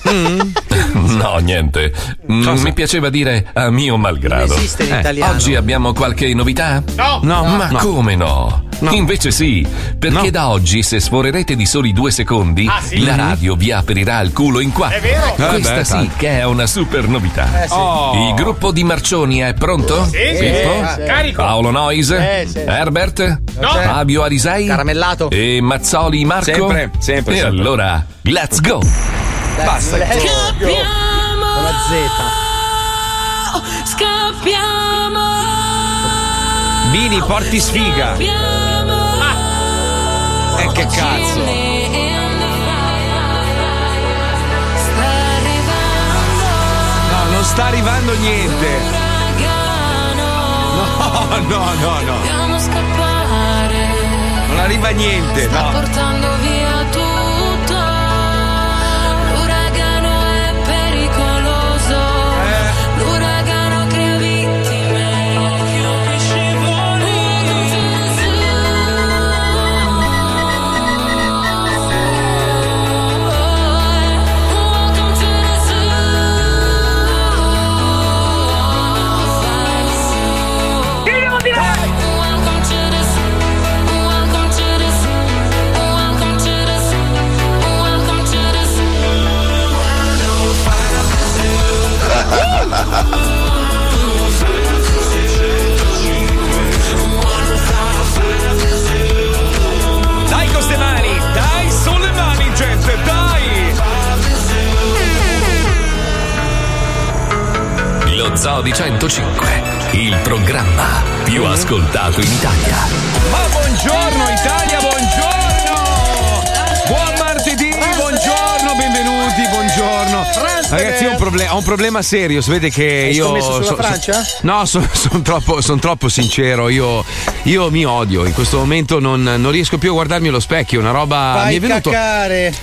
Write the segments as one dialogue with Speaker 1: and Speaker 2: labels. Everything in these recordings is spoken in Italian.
Speaker 1: no, niente. Mm, Mi piaceva dire a mio malgrado.
Speaker 2: Non esiste in
Speaker 1: Eh,
Speaker 2: italiano.
Speaker 1: Oggi abbiamo qualche novità?
Speaker 2: No.
Speaker 1: No,
Speaker 2: No.
Speaker 1: ma
Speaker 2: No.
Speaker 1: come no? Invece sì, perché da oggi se sforerete di soli due secondi,
Speaker 3: Ah, sì?
Speaker 1: la
Speaker 3: Mhm.
Speaker 1: radio vi aprirà il culo in quattro.
Speaker 3: È vero? Eh,
Speaker 1: Questa
Speaker 3: beh,
Speaker 1: sì
Speaker 3: tanto.
Speaker 1: che è una super novità.
Speaker 3: Eh, sì. Oh.
Speaker 1: Il gruppo di Marcioni è pronto?
Speaker 3: Sì, sì.
Speaker 1: Pippo?
Speaker 4: Ah,
Speaker 3: Sì, sì. Carico.
Speaker 1: Paolo Noise?
Speaker 3: Eh, sì.
Speaker 1: Herbert?
Speaker 3: No.
Speaker 1: Fabio Arisei?
Speaker 3: Caramellato.
Speaker 1: E Mazzoli Marco?
Speaker 5: Sempre, sempre,
Speaker 1: E
Speaker 5: sempre.
Speaker 1: allora, let's go!
Speaker 5: Basta.
Speaker 6: Scappiamo.
Speaker 2: Con la Z.
Speaker 6: Scappiamo.
Speaker 7: Bini, porti sfiga.
Speaker 2: Ah,
Speaker 7: Eh, che cazzo. No, non sta arrivando niente. No, no, no, no.
Speaker 6: Dobbiamo scappare.
Speaker 7: Non arriva niente.
Speaker 6: Sta
Speaker 7: No.
Speaker 6: portando via tutto. L'uragano è pericoloso.
Speaker 2: Eh.
Speaker 6: L'uragano che vittime. Occhio che scivoli. Welcome to the zoo. Welcome to the zoo. Welcome to the zoo. Welcome to the zoo. Welcome to the
Speaker 7: Dai con ste mani. Dai sulle mani, gente. Dai.
Speaker 1: Lo Zoo di 105, il programma più ascoltato in Italia.
Speaker 7: Ma buongiorno Italia, buongiorno! Buon martedì, buongiorno, benvenuti, buongiorno. Ragazzi, io ho un, proble- ho un problema serio, sapete che
Speaker 8: Hai
Speaker 7: io.
Speaker 8: scommesso sulla Francia?
Speaker 7: no, sono troppo, son troppo sincero. Io, io mi odio. In questo momento non, non riesco più a guardarmi allo specchio. Una roba. mi è venuto.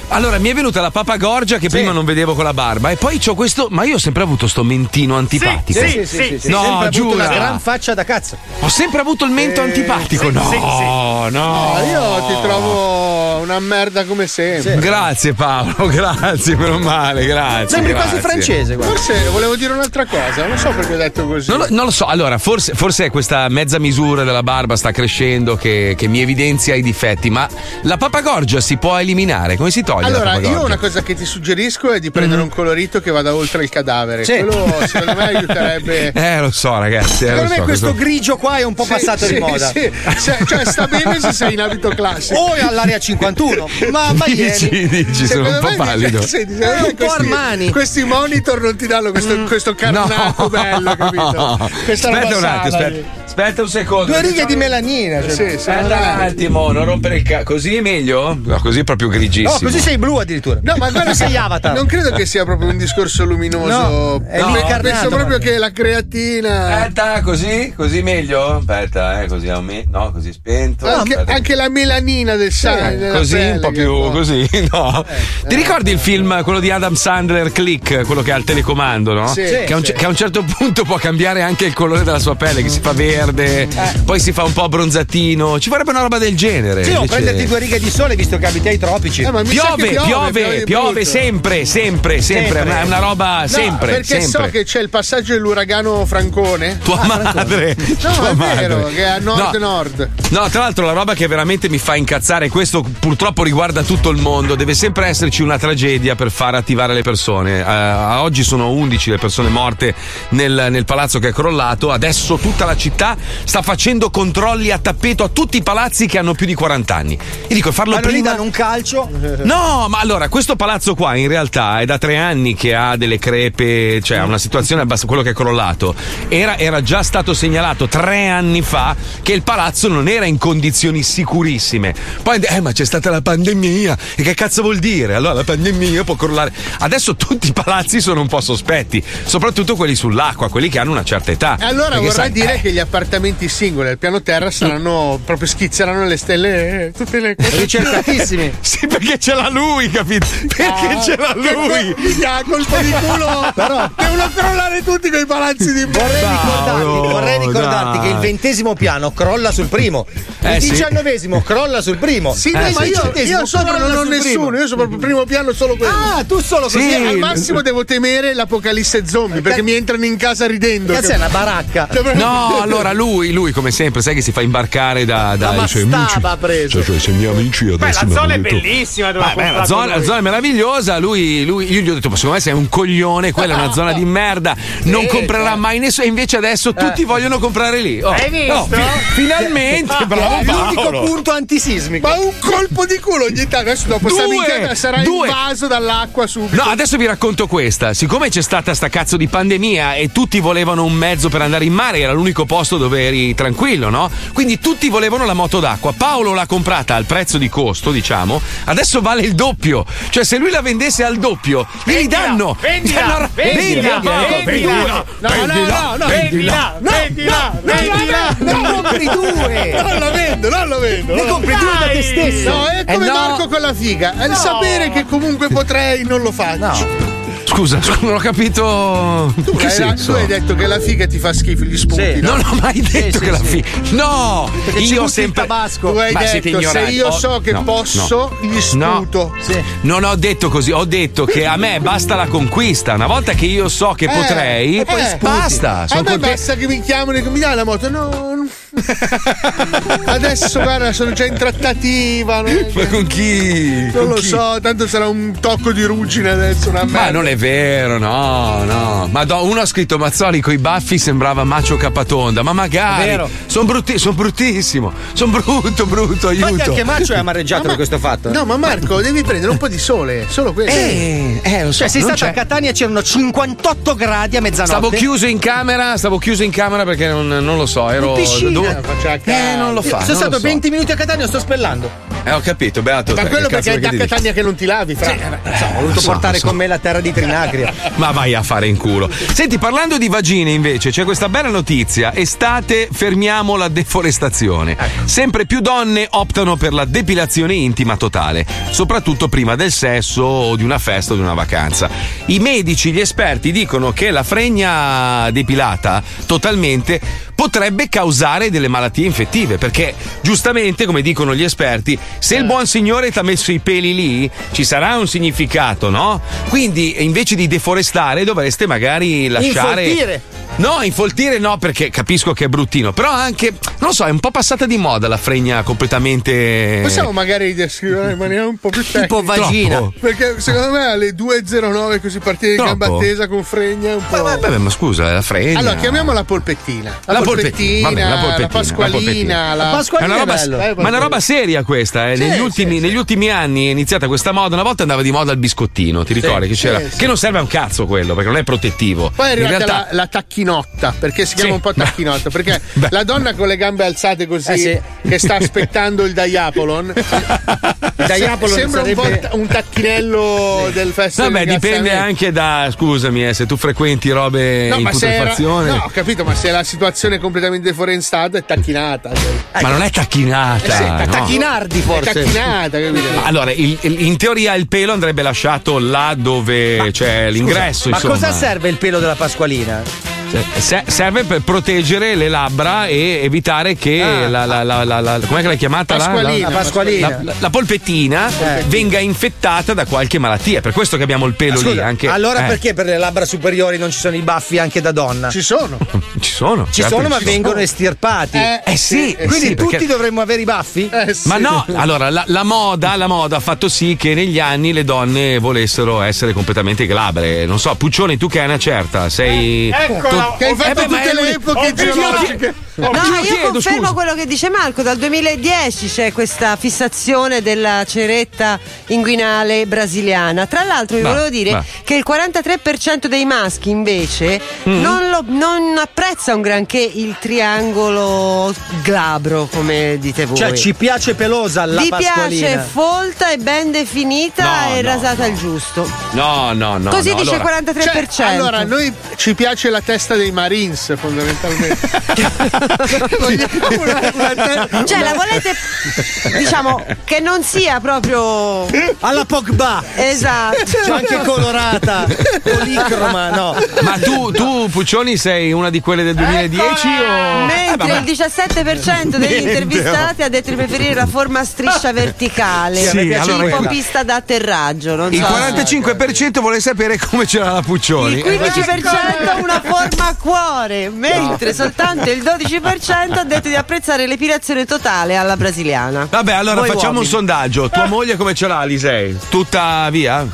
Speaker 7: Allora, mi è venuta la papagorgia che prima non vedevo con la barba. E poi c'ho questo. Ma io ho sempre avuto sto mentino antipatico.
Speaker 8: Sì, sì, sì, sì, sì. Sempre
Speaker 7: No,
Speaker 8: avuto
Speaker 7: giura.
Speaker 8: una gran faccia da cazzo.
Speaker 7: Ho sempre avuto il mento
Speaker 8: Eh,
Speaker 7: antipatico.
Speaker 8: sì,
Speaker 7: no,
Speaker 8: sì,
Speaker 7: no,
Speaker 8: No, Ah, io ti trovo una merda come sempre.
Speaker 7: Grazie Paolo, grazie per un male, grazie.
Speaker 8: Sembri
Speaker 7: grazie.
Speaker 8: quasi francese, guarda. Forse volevo dire un'altra cosa, non so perché ho detto così.
Speaker 7: Non lo, non lo so, allora, forse, forse è questa mezza misura della barba sta crescendo che, che mi evidenzia i difetti, ma la papagorgia si può eliminare? Come si toglie? la Mhm.
Speaker 8: Allora,
Speaker 7: papagorgia?
Speaker 8: io una cosa che ti suggerisco è di prendere un colorito che vada oltre il cadavere.
Speaker 7: Sì.
Speaker 8: Quello secondo me aiuterebbe.
Speaker 7: Eh, lo so, ragazzi. eh, lo
Speaker 8: Secondo me
Speaker 7: so,
Speaker 8: questo
Speaker 7: questo-
Speaker 8: grigio qua è un po'
Speaker 2: Sì,
Speaker 8: passato
Speaker 2: sì,
Speaker 8: di moda.
Speaker 2: sì.
Speaker 8: Se- cioè, sta bene se sei in abito classico.
Speaker 2: O è all'area 51, ma- ma ieri.
Speaker 7: Dici, dici, sono un
Speaker 8: Secondo
Speaker 7: po'
Speaker 8: me,
Speaker 7: pallido.
Speaker 8: senti, secondo me questi, questi monitor non ti danno questo, questo carnato bello, capito? Questa roba
Speaker 7: Aspetta un
Speaker 8: sana,
Speaker 7: attimo,
Speaker 8: sì.
Speaker 7: aspetta, aspetta un secondo.
Speaker 8: Due righe di cioè. Eh,
Speaker 2: melanina.
Speaker 8: Sì, sì.
Speaker 7: Aspetta un attimo, non rompere il cazzo. Così è meglio? No, così è proprio grigissimo.
Speaker 8: No, così sei
Speaker 2: blu addirittura.
Speaker 8: No, ma guarda,
Speaker 2: Sei Avatar.
Speaker 8: Non credo che sia proprio un discorso luminoso.
Speaker 7: No, è
Speaker 8: No,
Speaker 7: l'incarnato,
Speaker 8: penso proprio
Speaker 7: guarda.
Speaker 8: che la creatina.
Speaker 7: Aspetta, così? Così meglio? Aspetta, eh, così aumenta. No, così spento.
Speaker 8: Anche,
Speaker 7: Aspetta.
Speaker 8: anche la melanina del sangue. della
Speaker 7: eh, Così,
Speaker 8: pelle
Speaker 7: un po'
Speaker 8: che Eh,
Speaker 7: più
Speaker 8: può-
Speaker 7: così, no? Ti ricordi il film, quello di Adam Sandler, Click, quello che ha il telecomando, no?
Speaker 8: Sì,
Speaker 7: che, a un,
Speaker 8: sì.
Speaker 7: che a un certo punto può cambiare anche il colore della sua pelle, che si fa verde,
Speaker 8: Eh.
Speaker 7: poi si fa un po' abbronzatino. Ci vorrebbe una roba del genere.
Speaker 2: Sì, o
Speaker 7: Eh, invece-
Speaker 2: prenderti due righe di sole visto che abiti ai tropici.
Speaker 8: Eh, ma mi sa
Speaker 7: Piove,
Speaker 8: che
Speaker 7: piove, piove,
Speaker 8: piove di brutto.
Speaker 7: sempre, sempre, sempre. È una- È una roba
Speaker 8: No,
Speaker 7: sempre.
Speaker 8: Perché
Speaker 7: sempre.
Speaker 8: so che c'è il passaggio dell'uragano Francone.
Speaker 7: Tua
Speaker 8: Ah,
Speaker 7: madre.
Speaker 8: No,
Speaker 7: tua
Speaker 8: è vero,
Speaker 7: madre.
Speaker 8: che è a
Speaker 7: No.
Speaker 8: nord-nord.
Speaker 7: No, tra l'altro la roba che veramente mi fa incazzare, questo purtroppo riguarda tutto il mondo, deve sempre esserci una tragedia per far attivare le persone. Eh, a oggi sono 11 le persone morte nel, nel palazzo che è crollato, adesso tutta la città città sta facendo controlli a tappeto a tutti i palazzi che hanno più di 40 anni. E dico, farlo
Speaker 2: Ma non gli
Speaker 7: prima.
Speaker 2: danno un calcio?
Speaker 7: No, ma allora, questo palazzo qua in realtà è da tre anni che ha delle crepe, cioè ha una situazione abbastanza. quello che è crollato. Era, era già stato segnalato tre anni fa che il palazzo non era in condizioni sicurissime. Poi, eh, ma c'è stata la pandemia, e che cazzo vuol dire? Allora la pandemia può crollare. Adesso tutti i palazzi sono un po' sospetti, soprattutto quelli sull'acqua, quelli che hanno una certa età.
Speaker 8: E allora
Speaker 7: Perché
Speaker 8: vorrei
Speaker 7: sai,
Speaker 8: dire
Speaker 7: eh,
Speaker 8: che gli appartamenti singoli al piano terra saranno proprio schizzeranno le stelle, eh, tutte le cose
Speaker 2: Ricercatissimi.
Speaker 7: sì, perché ce l'ha lui, capito? Perché
Speaker 8: Ah,
Speaker 7: ce l'ha lui?
Speaker 8: Minchia, colpo di culo!
Speaker 2: Però-
Speaker 8: Devono crollare tutti quei palazzi di
Speaker 2: Vorrei
Speaker 8: merda.
Speaker 2: ricordarti,
Speaker 7: no,
Speaker 2: vorrei ricordarti
Speaker 7: dai.
Speaker 2: che il ventesimo piano crolla sul primo,
Speaker 7: Eh,
Speaker 2: il
Speaker 7: sì.
Speaker 2: diciannovesimo crolla sul primo.
Speaker 8: Sì, no,
Speaker 2: il
Speaker 8: ma io,
Speaker 2: diciottesimo
Speaker 8: io sopra
Speaker 2: crolla
Speaker 8: non ho
Speaker 2: sul primo.
Speaker 8: nessuno, io sopra il primo piano solo quello.
Speaker 2: Ah, tu solo così.
Speaker 8: Così
Speaker 2: ah,
Speaker 8: al
Speaker 2: ma-
Speaker 8: massimo devo temere l'apocalisse zombie perché mi entrano in casa ridendo.
Speaker 2: Cazzo, è una baracca.
Speaker 8: Cioè, proprio-
Speaker 7: No, allora lui, lui come sempre, sai che si fa imbarcare da, da-
Speaker 2: La
Speaker 7: dai suoi amici.
Speaker 2: mastaba ha preso.
Speaker 9: Cioè, cioè, se i miei amici adesso.
Speaker 3: Beh, la
Speaker 9: mi
Speaker 3: zona è
Speaker 9: hanno detto-
Speaker 3: bellissima dove ha
Speaker 7: Beh, la
Speaker 3: comprato
Speaker 7: zona, la
Speaker 3: lui.
Speaker 7: zona è meravigliosa. Lui, lui- io gli ho detto: Ma secondo me sei un coglione, quella
Speaker 3: Ah,
Speaker 7: è una zona di merda. Non comprerà mai nessuno. E invece adesso tutti vogliono comprare lì. Oh,
Speaker 3: Eh. Hai visto?
Speaker 7: oh, fi- finalmente, bravo
Speaker 2: L'unico
Speaker 7: Paolo.
Speaker 2: punto antisismico.
Speaker 8: Ma un colpo di culo ogni tanto. Adesso dopo sta
Speaker 7: Due,
Speaker 8: minchia sarà
Speaker 7: due.
Speaker 8: invaso dall'acqua subito.
Speaker 7: No, adesso vi racconto questa. Siccome c'è stata sta cazzo di pandemia e tutti volevano un mezzo per andare in mare, era l'unico posto dove eri tranquillo, no? Quindi tutti volevano la moto d'acqua. Paolo l'ha comprata al prezzo di costo, diciamo. Adesso vale il doppio. Ccioè, se lui la vendesse al doppio, glieli
Speaker 3: Vendila,
Speaker 7: danno.
Speaker 3: vendila,
Speaker 7: Allora,
Speaker 3: vendila,
Speaker 7: Paolo,
Speaker 3: vendila.
Speaker 8: No, no, no, no,
Speaker 3: Vendila, vendila, vendila.
Speaker 2: Ne compri due.
Speaker 8: Non lo vendo, non lo vendo.
Speaker 2: Ne
Speaker 8: non lo
Speaker 2: compri due da te
Speaker 3: Dai.
Speaker 2: stesso.
Speaker 8: No, è
Speaker 2: Eh,
Speaker 8: come
Speaker 2: no.
Speaker 8: Marco con la figa. È il sapere che comunque potrei, non lo faccio. Cioè,
Speaker 7: Scusa, scusa, non ho capito.
Speaker 8: Tu,
Speaker 7: che
Speaker 8: hai,
Speaker 7: senso?
Speaker 8: tu hai detto che la figa ti fa schifo gli spunti.
Speaker 2: Sì.
Speaker 8: no?
Speaker 7: Non ho mai detto
Speaker 2: sì,
Speaker 7: che la
Speaker 2: sì.
Speaker 7: figa. No! io ho
Speaker 2: ci butti il
Speaker 7: sempre.
Speaker 2: tabasco.
Speaker 8: Tu hai
Speaker 7: Ma siete
Speaker 8: detto se
Speaker 7: ignoranti.
Speaker 8: io
Speaker 7: Oh,
Speaker 8: so che
Speaker 7: no,
Speaker 8: posso, gli
Speaker 7: No.
Speaker 8: sputo.
Speaker 7: Non ho detto così, ho detto che a me basta la conquista. Una volta che io so che potrei,
Speaker 8: e poi Eh, sputi.
Speaker 7: basta.
Speaker 8: A
Speaker 7: Sono
Speaker 8: me
Speaker 7: contento.
Speaker 8: basta che mi chiamano e che mi dai la moto. No. no. Adesso guarda, sono già in trattativa. Non,
Speaker 7: Ma con chi?
Speaker 8: non
Speaker 7: Con
Speaker 8: lo
Speaker 7: chi?
Speaker 8: so, tanto sarà un tocco di ruggine adesso. Una
Speaker 7: Ma
Speaker 8: merda.
Speaker 7: non è vero, no, no. Ma do- uno ha scritto Mazzoli coi baffi sembrava Macio Capatonda, ma magari. Sono brutti, son bruttissimo. Sono brutto, brutto,
Speaker 2: Infatti
Speaker 7: aiuto.
Speaker 2: anche Maccio è amareggiato
Speaker 8: Ma-
Speaker 2: per questo fatto.
Speaker 8: No, ma Marco, devi prendere un po' di sole, solo questo.
Speaker 7: Eh, eh, lo so.
Speaker 2: Cioè, sei
Speaker 7: non
Speaker 2: stato a
Speaker 7: c'è.
Speaker 2: Catania c'erano 58 gradi a mezzanotte.
Speaker 7: Stavo chiuso in camera, stavo chiuso in camera perché non, non lo so, ero.
Speaker 2: piscina.
Speaker 7: dove-
Speaker 8: Faccia a casa.
Speaker 7: Eh, non lo fa.
Speaker 2: Sono
Speaker 7: non lo
Speaker 2: stato
Speaker 7: so.
Speaker 2: 20 minuti a Catania, sto spellando.
Speaker 7: Eh, ho capito, beato. te,
Speaker 8: Ma
Speaker 7: che
Speaker 8: quello
Speaker 7: cazzo
Speaker 8: perché è
Speaker 7: vuoi
Speaker 8: da
Speaker 7: che eh, ti dica?
Speaker 8: Catania che non ti lavi, fra.
Speaker 2: Ho voluto portare con me la terra di Trinacria.
Speaker 7: Ma vai a fare in culo. Senti, parlando di vagine invece, c'è questa bella notizia. Estate, fermiamo la deforestazione.
Speaker 2: Ecco.
Speaker 7: Sempre più donne optano per la depilazione intima totale, soprattutto prima del sesso o di una festa o di una vacanza. I medici, gli esperti dicono che la fregna depilata totalmente potrebbe causare delle malattie infettive, perché giustamente, come dicono gli esperti, se
Speaker 8: Eh.
Speaker 7: il buon signore ti ha messo i peli lì, ci sarà un significato, no? Quindi eh, invece di deforestare dovreste magari lasciare...
Speaker 2: Infoltire.
Speaker 7: No, infoltire no, perché capisco che è bruttino, però anche, non lo so, è un po' passata di moda la fregna completamente...
Speaker 8: Possiamo magari descriverla in maniera un po' più tecnica.
Speaker 2: Tipo vagina.
Speaker 7: Troppo.
Speaker 8: Perché secondo me alle 2.09 così partire in
Speaker 7: Troppo.
Speaker 8: gamba attesa con fregna è un po'.
Speaker 7: Ma, ma- ma- ma scusa, la fregna...
Speaker 8: Allora, chiamiamola polpettina. La,
Speaker 7: La
Speaker 8: polpettina,
Speaker 7: polpettina, vabbè, la
Speaker 8: la,
Speaker 7: polpettina, la polpettina.
Speaker 8: pasqualina, la,
Speaker 7: È
Speaker 2: Pasqualino
Speaker 7: una
Speaker 2: è
Speaker 7: roba-
Speaker 2: bello.
Speaker 8: Eh,
Speaker 7: ma è una roba seria questa, eh.
Speaker 8: Sì,
Speaker 7: negli,
Speaker 8: sì,
Speaker 7: ultimi,
Speaker 8: sì.
Speaker 7: negli ultimi anni è iniziata questa moda. Una volta andava di moda il biscottino, ti ricordi? che, c'era,
Speaker 8: sì.
Speaker 7: che non serve a un cazzo quello, perché non è protettivo.
Speaker 8: Poi è
Speaker 7: In
Speaker 8: arrivata
Speaker 7: realtà,
Speaker 8: la, la tacchinotta, perché si chiama
Speaker 7: Sì.
Speaker 8: un po' tacchinotta, perché
Speaker 7: Beh.
Speaker 8: la donna con le gambe alzate così,
Speaker 2: Eh, sì.
Speaker 8: che sta aspettando il diapolon,
Speaker 2: Diapolon
Speaker 8: sembra un po'
Speaker 2: sarebbe-
Speaker 8: ta- un tacchinello del festival.
Speaker 7: Vabbè,
Speaker 8: di
Speaker 7: dipende
Speaker 8: Cazzaneta.
Speaker 7: anche da. Scusami, eh, se tu frequenti robe
Speaker 8: No,
Speaker 7: in
Speaker 8: ma se era-
Speaker 7: putrefazione.
Speaker 8: no, ho capito, ma se la situazione è completamente forestata è tacchinata. cioè.
Speaker 9: Eh,
Speaker 7: Ma non è tacchinata. no?
Speaker 2: Tacchinardi
Speaker 8: Eh È
Speaker 2: forse.
Speaker 8: tacchinata, capito?
Speaker 7: Allora, il- il- in teoria il pelo andrebbe lasciato là dove c'è l'ingresso.
Speaker 2: Ma
Speaker 7: insomma.
Speaker 2: cosa serve il pelo della Pasqualina?
Speaker 7: Se- serve per proteggere le labbra e evitare che la, la, la, la, la- com'è che l'hai chiamata? là? La-
Speaker 8: Pasqualina.
Speaker 2: La Ah. Pasqualina. Eh.
Speaker 7: la, la- la polpettina venga infettata da qualche malattia. Per questo che abbiamo il pelo lì.
Speaker 2: Scusa,
Speaker 7: Anche,
Speaker 2: allora
Speaker 7: eh,
Speaker 2: perché per le labbra superiori non ci sono i baffi anche da donna? Ci,
Speaker 8: Ci sono.
Speaker 7: Ci sono. certo
Speaker 2: sono,
Speaker 7: che
Speaker 2: ma
Speaker 7: ci
Speaker 2: vengono estirpati.
Speaker 8: Eh,
Speaker 7: Eh sì, eh
Speaker 2: Quindi
Speaker 7: sì,
Speaker 2: tutti
Speaker 7: perché-
Speaker 2: dovremmo avere i baffi?
Speaker 8: Eh, sì.
Speaker 7: Ma no, allora la, la moda, la moda ha fatto sì che negli anni le donne volessero essere completamente Eh, glabre. Non so, Puccioni, tu che hai una certa, sei.
Speaker 3: Eccolo!
Speaker 8: Che hai fatto
Speaker 7: Eh beh, ma
Speaker 8: tutte
Speaker 7: è
Speaker 8: le
Speaker 7: lui-
Speaker 8: epoche
Speaker 3: Ho visto-
Speaker 8: geologiche.
Speaker 9: No,
Speaker 7: ce lo
Speaker 9: io
Speaker 7: chiedo,
Speaker 9: confermo
Speaker 7: scusa.
Speaker 9: quello che dice Marco, dal 2010 c'è questa fissazione della ceretta inguinale brasiliana. Tra l'altro vi
Speaker 5: Va,
Speaker 9: volevo dire
Speaker 5: va.
Speaker 9: che il 43% dei maschi invece
Speaker 5: Mm.
Speaker 9: non, lo- non apprezza un granché il triangolo glabro, come dite voi.
Speaker 2: Cioè, ci piace pelosa la
Speaker 9: Vi
Speaker 2: pasqualina.
Speaker 9: piace folta e ben definita
Speaker 2: No,
Speaker 9: e
Speaker 2: no,
Speaker 9: rasata al giusto.
Speaker 7: No, no, no.
Speaker 9: Così
Speaker 7: no, allora-
Speaker 9: dice il 43%.
Speaker 8: Cioè, allora, noi ci piace la testa dei Marines, fondamentalmente. Vogliamo una- una te-
Speaker 9: Cioè, la volete diciamo che non sia proprio
Speaker 2: alla Pogba
Speaker 9: esatto
Speaker 2: C'è anche colorata, policroma, no.
Speaker 7: Ma tu, tu, Puccioni, sei una di quelle del 2010 o. Eh,
Speaker 9: Mentre
Speaker 7: vabbè.
Speaker 9: il 17% degli
Speaker 7: Niente,
Speaker 9: intervistati ha detto di preferire la forma a striscia verticale,
Speaker 7: Sì,
Speaker 9: tipo
Speaker 7: allora quella.
Speaker 9: pista d'atterraggio. Non
Speaker 7: il
Speaker 9: so.
Speaker 7: 45% vuole sapere come c'era la Puccioni.
Speaker 9: Il 15% una forma a cuore, mentre soltanto il 12% ha detto di apprezzare l'epilazione totale alla brasiliana.
Speaker 7: Vabbè, allora
Speaker 9: Voi
Speaker 7: facciamo un
Speaker 9: uomini. Ah.
Speaker 7: sondaggio. Tua moglie come ce l'ha, Lisei? Tutta via?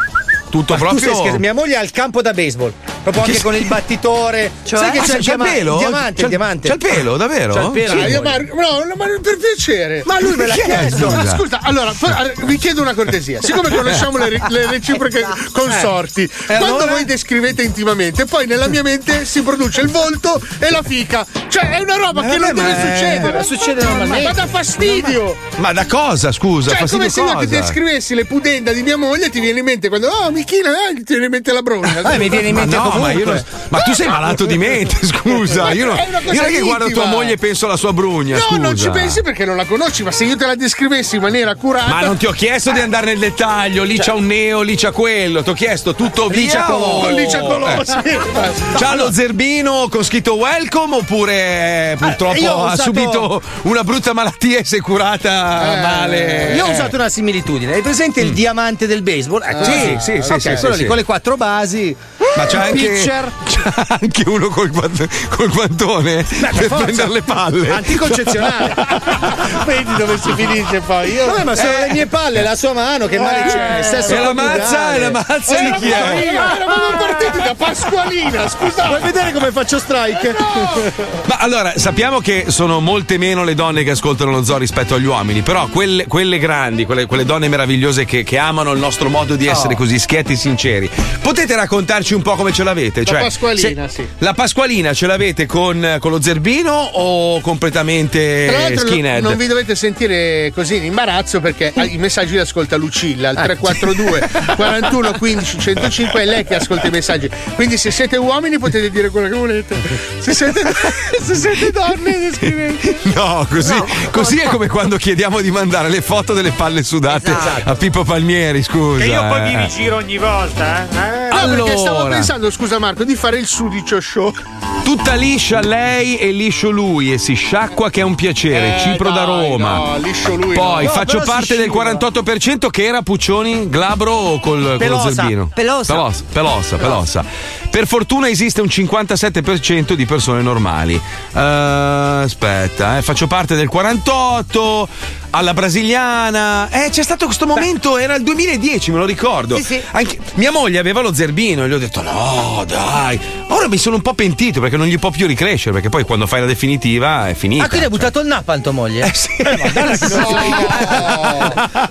Speaker 7: Tutto
Speaker 2: Tu stai
Speaker 7: proprio.
Speaker 2: scherzando? Mia moglie ha il campo da baseball, proprio anche con il battitore.
Speaker 9: cioè,
Speaker 2: Sai che
Speaker 7: Ah,
Speaker 2: c'è, il, diama-
Speaker 7: pelo?
Speaker 2: diamante,
Speaker 7: C'è
Speaker 2: il diamante.
Speaker 7: C'è il pelo, davvero?
Speaker 2: C'ha il pelo, eh,
Speaker 8: Ah,
Speaker 2: mia
Speaker 8: io
Speaker 2: moglie.
Speaker 8: Marco- no, no, ma per piacere.
Speaker 2: Ma lui me l'ha
Speaker 8: Perché?
Speaker 2: chiesto.
Speaker 8: Ma
Speaker 2: Scusa.
Speaker 8: scusa, allora fa- Eh, vi chiedo una cortesia. Siccome conosciamo le, re- le reciproche consorti, quando voi descrivete intimamente, poi nella mia mente si produce il volto e la fica. Cioè, è una roba
Speaker 2: Ma
Speaker 8: che non
Speaker 2: vabbè,
Speaker 8: deve
Speaker 2: ma è-
Speaker 8: succedere.
Speaker 2: ma succede normalmente.
Speaker 8: Ma dà fastidio.
Speaker 7: Ma da cosa, scusa?
Speaker 8: Cioè, è
Speaker 7: Fastidio
Speaker 8: come se io ti
Speaker 7: cosa?
Speaker 8: descrivessi le pudenda di mia moglie, ti viene in mente quando, oh, Michina, eh, ti viene in mente la brogna.
Speaker 7: Ah, ma no, ma, io non- ma
Speaker 8: Eh,
Speaker 7: tu sei malato di mente, scusa. Io non,
Speaker 8: È una cosa
Speaker 7: io non è che guardo
Speaker 8: intima.
Speaker 7: tua moglie e penso alla sua brugna.
Speaker 8: No, non
Speaker 7: scusa.
Speaker 8: ci pensi perché non la conosci, ma se io te la descrivessi in maniera accurata.
Speaker 7: Ma non ti ho chiesto di andare nel dettaglio,
Speaker 8: Cioè-
Speaker 7: lì c'è un neo, lì c'è quello, ti ho chiesto tutto
Speaker 8: Lì c'è
Speaker 7: via.
Speaker 8: Colò,
Speaker 7: o-
Speaker 8: lì c'è Colò,
Speaker 7: Eh.
Speaker 8: sì.
Speaker 7: C'ha lo zerbino con scritto welcome oppure eh,
Speaker 2: io ho
Speaker 7: purtroppo ha
Speaker 2: usato- Eh,
Speaker 7: subito una brutta malattia e si è curata male?
Speaker 2: Io ho usato una similitudine. Hai presente il diamante del baseball? Ecco,
Speaker 7: Sì,
Speaker 2: così.
Speaker 7: sì, sì,
Speaker 2: Ok,
Speaker 7: sì,
Speaker 2: quello
Speaker 7: sì,
Speaker 2: lì
Speaker 7: sì.
Speaker 2: con le quattro basi.
Speaker 7: Ma c'è
Speaker 2: il
Speaker 7: anche-
Speaker 2: pitcher.
Speaker 7: C'ha anche uno col, guant- col guantone per,
Speaker 2: per forza.
Speaker 7: prendere le palle.
Speaker 2: Anticoncezionale.
Speaker 8: Vedi dove si finisce poi. Io...
Speaker 2: Vabbè, ma sono le mie palle, la sua mano, che male c'è? Stesso
Speaker 7: Eh. e Eh,
Speaker 2: Eh,
Speaker 7: la
Speaker 2: coniugale.
Speaker 7: mazza, e la mazza di chi è?
Speaker 8: Eh, Eravamo partiti da Pasqualina, scusate. Eh,
Speaker 2: Vuoi vedere come faccio strike?
Speaker 7: Ma allora, sappiamo che sono molte meno le donne che ascoltano lo zoo rispetto agli uomini, però quelle, quelle grandi, quelle, quelle donne meravigliose che, che amano il nostro modo di essere così schietti e sinceri, potete raccontarci un po' come ce l'avete? Cioè,
Speaker 8: La Pasqualina, sì.
Speaker 7: La Pasqualina ce l'avete con, con lo zerbino o
Speaker 8: Tra
Speaker 7: completamente
Speaker 8: l'altro non-
Speaker 7: eh, skinhead? Mm.
Speaker 8: non vi dovete sentire così in imbarazzo perché i messaggi li ascolta Lucilla
Speaker 7: Ah,
Speaker 8: al 342 41 15 105 è lei che ascolta i messaggi. Quindi se siete uomini potete dire quello che volete. Se siete, se siete donne scrivete.
Speaker 7: No, così, così è come quando chiediamo di mandare le foto delle palle sudate
Speaker 8: Esatto.
Speaker 7: a Pippo Palmieri, scusa.
Speaker 3: Che io poi mi
Speaker 7: eh.
Speaker 3: rigiro ogni volta, eh?
Speaker 8: No, perché stavo
Speaker 7: Allora.
Speaker 8: pensando, scusa Marco, di fare il sudicio show.
Speaker 7: Tutta liscia lei e liscio lui e si sciacqua che è un piacere.
Speaker 8: Eh,
Speaker 7: Cipro da
Speaker 8: dai,
Speaker 7: Roma.
Speaker 8: no, liscio lui
Speaker 7: Poi
Speaker 8: no. No,
Speaker 7: faccio
Speaker 8: però si
Speaker 7: parte del 48% che era Puccioni, Glabro o col, con lo
Speaker 8: Pelosa.
Speaker 7: zerbino?
Speaker 8: Pelosa.
Speaker 7: Pelosa, pelosa, pelosa. Per fortuna esiste un 57% di persone normali. Eh, aspetta, eh, faccio parte del 48 alla brasiliana. Eh, c'è stato questo momento, era il 2010, me lo ricordo.
Speaker 9: Sì, sì.
Speaker 7: Anche- mia moglie aveva lo zerbino e gli ho detto no, dai. Ora mi sono un po' pentito perché non gli può più ricrescere, perché poi quando fai la definitiva è finita.
Speaker 2: Ah, quindi hai buttato il nappan tua moglie? Eh
Speaker 7: sì.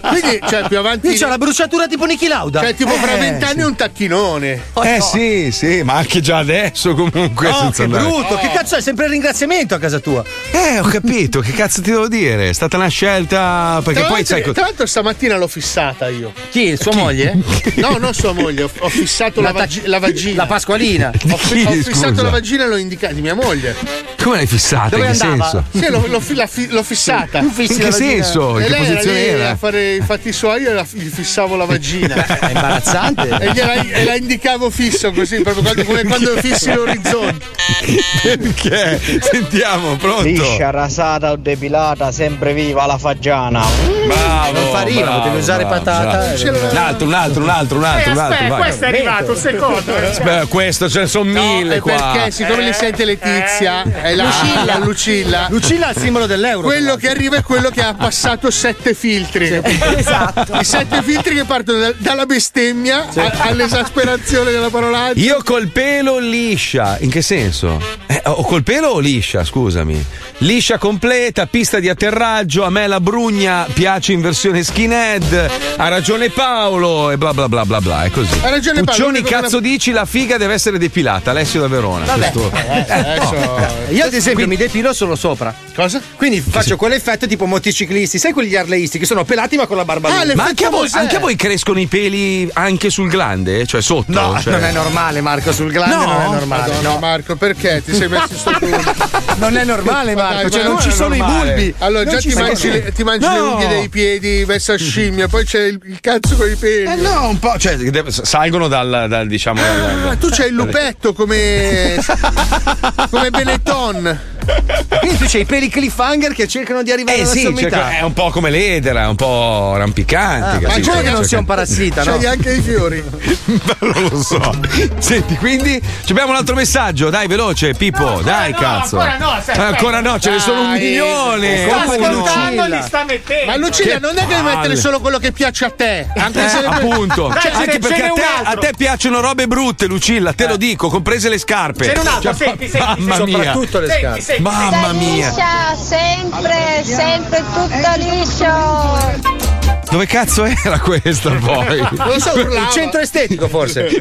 Speaker 8: Quindi, cioè, più avanti.
Speaker 2: Qui c'è la bruciatura tipo Niki Lauda.
Speaker 8: Cioè, tipo, fra
Speaker 2: Eh,
Speaker 8: vent'anni è un tacchinone.
Speaker 7: Eh sì, sì, ma anche già adesso comunque.
Speaker 2: Oh,
Speaker 7: senza
Speaker 2: che
Speaker 7: andare-
Speaker 2: brutto, che cazzo è? Sempre il ringraziamento a casa tua.
Speaker 7: Eh, ho capito, che cazzo ti devo dire? È stata una scelta. Perché
Speaker 8: tra
Speaker 7: poi
Speaker 8: l'altro-
Speaker 7: sai. co-
Speaker 8: Tra l'altro stamattina l'ho fissata io.
Speaker 2: Chi? Sua moglie?
Speaker 8: No, non sua moglie, ho, ho fissato la,
Speaker 2: La
Speaker 8: vagi-
Speaker 2: tac-
Speaker 8: la vagina.
Speaker 2: la pasqualina.
Speaker 8: Ho, fi-
Speaker 7: Di chi,
Speaker 8: ho fissato
Speaker 7: scusa?
Speaker 8: la vagina e l'ho indicata di mia moglie.
Speaker 7: Come l'hai fissata?
Speaker 2: Dove
Speaker 7: in che
Speaker 2: andava?
Speaker 7: senso?
Speaker 8: Sì, l'ho, l'ho fi- la fi- l'ho fissata.
Speaker 2: Tu fissi
Speaker 7: In
Speaker 2: la
Speaker 7: che
Speaker 2: vagina.
Speaker 7: senso? In
Speaker 8: E
Speaker 7: che
Speaker 8: lei era
Speaker 7: posizione
Speaker 8: lì
Speaker 7: era?
Speaker 8: a fare i fatti suoi e la- gli fissavo la vagina.
Speaker 2: È imbarazzante.
Speaker 8: E, gliela- e la indicavo fisso così, proprio quando- come quando fissi l'orizzonte.
Speaker 7: Perché? Sentiamo, pronto.
Speaker 10: Liscia, rasata o depilata, sempre viva la fagiana.
Speaker 7: Bravo.
Speaker 2: Non fa rima,
Speaker 7: bravo,
Speaker 2: potevi usare
Speaker 7: bravo,
Speaker 2: patata. eh.
Speaker 7: bravo.
Speaker 2: Ce l'aveva-
Speaker 7: Ah, Un altro, un altro, un altro, un altro, un altro.
Speaker 3: Aspetta,
Speaker 7: vai.
Speaker 3: questo è arrivato, un secondo. eh.
Speaker 7: Beh, questo ce ne sono mille
Speaker 8: E
Speaker 7: qua.
Speaker 8: perché siccome li sente Letizia, è è la
Speaker 2: Lucilla.
Speaker 8: la Lucilla.
Speaker 2: Lucilla è il simbolo dell'euro.
Speaker 8: Quello che arriva è quello che ha passato sette filtri. esatto. I sette filtri che partono dal- dalla bestemmia a- all'esasperazione della parolaccia.
Speaker 7: Io col pelo liscia. In che senso? Eh, o col pelo o liscia, scusami. Liscia completa, pista di atterraggio, a me la brugna piace in versione skinhead, ha ragione Paolo e bla bla bla bla bla, è così.
Speaker 8: Ha ragione Paolo,
Speaker 7: Puccioni,
Speaker 8: l'unica
Speaker 7: cazzo dici la figa deve essere depilata, Alessio da Verona.
Speaker 2: Vabbè.
Speaker 7: Questo-
Speaker 2: Eh, adesso- Io ad esempio mi depilo solo sopra.
Speaker 8: Cosa?
Speaker 2: Quindi faccio quell'effetto tipo motociclisti, sai quegli arleisti che sono pelati ma con la barba lunga?
Speaker 7: Ma anche a, voi, anche a voi crescono i peli anche sul glande? Cioè sotto?
Speaker 2: No,
Speaker 7: Cioè-
Speaker 2: non è normale Marco sul glande,
Speaker 7: No?
Speaker 2: non è normale.
Speaker 8: Madonna,
Speaker 2: no.
Speaker 8: Marco, perché ti sei messo sto punto?
Speaker 2: Non è normale
Speaker 8: Ma dai,
Speaker 2: Marco,
Speaker 8: ma
Speaker 2: cioè non
Speaker 8: non
Speaker 2: ci
Speaker 8: è
Speaker 2: sono
Speaker 7: normale.
Speaker 2: i bulbi.
Speaker 8: Allora,
Speaker 2: Non
Speaker 8: già
Speaker 2: ci
Speaker 8: ti
Speaker 2: sono.
Speaker 8: mangi, le, ti mangi le
Speaker 7: No.
Speaker 8: unghie dei piedi, verso a scimmia, poi c'è il, il cazzo con i peli.
Speaker 7: Eh no, un po', cioè de- salgono dal, dal, diciamo... dal-
Speaker 8: Ah, tu c'hai il lupetto come. come Benetton.
Speaker 2: Quindi tu c'hai i peli cliffhanger che cercano di arrivare
Speaker 7: Eh
Speaker 2: alla
Speaker 7: sì,
Speaker 2: sommità. Ah.
Speaker 7: cioè, è un po' come l'edera, è un po' rampicante.
Speaker 8: Ah,
Speaker 2: ma
Speaker 7: capito?
Speaker 2: giuro che non
Speaker 7: Cioè,
Speaker 2: sia un parassita, no?
Speaker 8: C'hai anche i fiori.
Speaker 7: non lo so. Senti, quindi ci abbiamo un altro messaggio. Dai, veloce, Pippo. dai, cazzo. Ancora no, ancora no, ce ne sono un
Speaker 8: Dai.
Speaker 7: milione.
Speaker 2: Sta
Speaker 7: Uno.
Speaker 2: ascoltando.
Speaker 3: Quando li sta mettendo?
Speaker 8: Ma Lucilla, non è che devi
Speaker 7: palle.
Speaker 8: mettere solo quello che piace a te. Anche
Speaker 7: Eh,
Speaker 8: se
Speaker 7: appunto,
Speaker 3: Dai,
Speaker 7: Cioè,
Speaker 3: ce
Speaker 7: anche
Speaker 3: n'è-
Speaker 7: perché
Speaker 3: ce n'è
Speaker 7: a
Speaker 3: un
Speaker 7: te,
Speaker 3: altro.
Speaker 7: a te piacciono robe brutte, Lucilla, te lo dico, comprese le scarpe.
Speaker 3: C'è un
Speaker 7: Cioè,
Speaker 3: altro, senti,
Speaker 7: ma-
Speaker 3: senti,
Speaker 7: mamma
Speaker 3: senti,
Speaker 7: mia,
Speaker 2: Soprattutto le
Speaker 3: senti,
Speaker 2: scarpe.
Speaker 3: senti.
Speaker 7: mamma mia,
Speaker 5: liscia, sempre, sempre tutto liscio.
Speaker 7: dove cazzo era questa poi?
Speaker 8: non so, urlava.
Speaker 2: Il centro estetico forse.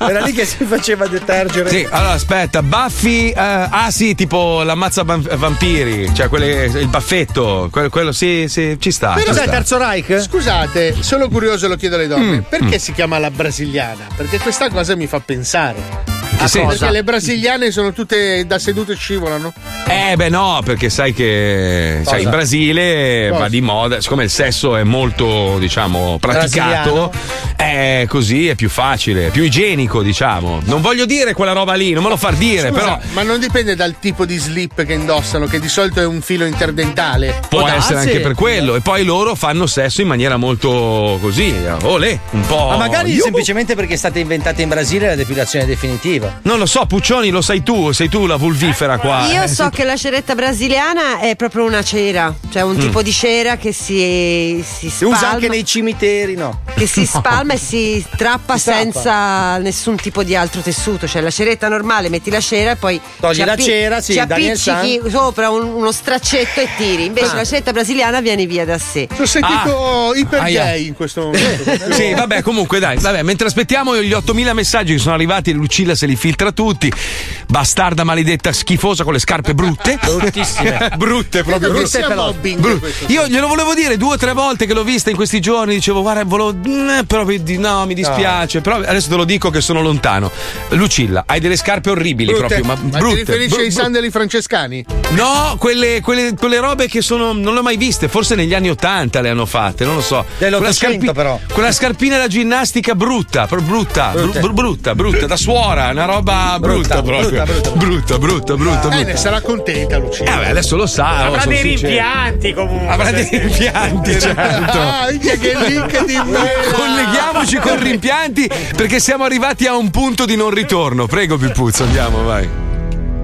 Speaker 2: Era lì che si faceva detergere.
Speaker 7: Sì, allora aspetta, baffi, eh, ah sì, tipo l'ammazza van- vampiri, cioè quelle, il baffetto, quello, quello sì, sì, ci sta.
Speaker 2: Però
Speaker 7: ci
Speaker 2: cos'è
Speaker 7: sta. Mm,
Speaker 2: Terzo Reich?
Speaker 8: Scusate, sono curioso, lo chiedo alle donne. Perché si chiama la brasiliana? Perché questa cosa mi fa pensare. Ah,
Speaker 7: Che senso?
Speaker 8: Perché le brasiliane sono tutte da sedute scivolano.
Speaker 7: Eh beh no, perché sai che sai, in Brasile
Speaker 8: Cosa?
Speaker 7: va di moda, siccome il sesso è molto, diciamo, praticato, è così è più facile, è più igienico, diciamo. Non voglio dire quella roba lì, non me lo far dire, però
Speaker 8: Ma non dipende dal tipo di slip che indossano, che di solito è un filo interdentale.
Speaker 7: può
Speaker 2: darsi.
Speaker 7: essere anche per quello. E poi loro fanno sesso in maniera molto così, olè, un po'.
Speaker 2: Ma magari
Speaker 7: Boh. Yuhu.
Speaker 2: semplicemente perché è stata inventata in Brasile la depilazione definitiva.
Speaker 7: Non lo so, Puccioni, lo sai tu, sei tu la vulvifera
Speaker 2: Ah,
Speaker 7: qua.
Speaker 9: Io
Speaker 7: eh.
Speaker 9: so che la ceretta brasiliana è proprio una cera, cioè un tipo di cera che si, si
Speaker 2: Mm. Si usa
Speaker 9: spalma,
Speaker 2: anche nei cimiteri, no?
Speaker 9: che si spalma e si trappa senza nessun tipo di altro tessuto. Cioè la ceretta normale, metti la cera e poi
Speaker 2: Togli
Speaker 9: ci
Speaker 2: la cera, sì,
Speaker 9: ci
Speaker 2: Daniel Ah.
Speaker 9: appiccichi sopra un- uno straccetto e tiri. Invece la ceretta brasiliana viene via da sé.
Speaker 8: Sono sentito iper
Speaker 7: Ah! Aia. Eh,
Speaker 8: gay in questo momento.
Speaker 7: Sì, vabbè, comunque dai, vabbè, mentre aspettiamo gli 8000 messaggi che sono arrivati, Lucilla se li filtra tutti. Bastarda maledetta schifosa con le scarpe brutte. Bruttissime. brutte proprio.
Speaker 8: Credo che
Speaker 7: brutte.
Speaker 8: sia mobbing
Speaker 7: Bru-
Speaker 8: questo.
Speaker 7: Io glielo volevo dire due o tre volte che l'ho vista in questi giorni, dicevo guarda, volevo mm, però vedi, no, mi dispiace, però adesso te lo dico che sono lontano. Lucilla, hai delle scarpe orribili proprio, ma,
Speaker 8: Ma
Speaker 7: brutte.
Speaker 8: ti riferisci
Speaker 7: bru-
Speaker 8: ai
Speaker 7: bru-
Speaker 8: sandali francescani?
Speaker 7: No, quelle, quelle- quelle robe che sono. Non le ho mai viste, forse negli anni Ottanta le hanno fatte, non lo so.
Speaker 2: Dell'Ottocento, però.
Speaker 7: quella scarpina da ginnastica brutta, pro- brutta, bru- bru- brutta, brutta, da suora, una roba brutta, proprio. Brutta, brutta, brutta, brutta. brutta.
Speaker 8: Eh, ne sarà contenta
Speaker 7: Eh,
Speaker 8: Lucia.
Speaker 7: vabbè, adesso lo sa. oh,
Speaker 3: Avrà
Speaker 7: sono
Speaker 3: dei
Speaker 7: sincero.
Speaker 3: rimpianti comunque.
Speaker 7: Avrà dei rimpianti, certo.
Speaker 8: Ah, minchia, che link di
Speaker 7: Colleghiamoci con rimpianti perché siamo arrivati a un punto di non ritorno. Prego, Pippuzzo, andiamo, vai.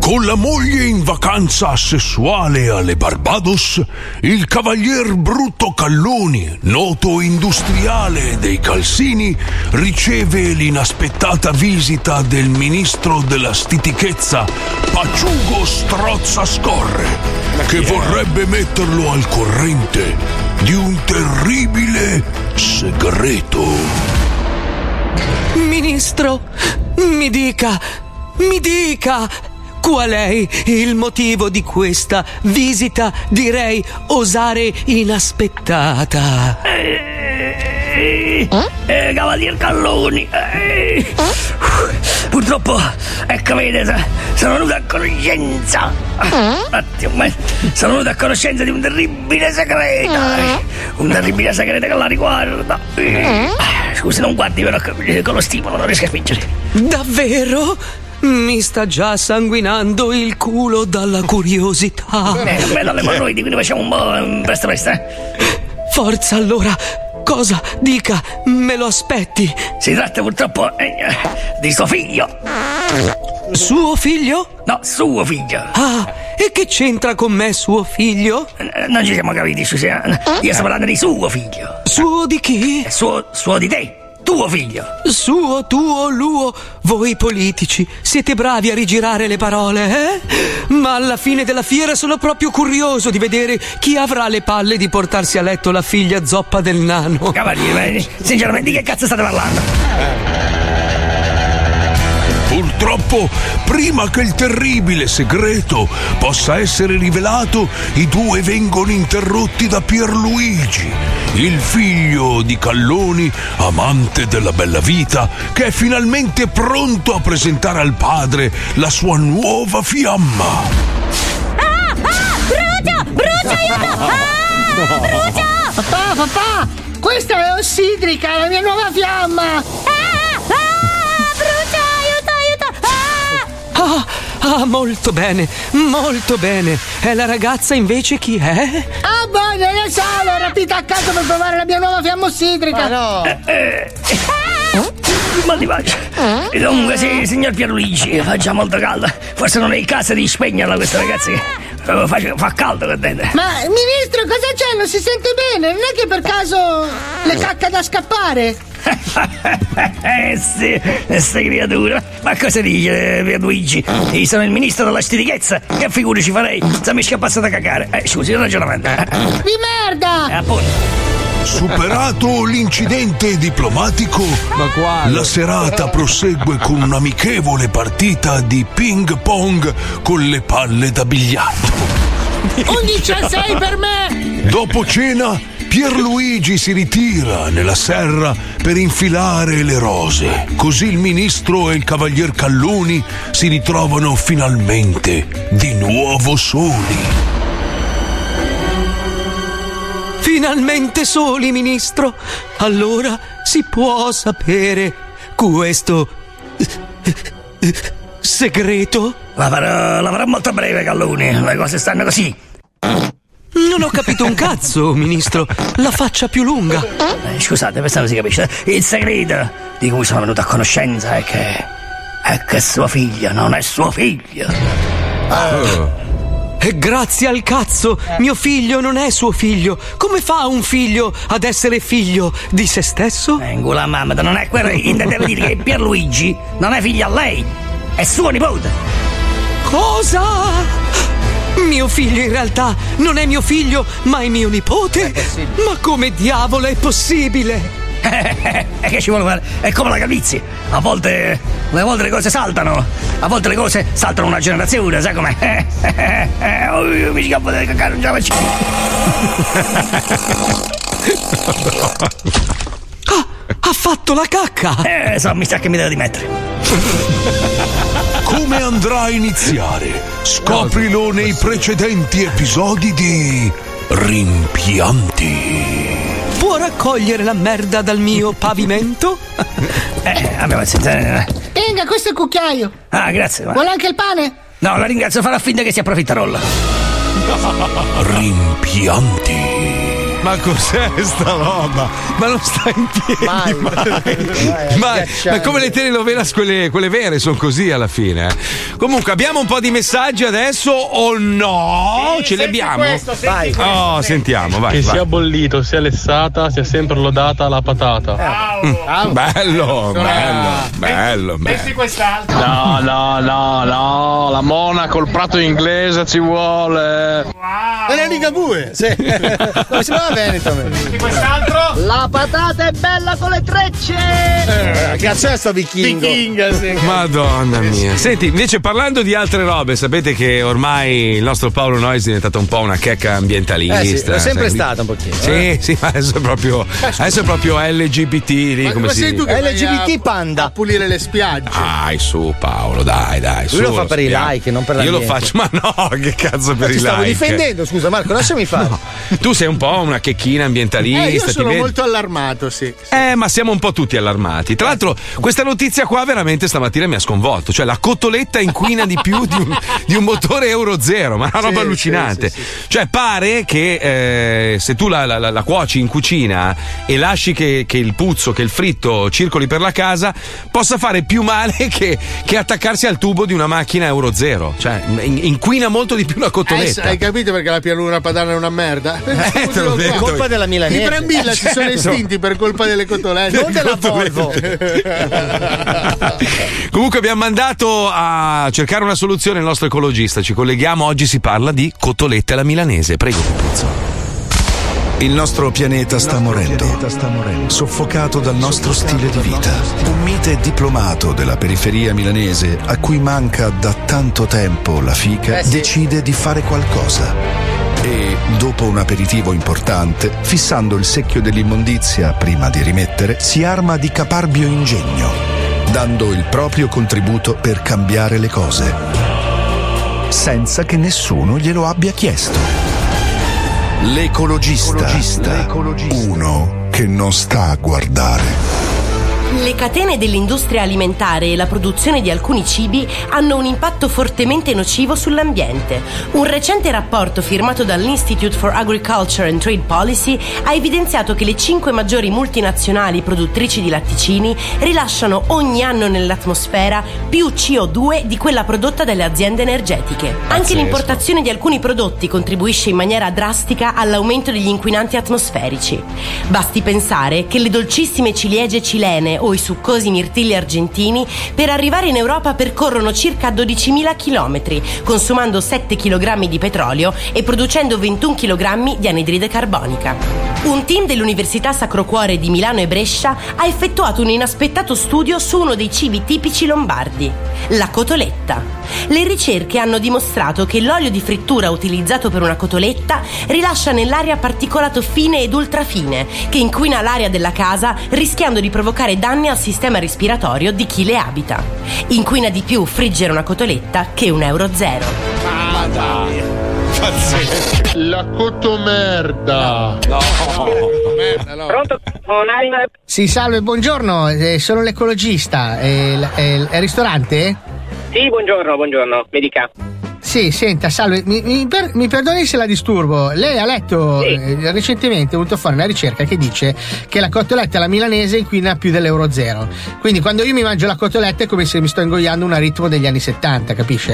Speaker 11: Con la moglie in vacanza sessuale alle Barbados, il cavalier Brutto Calloni, noto industriale dei calzini, riceve l'inaspettata visita del ministro della stitichezza Paciugo Strozza Scorre, che vorrebbe metterlo al corrente di un terribile segreto.
Speaker 12: Ministro, mi dica, mi dica qual è il motivo di questa visita, direi osare inaspettata.
Speaker 10: Eh, Cavalier Calloni. eh. Purtroppo, ecco, vede, so- sono venuto a conoscenza. Ah, un attimo, eh. sono venuto a conoscenza di un terribile segreto. eh. Un terribile segreto che la riguarda. Eh. Ah, Scusi, non guardi, però che- con lo stimolo non riesco a spingere.
Speaker 12: Davvero? Mi sta già sanguinando il culo dalla curiosità.
Speaker 10: Eh, me dalle morroidi, quindi facciamo un po' eh, presto presto. eh.
Speaker 12: Forza allora, cosa dica, me lo aspetti.
Speaker 10: Si tratta purtroppo eh, di suo figlio.
Speaker 12: Suo figlio?
Speaker 10: No, suo figlio.
Speaker 12: Ah, e che c'entra con me suo figlio?
Speaker 10: Eh, Non ci siamo capiti, Susanna. Io sto parlando di suo figlio.
Speaker 12: Eh?
Speaker 10: Eh,
Speaker 12: Suo di chi?
Speaker 10: Suo, suo di te. Tuo figlio.
Speaker 12: Suo, tuo, luo. Voi politici siete bravi a rigirare le parole, eh? Ma alla fine della fiera sono proprio curioso di vedere chi avrà le palle di portarsi a letto la figlia zoppa del nano.
Speaker 10: Cavaliere, ma, sinceramente, di che cazzo state parlando?
Speaker 13: Purtroppo, prima che il terribile segreto possa essere rivelato, i due vengono interrotti da Pierluigi, il figlio di Calloni, amante della bella vita, che è finalmente pronto a presentare al padre la sua nuova fiamma.
Speaker 14: Ah, ah, brucia, brucia, aiuto! Ah, brucia!
Speaker 15: Papà, papà, questa è ossidrica, la mia nuova fiamma!
Speaker 14: Ah, Brucia, aiuto, ah, aiuto!
Speaker 12: Ah, ah, molto bene, molto bene. E la ragazza invece chi è?
Speaker 15: Ah, boh, non lo so, l'ho rapita a caso per provare la mia nuova fiamma ossidrica! Eh? no!
Speaker 10: Eh.
Speaker 12: Eh?
Speaker 10: Mal di pancia. E Comunque, sì, signor Pierluigi, facciamo molto caldo. Forse non è il caso di spegnerla questa ragazza. che, eh, Fa, fa caldo qua dentro.
Speaker 15: Ma, ministro, cosa c'è? Non si sente bene? Non è che per caso le cacca da scappare?
Speaker 10: Eh sì, questa creatura. Ma cosa dice eh, Pierluigi? Io sono il ministro della stitichezza. Che figure ci farei se mi scappasse da cagare? Eh, scusi, il ragionamento. Eh,
Speaker 15: Di merda!
Speaker 13: Superato l'incidente diplomatico, la serata prosegue con un'amichevole partita di ping pong con le palle da biliardo.
Speaker 15: Un 16 per me!
Speaker 13: Dopo cena, Pierluigi si ritira nella serra per infilare le rose. Così il ministro e il cavalier Calloni si ritrovano finalmente di nuovo soli.
Speaker 12: Finalmente soli, ministro. Allora si può sapere questo segreto?
Speaker 10: La farò, la farò molto breve, Calloni. Le cose stanno così.
Speaker 12: Non ho capito un cazzo, ministro. La faccia più lunga.
Speaker 10: Eh, Scusate, questa non si capisce. Il segreto di cui sono venuto a conoscenza è che. è che suo figlio non è suo figlio.
Speaker 12: E grazie al cazzo, mio figlio non è suo figlio. Come fa un figlio ad essere figlio di se stesso?
Speaker 10: Vengo la mamma, non è quello. Intendevo dire che Pierluigi non è figlio a lei, è suo nipote.
Speaker 12: Cosa? Mio figlio in realtà non è mio figlio, ma è mio nipote? Ma come diavolo è possibile?
Speaker 10: E che ci vuole fare? È come la calvizie. A volte. le volte le cose saltano. A volte le cose saltano una generazione, sai com'è? Eh, eh, eh, oh, io mi scappo da cacare, non ce la faccio.
Speaker 12: Ah, Ha fatto la cacca!
Speaker 10: Eh, so, mi sa che mi devo dimettere.
Speaker 13: Come andrà a iniziare? Scoprilo nei precedenti episodi di Rimpianti.
Speaker 12: Può raccogliere la merda dal mio pavimento?
Speaker 10: Eh, abbia pazienza. eh, eh.
Speaker 15: Tenga, questo è il cucchiaio!
Speaker 10: Ah, grazie. ma-
Speaker 15: Vuole anche il pane?
Speaker 10: No, la ringrazio, farà finta che sia profiterol.
Speaker 13: Rimpianti.
Speaker 7: Ma cos'è sta roba? Ma non sta in piedi mai. Mai. Ma come le telenovelas, quelle, quelle vere, sono così alla fine. eh. Comunque, abbiamo un po' di messaggi adesso o no? Ce li abbiamo?
Speaker 4: vai.
Speaker 7: Oh, sentiamo, vai.
Speaker 8: che
Speaker 7: vai.
Speaker 8: sia bollito, sia lessata, sia sempre lodata la patata.
Speaker 7: Mm. Bello, bello, bello, bello.
Speaker 4: quest'altro.
Speaker 8: No, no, no, no, la mona col prato inglese ci vuole.
Speaker 6: È la Ligabue! Sì. Non sembrava Veneto a me.
Speaker 4: quest'altro.
Speaker 15: La patata è bella con le trecce!
Speaker 6: Eh, Cazzo è sto vichingo?
Speaker 7: Madonna mia. Senti, invece parlando di altre robe, sapete che ormai il nostro Paolo Noyes è diventato un po' una checca ambientalista.
Speaker 6: Eh sì, l'è sempre
Speaker 7: sai?
Speaker 6: stata un pochino. eh.
Speaker 7: Sì, sì, ma adesso è proprio, adesso è proprio LGBT lì, come
Speaker 16: ma
Speaker 7: si
Speaker 16: sei
Speaker 7: dice.
Speaker 16: tu che vai
Speaker 6: LGBT
Speaker 16: a-
Speaker 6: panda.
Speaker 16: A pulire le spiagge.
Speaker 7: Dai su Paolo, dai dai.
Speaker 6: Lui
Speaker 7: su,
Speaker 6: lo fa per i
Speaker 7: sappiamo.
Speaker 6: like, non per
Speaker 7: Io lo
Speaker 6: l'ambiente.
Speaker 7: faccio, ma no, che cazzo per
Speaker 6: Ti
Speaker 7: i
Speaker 6: stavo
Speaker 7: like.
Speaker 6: difendendo, scusa Marco, lasciami fare.
Speaker 7: Tu sei un po' una bacchechina ambientalista.
Speaker 8: Eh, io
Speaker 7: ti
Speaker 8: sono
Speaker 7: vedi?
Speaker 8: molto allarmato, sì.
Speaker 7: Eh, ma siamo un po' tutti allarmati. Tra l'altro, questa notizia qua veramente stamattina mi ha sconvolto. Cioè, la cotoletta inquina di più di un, di un motore Euro Zero, ma è una
Speaker 17: Sì,
Speaker 7: roba
Speaker 17: sì,
Speaker 7: allucinante. Cioè, pare che eh, se tu la, la- la- la cuoci in cucina e lasci che, che il puzzo, che il fritto circoli per la casa, possa fare più male che, che attaccarsi al tubo di una macchina Euro Zero. Cioè, in- inquina molto di più la
Speaker 8: Eh,
Speaker 7: cotoletta.
Speaker 8: hai capito perché la pianura padana è una merda?
Speaker 7: Eh, te l'ho detto. Colpa della milanese.
Speaker 8: I Brambilla si sono
Speaker 7: Certo.
Speaker 8: estinti per colpa delle cotolette.
Speaker 7: Non della Volvo. Comunque abbiamo mandato a cercare una soluzione il nostro ecologista. Ci colleghiamo, oggi si parla di cotolette alla milanese. Prego, Pupuzzo.
Speaker 18: Il nostro pianeta sta morendo, soffocato dal nostro stile di vita. Un mite diplomato della periferia milanese, a cui manca da tanto tempo la fica,
Speaker 19: Eh sì.
Speaker 18: decide di fare qualcosa. E, dopo un aperitivo importante, fissando il secchio dell'immondizia prima di rimettere, si arma di caparbio ingegno, dando il proprio contributo per cambiare le cose, senza che nessuno glielo abbia chiesto. L'ecologista. Uno che non sta a guardare.
Speaker 20: Le catene dell'industria alimentare e la produzione di alcuni cibi hanno un impatto fortemente nocivo sull'ambiente. Un recente rapporto firmato dall'Institute for Agriculture and Trade Policy ha evidenziato che le cinque maggiori multinazionali produttrici di latticini rilasciano ogni anno nell'atmosfera più CO2 di quella prodotta dalle aziende energetiche. Anche
Speaker 10: Pazzesco.
Speaker 20: l'importazione di alcuni prodotti contribuisce in maniera drastica all'aumento degli inquinanti atmosferici. Basti pensare che le dolcissime ciliegie cilene o i succosi mirtilli argentini per arrivare in Europa percorrono circa 12.000 km, consumando 7 kg di petrolio e producendo 21 kg di anidride carbonica. Un team dell'Università Sacro Cuore di Milano e Brescia ha effettuato un inaspettato studio su uno dei cibi tipici lombardi, la cotoletta. Le ricerche hanno dimostrato che l'olio di frittura utilizzato per una cotoletta rilascia nell'aria particolato fine ed ultrafine, che inquina l'aria della casa rischiando di provocare danni al sistema respiratorio di chi le abita. Inquina di più friggere una cotoletta che un euro zero.
Speaker 8: Ah, La cotomerda.
Speaker 3: Pronto?
Speaker 4: Sì, salve, buongiorno, eh, sono l'ecologista. eh, l- eh, l- È il ristorante?
Speaker 3: Sì, buongiorno, buongiorno, mi dica.
Speaker 4: Sì, senta, salve, mi, mi per- mi perdoni se la disturbo. Lei ha letto eh, recentemente, ho voluto fare una ricerca che dice che la cotoletta alla milanese inquina più dell'euro zero. Quindi quando io mi mangio la cotoletta è come se mi sto ingoiando un ritmo degli anni 70,
Speaker 3: Eh.
Speaker 4: capisce?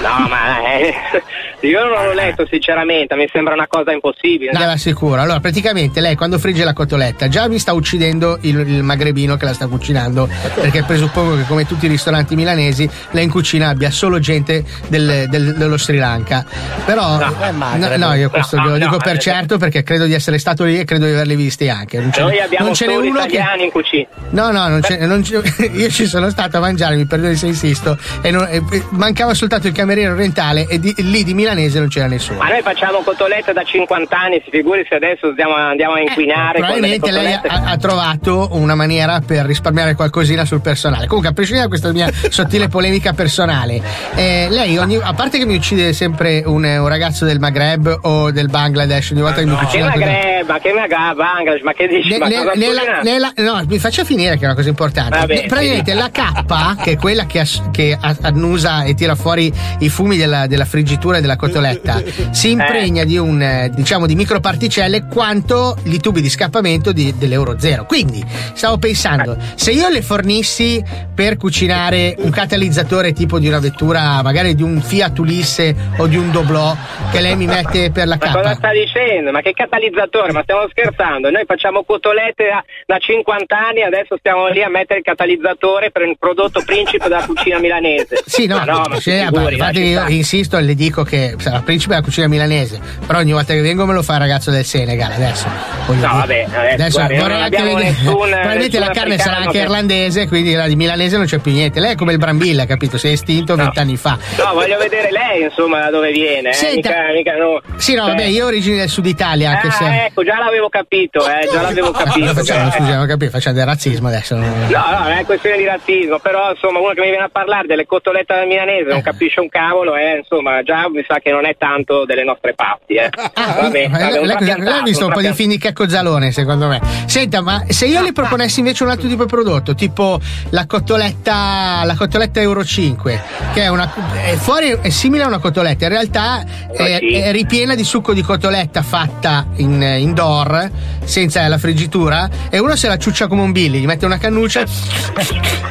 Speaker 3: No, ma eh, io non l'ho letto sinceramente, mi sembra una cosa impossibile.
Speaker 4: Ah. No, la sicuro. Allora, praticamente lei quando frigge la cotoletta già mi sta uccidendo il, il magrebino che la sta cucinando, perché presuppongo che come tutti i ristoranti milanesi lei in cucina abbia solo gente del- del- dello Sri Lanca. Però
Speaker 3: No, è magrebo.
Speaker 4: no, no, io questo
Speaker 3: No,
Speaker 4: glielo
Speaker 3: no,
Speaker 4: dico
Speaker 3: no,
Speaker 4: per
Speaker 3: eh.
Speaker 4: certo perché credo di essere stato lì e credo di averli visti anche. Non ce,
Speaker 3: Noi abbiamo
Speaker 4: non ce n'è
Speaker 3: solo
Speaker 4: uno che
Speaker 3: italiani in cucina.
Speaker 4: No, no, non c'è- non c'è- io ci sono stato a mangiare, mi perdoni se insisto, e non- e- e mancava soltanto il cameriere orientale e di- lì di milanese non c'era nessuno.
Speaker 3: Ma noi facciamo cotolette da 50 anni, si figuri se adesso andiamo, andiamo a inquinare con delle
Speaker 4: Eh, Probabilmente lei
Speaker 3: cotolette.
Speaker 4: ha, ha trovato una maniera per risparmiare qualcosina sul personale. Comunque, a prescindere da questa mia sottile polemica personale, eh, lei, ogni- a parte che mi uccide sempre un, un ragazzo del Maghreb o del Bangladesh, ogni volta che mi
Speaker 3: Ma che
Speaker 4: cucina qualcosa-
Speaker 3: magrebba, ma che magrebba, Bangladesh, ma che dici?
Speaker 4: Ne-
Speaker 3: ma
Speaker 4: ne-
Speaker 3: cosa
Speaker 4: nella-
Speaker 3: cucina?
Speaker 4: nella- no, mi faccia finire che è una cosa importante.
Speaker 3: Va bene,
Speaker 4: Praticamente
Speaker 3: sì.
Speaker 4: la K, che è quella che, as- che a- annusa e tira fuori i fumi della, della friggitura e della cotoletta, si impregna di un eh, diciamo di microparticelle quanto i tubi di scappamento di- dell'euro zero. Quindi stavo pensando, se io le fornissi per cucinare un catalizzatore tipo di una vettura, magari di un Fiat Ulisse o di un Doblò che lei mi mette per la
Speaker 3: Ma cosa
Speaker 21: K.
Speaker 3: sta dicendo? Ma che catalizzatore? Ma stiamo scherzando? Noi facciamo cotolette da, da 50 anni e adesso stiamo lì a mettere il catalizzatore per il prodotto principe della cucina milanese.
Speaker 4: Sì, no,
Speaker 3: ma no, ma si
Speaker 4: cioè, a
Speaker 3: figuri,
Speaker 4: parte
Speaker 3: eh, lasci
Speaker 4: che io
Speaker 3: stare.
Speaker 4: insisto e le dico che sarà principe della cucina milanese, però ogni volta che vengo me lo fa il ragazzo del Senegal adesso. voglio
Speaker 3: No,
Speaker 4: dire.
Speaker 3: vabbè, adesso,
Speaker 4: Adesso
Speaker 3: guarda,
Speaker 4: vorrei
Speaker 3: non
Speaker 4: anche
Speaker 3: abbiamo
Speaker 4: vedere-
Speaker 3: nessun-
Speaker 4: probabilmente
Speaker 3: nessun
Speaker 4: la carne sarà
Speaker 3: africano
Speaker 4: anche
Speaker 3: che-
Speaker 4: irlandese, quindi la di milanese non c'è più niente. Lei è come il Brambilla, capito? Si è estinto vent'anni fa.
Speaker 3: No, voglio vedere lei, insomma, da dove viene. Eh?
Speaker 4: Senta.
Speaker 3: Mica, mica no.
Speaker 4: Sì, no,
Speaker 3: Cioè,
Speaker 4: vabbè, io ho origini del sud Italia, anche
Speaker 3: Ah,
Speaker 4: se.
Speaker 3: ecco, già l'avevo capito, eh, già l'avevo capito.
Speaker 4: Allora facciamo,
Speaker 3: eh.
Speaker 4: scusa, non capisco, facciamo del razzismo adesso. non-
Speaker 3: No, no, non è questione di razzismo, però insomma uno che mi viene a parlare delle cotolette alla milanese
Speaker 4: Eh.
Speaker 3: non capisce un cavolo, eh, insomma già mi sa che non è tanto delle nostre parti. Eh. Vabbè,
Speaker 4: Ah, Ma
Speaker 3: vabbè,
Speaker 4: Lei,
Speaker 3: un
Speaker 4: lei-
Speaker 3: trapiantato,
Speaker 4: lei ha visto un po' di
Speaker 3: trapiantato.
Speaker 4: fini caccozzalone, secondo me. Senta, ma se io le proponessi invece un altro tipo di prodotto, tipo la cotoletta, la cotoletta Euro 5, che è una. è fuori è simile a una cotoletta, in realtà
Speaker 3: Ah,
Speaker 4: è, è ripiena di succo di cotoletta fatta in indoor, senza la friggitura, e uno se la ciuccia come un billy, gli mette una cannuccia.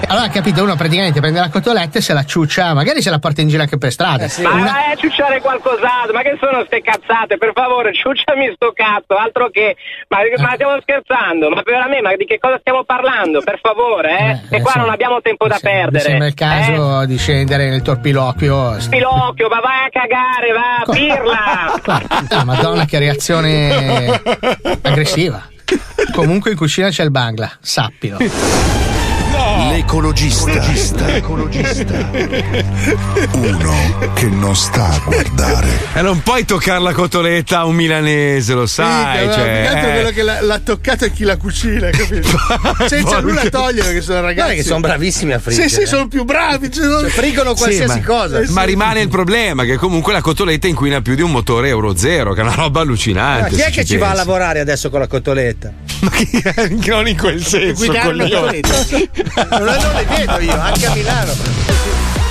Speaker 4: Allora, capito, uno praticamente prende la cotoletta e se la ciuccia, magari se la porta in giro anche per strada.
Speaker 3: Ma
Speaker 4: Una-
Speaker 3: eh, ciucciare qualcos'altro, ma che sono ste cazzate? Per favore, ciucciami sto cazzo, altro che. Ma,
Speaker 4: Ah.
Speaker 3: ma stiamo scherzando, ma per me, ma di che cosa stiamo parlando? Per favore, eh? E qua
Speaker 4: sì.
Speaker 3: non abbiamo tempo da
Speaker 4: Mi sembra
Speaker 3: perdere.
Speaker 4: il caso di scendere nel torpiloquio.
Speaker 3: Pilocchio, ma vai a cagare, va, pirla!
Speaker 4: Ah, Madonna, che reazione aggressiva. Comunque in cucina c'è il bangla, sappilo.
Speaker 18: L'ecologista. Uno che non sta a guardare.
Speaker 7: E Eh, non puoi toccare la cotoletta a un milanese, lo sai.
Speaker 8: Minchia,
Speaker 7: cioè,
Speaker 8: guarda, più che altro
Speaker 7: eh.
Speaker 8: quello che l'ha, l'ha toccato è chi la cucina, capito? Senza nulla
Speaker 7: Porca-
Speaker 8: togliere che sono ragazzi.
Speaker 2: Guarda che sono bravissimi a friggere. eh.
Speaker 8: Sì, sì, sono più bravi. cioè, sono-
Speaker 2: friggono qualsiasi
Speaker 7: Sì, ma,
Speaker 2: cosa.
Speaker 7: Ma rimane il problema che comunque la cotoletta inquina più di un motore Euro Zero, che è una roba allucinante.
Speaker 2: Ma chi
Speaker 7: se
Speaker 2: è che ci
Speaker 7: pensi.
Speaker 2: va a lavorare adesso con la cotoletta?
Speaker 7: Non in quel senso,
Speaker 2: Guidare la
Speaker 7: coglione.
Speaker 2: cotoletta. non, non le vedo io, anche a Milano.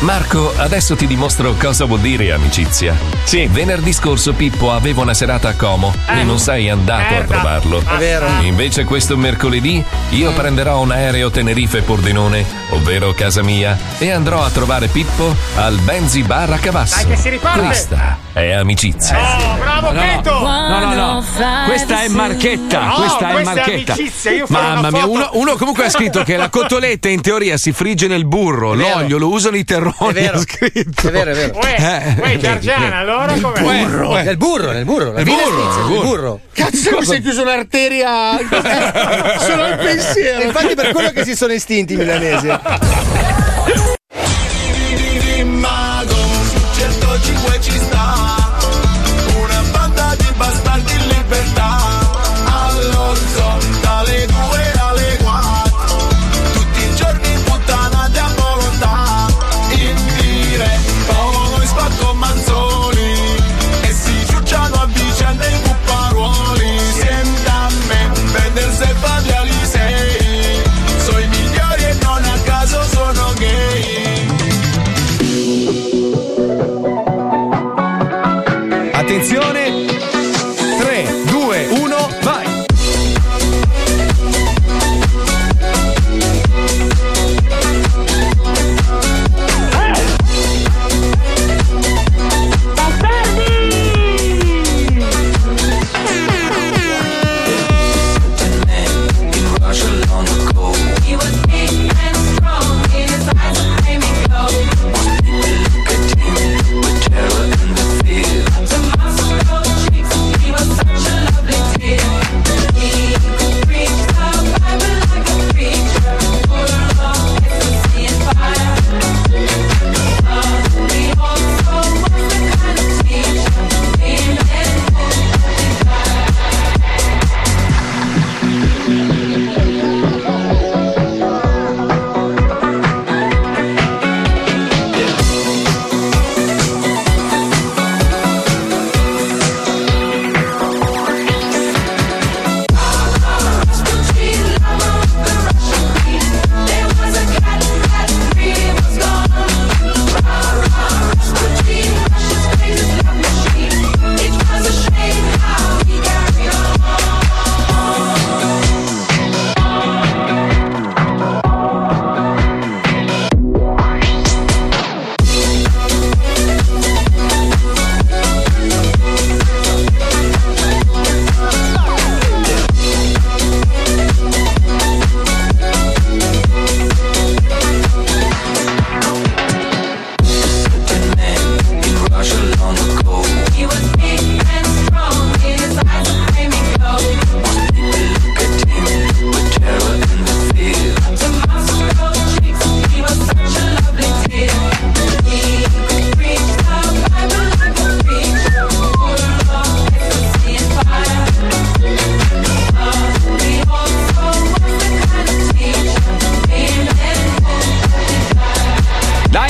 Speaker 1: Marco, adesso ti dimostro cosa vuol dire amicizia. Sì. Venerdì scorso Pippo aveva una serata a Como e non sei andato a trovarlo.
Speaker 2: È vero.
Speaker 1: Invece questo mercoledì io prenderò un aereo Tenerife-Pordenone, ovvero casa mia, e andrò a trovare Pippo al Benzi Bar a Cavasso.
Speaker 6: Dai che si riparte!
Speaker 1: Questa è amicizia.
Speaker 6: Oh, bravo
Speaker 1: No,
Speaker 6: Pietro!
Speaker 1: no, no, no. Questa è marchetta,
Speaker 6: No,
Speaker 7: questa è
Speaker 6: questa è
Speaker 7: marchetta.
Speaker 6: amicizia, io farei
Speaker 7: Mamma
Speaker 6: una
Speaker 7: mia,
Speaker 6: foto.
Speaker 7: uno, uno comunque ha scritto che la cotoletta in teoria si frigge nel burro, l'olio lo usano i terroni. È vero,
Speaker 2: È vero, è vero.
Speaker 7: Eh,
Speaker 2: Uè,
Speaker 7: Giorgiana,
Speaker 2: allora com'è? Nel burro, nel burro, Eh. nel burro.
Speaker 7: Nel burro, nel burro.
Speaker 8: Cazzo, mi sei chiuso un'arteria. sono al pensiero.
Speaker 2: Infatti, per quello che si sono estinti i milanesi.
Speaker 6: Mago, 105 certo ci sta, una banda di bastardi in libertà, all'orizzontale due alle quattro, tutti i giorni puttanate a volontà, in diretta noi spacco manzoni, e si ciucciano a vicenda i cupparuoli, siente a me, vendersi e farli alisei, sono i migliori e non a caso sono gay.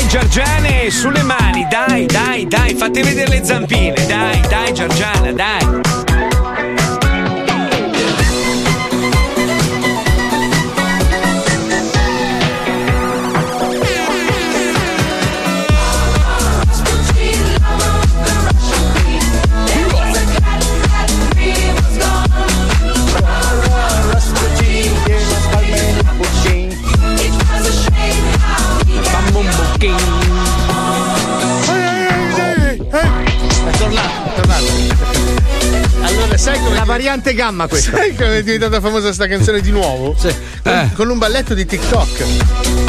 Speaker 18: Giorgiane, sulle mani, dai, dai, dai, fate vedere le zampine, dai, dai, Giorgiana, dai.
Speaker 8: È tornato, è tornato. Allora, sai come. La variante gamma
Speaker 2: questa.
Speaker 8: Sai come è diventata famosa sta canzone di nuovo? Sì. Con,
Speaker 7: Eh.
Speaker 8: con un balletto di TikTok.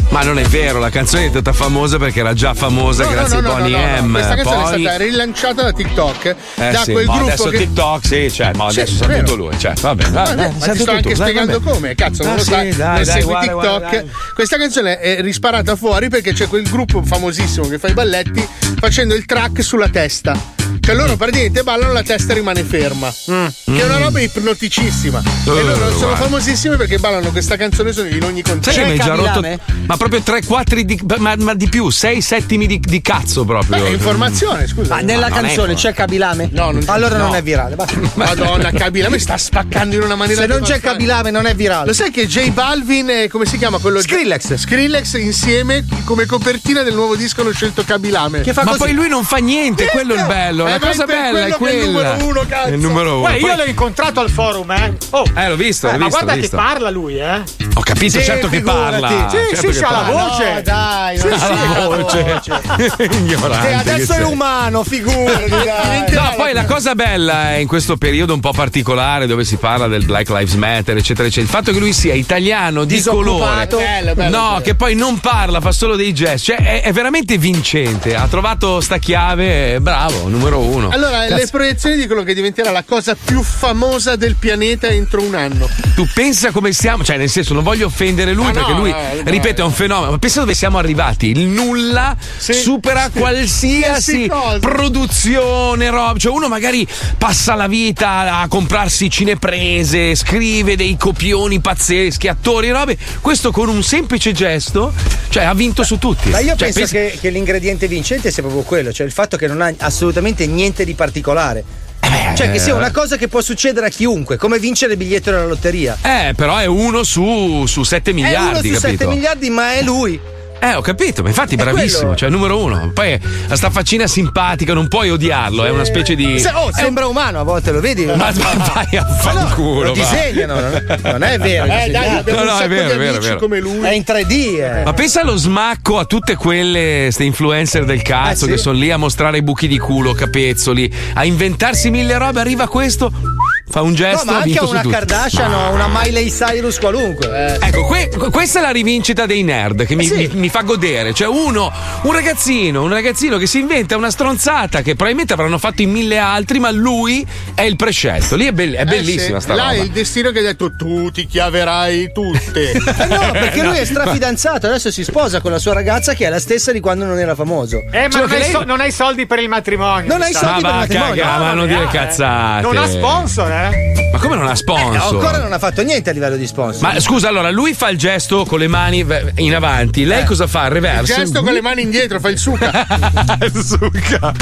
Speaker 7: Ma non è vero, la canzone è diventata famosa perché era già famosa grazie a Bonnie M.
Speaker 8: Questa canzone
Speaker 7: Poi-
Speaker 8: è stata rilanciata da TikTok
Speaker 7: Eh
Speaker 8: da
Speaker 7: sì,
Speaker 8: quel
Speaker 7: ma
Speaker 8: gruppo
Speaker 7: adesso
Speaker 8: che.
Speaker 7: TikTok, sì, cioè, ma
Speaker 8: Sì,
Speaker 7: adesso sa
Speaker 8: vero.
Speaker 7: tutto lui. Cioè, vabbè,
Speaker 8: Ma
Speaker 7: vabbè,
Speaker 8: vabbè, ma ti sto anche spiegando come,
Speaker 7: Ah,
Speaker 8: cazzo, non lo sai, non segui TikTok. Questa canzone è risparata fuori perché c'è quel gruppo famosissimo che fa i balletti facendo il track sulla testa. Cioè loro praticamente ballano la testa rimane ferma. Che è una roba ipnoticissima. e
Speaker 7: Eh,
Speaker 8: loro sono
Speaker 7: Mm. guarda.
Speaker 8: famosissimi perché ballano questa canzone sono in ogni contesto.
Speaker 7: Cioè, mi hai già rotto,
Speaker 3: eh.
Speaker 7: ma proprio 3 4 di, ma, ma di più, 6 settimi di, di cazzo proprio.
Speaker 8: Beh, è informazione, scusa.
Speaker 7: Ma nella
Speaker 8: Ma non è
Speaker 7: canzone
Speaker 8: informazione.
Speaker 2: C'è Cabilame?
Speaker 8: No, non c'è.
Speaker 2: Allora non
Speaker 8: No.
Speaker 2: è virale, basta.
Speaker 8: Madonna, Cabilame sta spaccando in una maniera
Speaker 2: Se non c'è
Speaker 8: devastante.
Speaker 2: Cabilame non è virale.
Speaker 8: Lo sai che J Balvin, eh, come si chiama quello? Skrillex. Skrillex insieme come copertina del nuovo disco hanno scelto Cabilame.
Speaker 7: ma poi lui non fa niente, quello è il bello.
Speaker 8: Eh,
Speaker 7: la
Speaker 8: ma
Speaker 7: cosa
Speaker 8: è per
Speaker 7: bella è
Speaker 8: quello che è il
Speaker 7: quella.
Speaker 8: numero uno, cazzo.
Speaker 7: È il numero uno.
Speaker 3: Uè, io
Speaker 7: Poi-
Speaker 3: l'ho incontrato al forum, eh. Oh.
Speaker 7: Eh, l'ho visto, l'ho
Speaker 3: ma
Speaker 7: visto,
Speaker 3: guarda
Speaker 7: l'ho
Speaker 3: che
Speaker 7: visto.
Speaker 3: parla lui, eh.
Speaker 7: Ho capito,
Speaker 3: Sì,
Speaker 7: certo che
Speaker 3: figurati.
Speaker 7: parla.
Speaker 3: Sì,
Speaker 7: certo
Speaker 3: sì,
Speaker 7: che
Speaker 3: sì, alla
Speaker 7: parla.
Speaker 3: voce.
Speaker 2: No, dai,
Speaker 7: Sì,
Speaker 2: non
Speaker 7: sì, alla voce. Ignorante
Speaker 2: Cioè, adesso
Speaker 7: che
Speaker 2: è
Speaker 7: sei.
Speaker 2: umano, figurati. dai.
Speaker 7: No, poi la cosa bella è in questo periodo un po' particolare dove si parla del Black Lives Matter, eccetera, eccetera. Il fatto che lui sia italiano di colore,
Speaker 2: Disoccupato. Bello, bello,
Speaker 7: no, che poi non parla, fa solo dei gest. Cioè, è, è veramente vincente. Ha trovato sta chiave, eh, bravo, numero uno.
Speaker 8: Allora,
Speaker 7: Cazzo,
Speaker 8: le proiezioni dicono che diventerà la cosa più famosa del pianeta entro un anno.
Speaker 7: tu pensa come siamo, cioè, nel senso, non voglio offendere lui
Speaker 8: Ah, no,
Speaker 7: perché lui,
Speaker 8: no,
Speaker 2: eh,
Speaker 8: no.
Speaker 7: ripeto, è un fenomeno. Ma pensa dove siamo arrivati. Il nulla supera qualsiasi
Speaker 8: Qualsiasi cosa.
Speaker 7: produzione, roba. Cioè, uno magari passa la vita a comprarsi cineprese, scrive dei copioni pazzeschi, attori, robe. Questo con un semplice gesto, cioè, ha vinto su tutti.
Speaker 2: Ma io
Speaker 7: Cioè,
Speaker 2: penso
Speaker 7: pensa-
Speaker 2: che, che l'ingrediente vincente sia proprio quello, cioè il fatto che non ha assolutamente niente di particolare.
Speaker 7: Eh
Speaker 2: Cioè che sia una cosa che può succedere a chiunque, come vincere il biglietto della lotteria.
Speaker 7: Eh, però è uno su, su 7 miliardi,
Speaker 2: è uno su
Speaker 7: capito?
Speaker 2: 7 miliardi, ma è lui.
Speaker 7: Eh, ho capito, ma infatti bravissimo,
Speaker 2: quello.
Speaker 7: cioè numero uno. Poi eh, sta faccina simpatica, non puoi odiarlo, è una specie di.
Speaker 2: Se- oh,
Speaker 7: è
Speaker 2: sembra umano a volte, lo vedi?
Speaker 7: Ma, ma vai a fanculo. va.
Speaker 2: Lo disegnano, non è- non è vero.
Speaker 7: Eh, dai, abbiamo No, un no, è sacco di vero, è vero, amici è vero. come
Speaker 8: lui.
Speaker 2: È in 3D, eh.
Speaker 7: Ma pensa allo smacco a tutte quelle ste influencer del
Speaker 2: Eh,
Speaker 7: cazzo che sono lì a mostrare i buchi di culo, capezzoli, a inventarsi mille robe, arriva questo, fa un
Speaker 2: No,
Speaker 7: gesto.
Speaker 2: ma
Speaker 7: ha
Speaker 2: anche
Speaker 7: vinto
Speaker 2: a
Speaker 7: su
Speaker 2: una
Speaker 7: tutti.
Speaker 2: Kardashian o una Miley Cyrus qualunque. eh.
Speaker 7: Ecco, que- que- questa è la rivincita dei nerd che mi, mi- mi fa godere. Cioè, uno, un ragazzino, un ragazzino che si inventa una stronzata che probabilmente avranno fatto in mille altri, ma lui è il prescelto. Lì è, bell- è
Speaker 8: Eh,
Speaker 7: bellissima
Speaker 8: sì.
Speaker 7: sta
Speaker 8: Là
Speaker 7: roba.
Speaker 8: è il destino che ha detto tu ti chiaverai tutte.
Speaker 3: Eh,
Speaker 7: Eh,
Speaker 2: No, perché lui è strafidanzato, adesso si sposa con la sua ragazza che è la stessa di quando non era famoso. Cioè,
Speaker 3: Eh, ma non hai, so- non hai soldi per il matrimonio.
Speaker 2: Non
Speaker 3: mi
Speaker 2: hai
Speaker 3: sa.
Speaker 2: soldi
Speaker 7: Ma va a cagare, ma non dire
Speaker 3: ha, eh.
Speaker 7: cazzate.
Speaker 3: Non ha sponsor, eh.
Speaker 7: Ma come non ha Ah, sponsor?
Speaker 2: Ancora non ha fatto niente a livello di sponsor.
Speaker 7: Ma scusa, allora lui fa il gesto con le mani ve- in avanti, lei cosa fa? Il
Speaker 8: Il
Speaker 7: reverso.
Speaker 8: gesto con le mani indietro, fa il suca.
Speaker 7: Suca.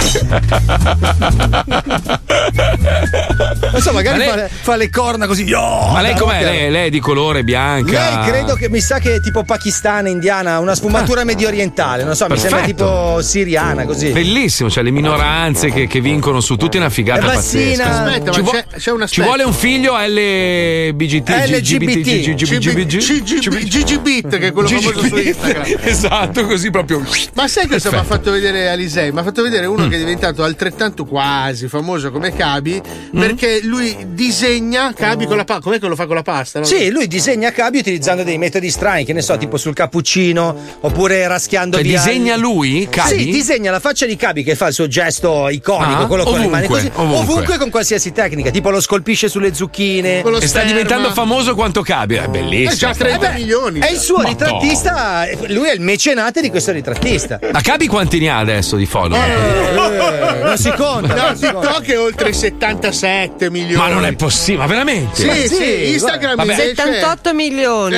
Speaker 2: Non so, magari
Speaker 7: Ma
Speaker 2: fa,
Speaker 7: lei-
Speaker 2: le, fa le corna così. Yo!
Speaker 7: Ma lei com'è?
Speaker 2: Occhio.
Speaker 7: Lei, lei è di colore bianca.
Speaker 2: Lei credo che mi sa che è tipo pakistana, indiana, una sfumatura medio orientale, non so, mi sembra
Speaker 7: Ah. Perfetto.
Speaker 2: tipo siriana così.
Speaker 7: Bellissimo, cioè le minoranze che, che vincono su tutti è una figata
Speaker 2: Eh, Bassina.
Speaker 7: pazzesca.
Speaker 2: Aspetta, ma
Speaker 7: Ci vuo-
Speaker 2: c'è- c'è un
Speaker 7: Ci
Speaker 2: aspetto.
Speaker 7: vuole un figlio LGBT, LGBT,
Speaker 8: GGBit, che è quello famoso su Instagram.
Speaker 7: Esatto, così proprio.
Speaker 8: Ma sai cosa mi ha
Speaker 7: Perfetto.
Speaker 8: fatto vedere Alisei? Mi ha fatto vedere
Speaker 2: Mm.
Speaker 8: uno che è diventato altrettanto quasi famoso come Cabi
Speaker 2: Mm.
Speaker 8: perché lui disegna Cabi con la pasta. Com'è che lo fa con la pasta? no?
Speaker 2: Oh. Sì, lui disegna cavi utilizzando dei metodi strani, che ne so, tipo sul cappuccino, oppure raschiando
Speaker 7: Cioè,
Speaker 2: via
Speaker 7: disegna
Speaker 2: il-
Speaker 7: lui? Cabi?
Speaker 2: Sì, disegna la faccia di Cabi che fa il suo gesto iconico,
Speaker 7: Ah,
Speaker 2: quello con le mani
Speaker 7: ovunque,
Speaker 2: così,
Speaker 7: ovunque.
Speaker 2: con qualsiasi tecnica, tipo lo scolpisce sulle zucchine.
Speaker 7: e sta diventando famoso quanto Cabia. È bellissimo.
Speaker 2: Eh beh, È il suo
Speaker 7: Ma
Speaker 2: ritrattista, lui è il mecenate di questo ritrattista.
Speaker 7: no. Ma Cabi quanti ne ha adesso di follower?
Speaker 2: Eh, non si conta.
Speaker 8: No, TikTok è oltre 77 milioni.
Speaker 7: Ma non è possibile, ma veramente?
Speaker 8: Sì, sì, Instagram
Speaker 9: Vabbè.
Speaker 8: invece- Eh,
Speaker 9: 78 milioni.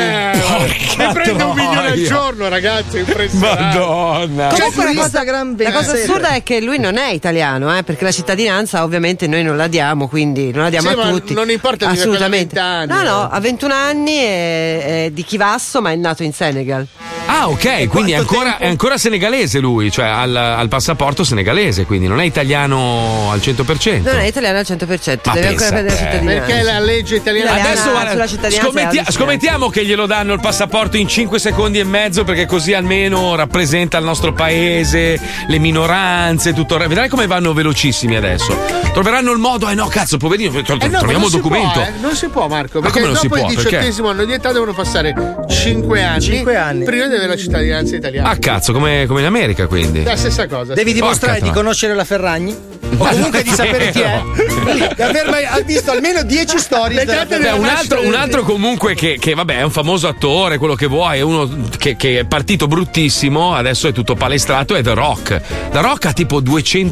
Speaker 8: Ne prende un milione al
Speaker 7: troia.
Speaker 8: giorno, ragazzi, è impressionante. Cioè,
Speaker 7: Madonna.
Speaker 9: Comunque la cosa,
Speaker 2: Instagram
Speaker 9: Eh. Cioè, la cosa
Speaker 2: ventisette.
Speaker 9: assurda è che lui non è italiano, eh, perché la cittadinanza ovviamente noi non la diamo, quindi non la diamo
Speaker 8: Sì,
Speaker 9: a
Speaker 8: ma
Speaker 9: tutti.
Speaker 8: non importa dire
Speaker 9: assolutamente.
Speaker 8: quella eh. di 20
Speaker 9: no,
Speaker 8: anni.
Speaker 9: no, ha 21 anni è, è di Chivasso, ma è nato in Senegal.
Speaker 7: Ah, ok, quindi è ancora, è ancora senegalese lui, cioè al, al passaporto senegalese, quindi non è italiano al 100%.
Speaker 9: Non è italiano al 100%,
Speaker 7: Ma
Speaker 9: deve
Speaker 7: pensa
Speaker 9: ancora prendere la
Speaker 7: te.
Speaker 9: cittadinanza.
Speaker 7: Perché
Speaker 8: la legge italiana
Speaker 7: Adesso guarda,
Speaker 9: sulla cittadinanza
Speaker 7: scommettia-
Speaker 9: è alta.
Speaker 7: scommettiamo che glielo danno il passaporto in 5 secondi e mezzo perché così almeno rappresenta il nostro paese, le minoranze, tutto il re- Vedrai come vanno velocissimi adesso. Troveranno il modo, eh no, cazzo, poverino, tro-
Speaker 8: Eh no, ma
Speaker 7: troviamo
Speaker 8: non
Speaker 7: un
Speaker 8: si
Speaker 7: documento.
Speaker 8: può, eh, non si può, Marco.
Speaker 7: Ma
Speaker 8: Perché
Speaker 7: come non si
Speaker 8: dopo il
Speaker 7: può? Perché?
Speaker 8: diciottesimo anno di età devono passare 5 anni, prima di avere la cittadinanza italiana.
Speaker 7: Ah, cazzo, come, come in America quindi.
Speaker 8: È la stessa cosa.
Speaker 2: Devi dimostrare
Speaker 7: Porca
Speaker 2: di
Speaker 7: tro-
Speaker 2: conoscere la Ferragni. O
Speaker 7: Ma
Speaker 2: comunque
Speaker 7: non
Speaker 2: di
Speaker 7: è
Speaker 2: sapere chi è.
Speaker 7: vero.
Speaker 2: Di aver mai ha visto almeno 10 storie. della
Speaker 7: Beh,
Speaker 2: Ferragni.
Speaker 7: un, altro, un altro comunque che, che, vabbè è un famoso attore, quello che vuoi, è uno che, che è partito bruttissimo, adesso è tutto palestrato, è The Rock. The Rock ha tipo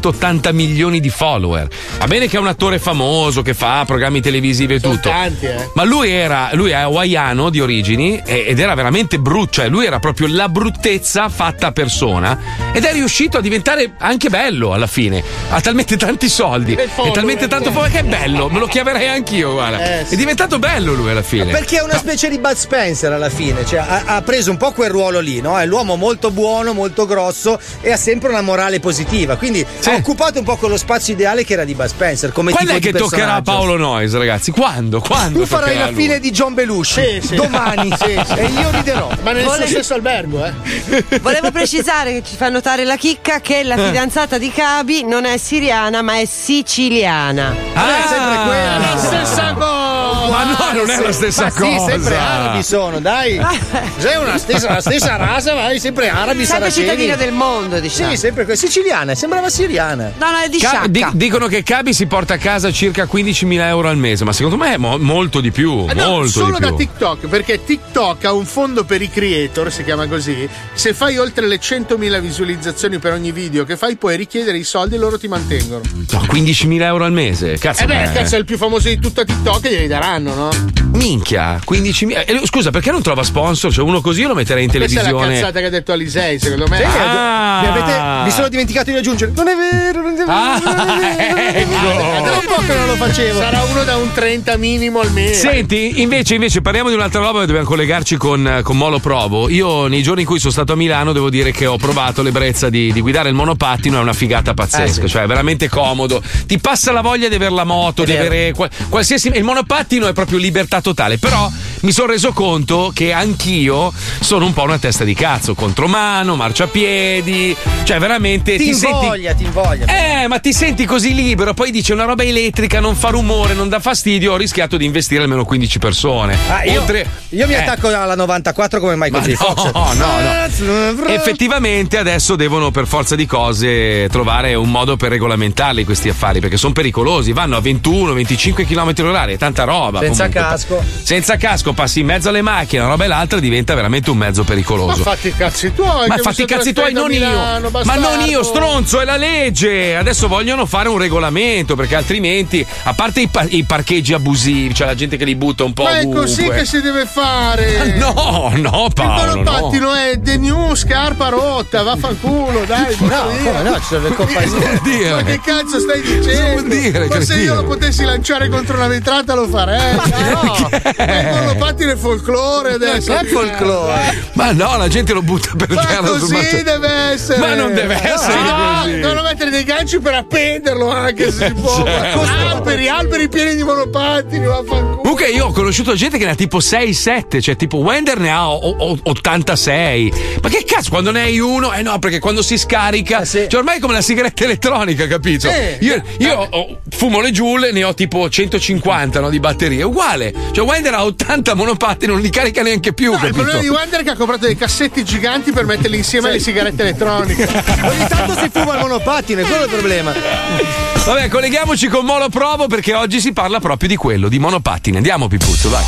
Speaker 7: 280 milioni di follower. Va bene che è un attore famoso, che fa programmi televisivi e tutto.
Speaker 8: Tanti, eh.
Speaker 7: Ma lui era, lui è hawaiano di origini e- ed era veramente brutto, cioè lui era proprio la bruttezza fatta a persona ed è riuscito a diventare anche bello alla fine. Ha talmente tanti soldi
Speaker 2: Bel
Speaker 7: e
Speaker 2: follower,
Speaker 7: talmente tanto
Speaker 2: eh.
Speaker 7: follower che è bello, me lo chiamerei anch'io, guarda.
Speaker 2: Eh,
Speaker 7: È diventato bello lui alla fine.
Speaker 2: Perché è una specie di Bud Spencer alla fine, cioè ha, ha preso un po' quel ruolo lì, no? È l'uomo molto buono, molto grosso e ha sempre una morale positiva, quindi ha occupato un po' quello spazio ideale che era di Bud Spencer come
Speaker 7: Quando
Speaker 2: tipo
Speaker 7: è che
Speaker 2: di
Speaker 7: toccherà a
Speaker 2: personaggio.
Speaker 7: Paolo Noyes, ragazzi? Quando? Quando?
Speaker 2: Tu farai
Speaker 7: toccherà
Speaker 2: la
Speaker 7: a lui?
Speaker 2: fine di John Belushi domani e io riderò.
Speaker 8: Ma nel suo
Speaker 2: Volevi-
Speaker 8: stesso albergo, eh?
Speaker 9: Volevo precisare che ci fa notare la chicca che la
Speaker 8: Eh.
Speaker 9: fidanzata di Cabi non è siriana ma è siciliana.
Speaker 7: Ah,
Speaker 8: È sempre quella, la stessa cosa.
Speaker 7: Ma no, non è la stessa
Speaker 8: Ma
Speaker 7: cosa.
Speaker 8: Sì, sempre arabi sono, dai. Sei una stessa, la stessa razza, ma hai sempre arabi,
Speaker 9: Sempre
Speaker 8: saraceni.
Speaker 9: cittadina del mondo, diciamo.
Speaker 2: Sì, sempre que- siciliana, sembrava siriana.
Speaker 9: No, no, è di
Speaker 7: Ca-
Speaker 9: sciacca.
Speaker 7: di- dicono che Cabi si porta a casa circa 15.000 euro al mese, ma secondo me è mo- molto di più.
Speaker 8: Eh no,
Speaker 7: molto
Speaker 8: solo
Speaker 7: di più.
Speaker 8: da TikTok, perché TikTok ha un fondo per i creator, si chiama così. Se fai oltre le 100.000 visualizzazioni per ogni video che fai, puoi richiedere i soldi e loro ti mantengono.
Speaker 7: No, 15.000 euro al mese. Cazzo,
Speaker 8: eh beh,
Speaker 7: ma-
Speaker 8: cazzo, è il più famoso di tutta TikTok e glieli daranno, no?
Speaker 7: Minchia, 15.000. eh, scusa, perché non trova sponsor? Cioè, uno così io lo metterei in
Speaker 8: Questa è la
Speaker 7: televisione.
Speaker 8: cazzata che ha detto Alisei, secondo me.
Speaker 7: Sì,
Speaker 2: Ah. mi avete- mi sono dimenticato di aggiungere. Non è vero, non è vero.
Speaker 8: Ah,
Speaker 2: non è vero.
Speaker 8: Guarda, da un po' che non lo facevo. ecco. Sarà uno da un 30 minimo almeno.
Speaker 7: Senti, invece, invece parliamo di un'altra roba che dobbiamo collegarci con, con Molo Provo. Io nei giorni in cui sono stato a Milano devo dire che ho provato l'ebbrezza di, di guidare il monopattino, è una figata pazzesca,
Speaker 22: Eh, sì.
Speaker 7: cioè è veramente comodo. Ti passa la voglia di avere la moto,
Speaker 22: È
Speaker 7: di
Speaker 22: vero.
Speaker 7: avere qual- qualsiasi... Il monopattino è proprio libertà totale, però mi sono reso conto che anch'io sono un po' una testa di cazzo, contromano, marciapiedi, cioè veramente
Speaker 2: Ti
Speaker 7: ti senti
Speaker 2: invoglia, ti invoglia.
Speaker 7: eh, ma ti senti così libero, poi dice una roba elettrica, non fa rumore, non dà fastidio, ho rischiato di investire almeno 15 persone.
Speaker 2: Ah, io,
Speaker 7: Oltre-
Speaker 2: io mi
Speaker 7: Eh,
Speaker 2: attacco alla 94 come Michael
Speaker 7: Ma
Speaker 2: Eh, J.
Speaker 7: no,
Speaker 2: Fox.
Speaker 7: no, no. Effettivamente adesso devono per forza di cose trovare un modo per regolamentarli questi affari, perché sono pericolosi, vanno a 21, 25 km orari, è tanta roba.
Speaker 2: Senza
Speaker 7: comunque.
Speaker 2: casco.
Speaker 7: Senza casco, passi in mezzo alle macchine, una roba e l'altra diventa veramente un mezzo
Speaker 8: Ma
Speaker 7: pericoloso.
Speaker 8: fatti i cazzi tuoi.
Speaker 7: Ma
Speaker 8: che mi
Speaker 7: fatti i
Speaker 8: sono
Speaker 7: cazzi tuoi,
Speaker 8: trasferito
Speaker 7: non
Speaker 8: a
Speaker 7: io.
Speaker 8: Milano,
Speaker 7: Ma non io,
Speaker 8: bastardo.
Speaker 7: stronzo, è la legge. Adesso vogliono fare un regolamento perché altrimenti, a parte i, pa- i parcheggi abusivi, cioè la gente che li butta un po'
Speaker 8: Ma è
Speaker 7: ovunque.
Speaker 8: così che si deve
Speaker 7: Ah,
Speaker 8: fare.
Speaker 7: No, no, Paolo.
Speaker 8: Il
Speaker 7: No.
Speaker 8: monopattino è The New Scarpa Rotta, vaffanculo, dai. No,
Speaker 2: come no, ci sono le compagnie.
Speaker 7: Dire.
Speaker 8: Ma che cazzo stai dicendo?
Speaker 2: dire,
Speaker 8: Ma se
Speaker 2: cretino?
Speaker 8: io lo potessi lanciare contro una vetrata lo farei. Ma no, ma il monopattino è folklore adesso.
Speaker 2: Non è folklore.
Speaker 7: Ma no, la gente lo butta per
Speaker 8: Ma
Speaker 7: terra. sul
Speaker 8: così
Speaker 7: marciapiede.
Speaker 8: deve essere.
Speaker 7: Ma non deve essere
Speaker 8: No,
Speaker 7: così.
Speaker 8: Devono mettere dei ganci per appenderlo anche se si può.
Speaker 7: Certo.
Speaker 8: Ma Alberi, alberi pieni di monopattini, vaffanculo.
Speaker 7: Comunque io ho conosciuto gente che ne ha tipo 6-7, cioè tipo Wender ne ha o- o- 86. Ma che cazzo, quando ne hai uno? Eh no, perché quando si scarica,
Speaker 2: Eh,
Speaker 7: cioè ormai è come la sigaretta elettronica, capito?
Speaker 8: Sì.
Speaker 7: Io, io
Speaker 2: Eh.
Speaker 7: ho- fumo le giule, ne ho tipo 150 no, di batterie, uguale. Cioè Wender ha 80 monopatti, non li carica neanche più,
Speaker 8: Il
Speaker 7: capito?
Speaker 8: problema di Wonder è che ha comprato dei cassetti giganti per metterli insieme alle sigarette elettroniche.
Speaker 2: Ogni tanto si fuma il monopattino, è quello problema.
Speaker 7: Vabbè, colleghiamoci con Moloprovo perché oggi si parla proprio di quello, di monopattini. Andiamo, Pipuzzo, vai.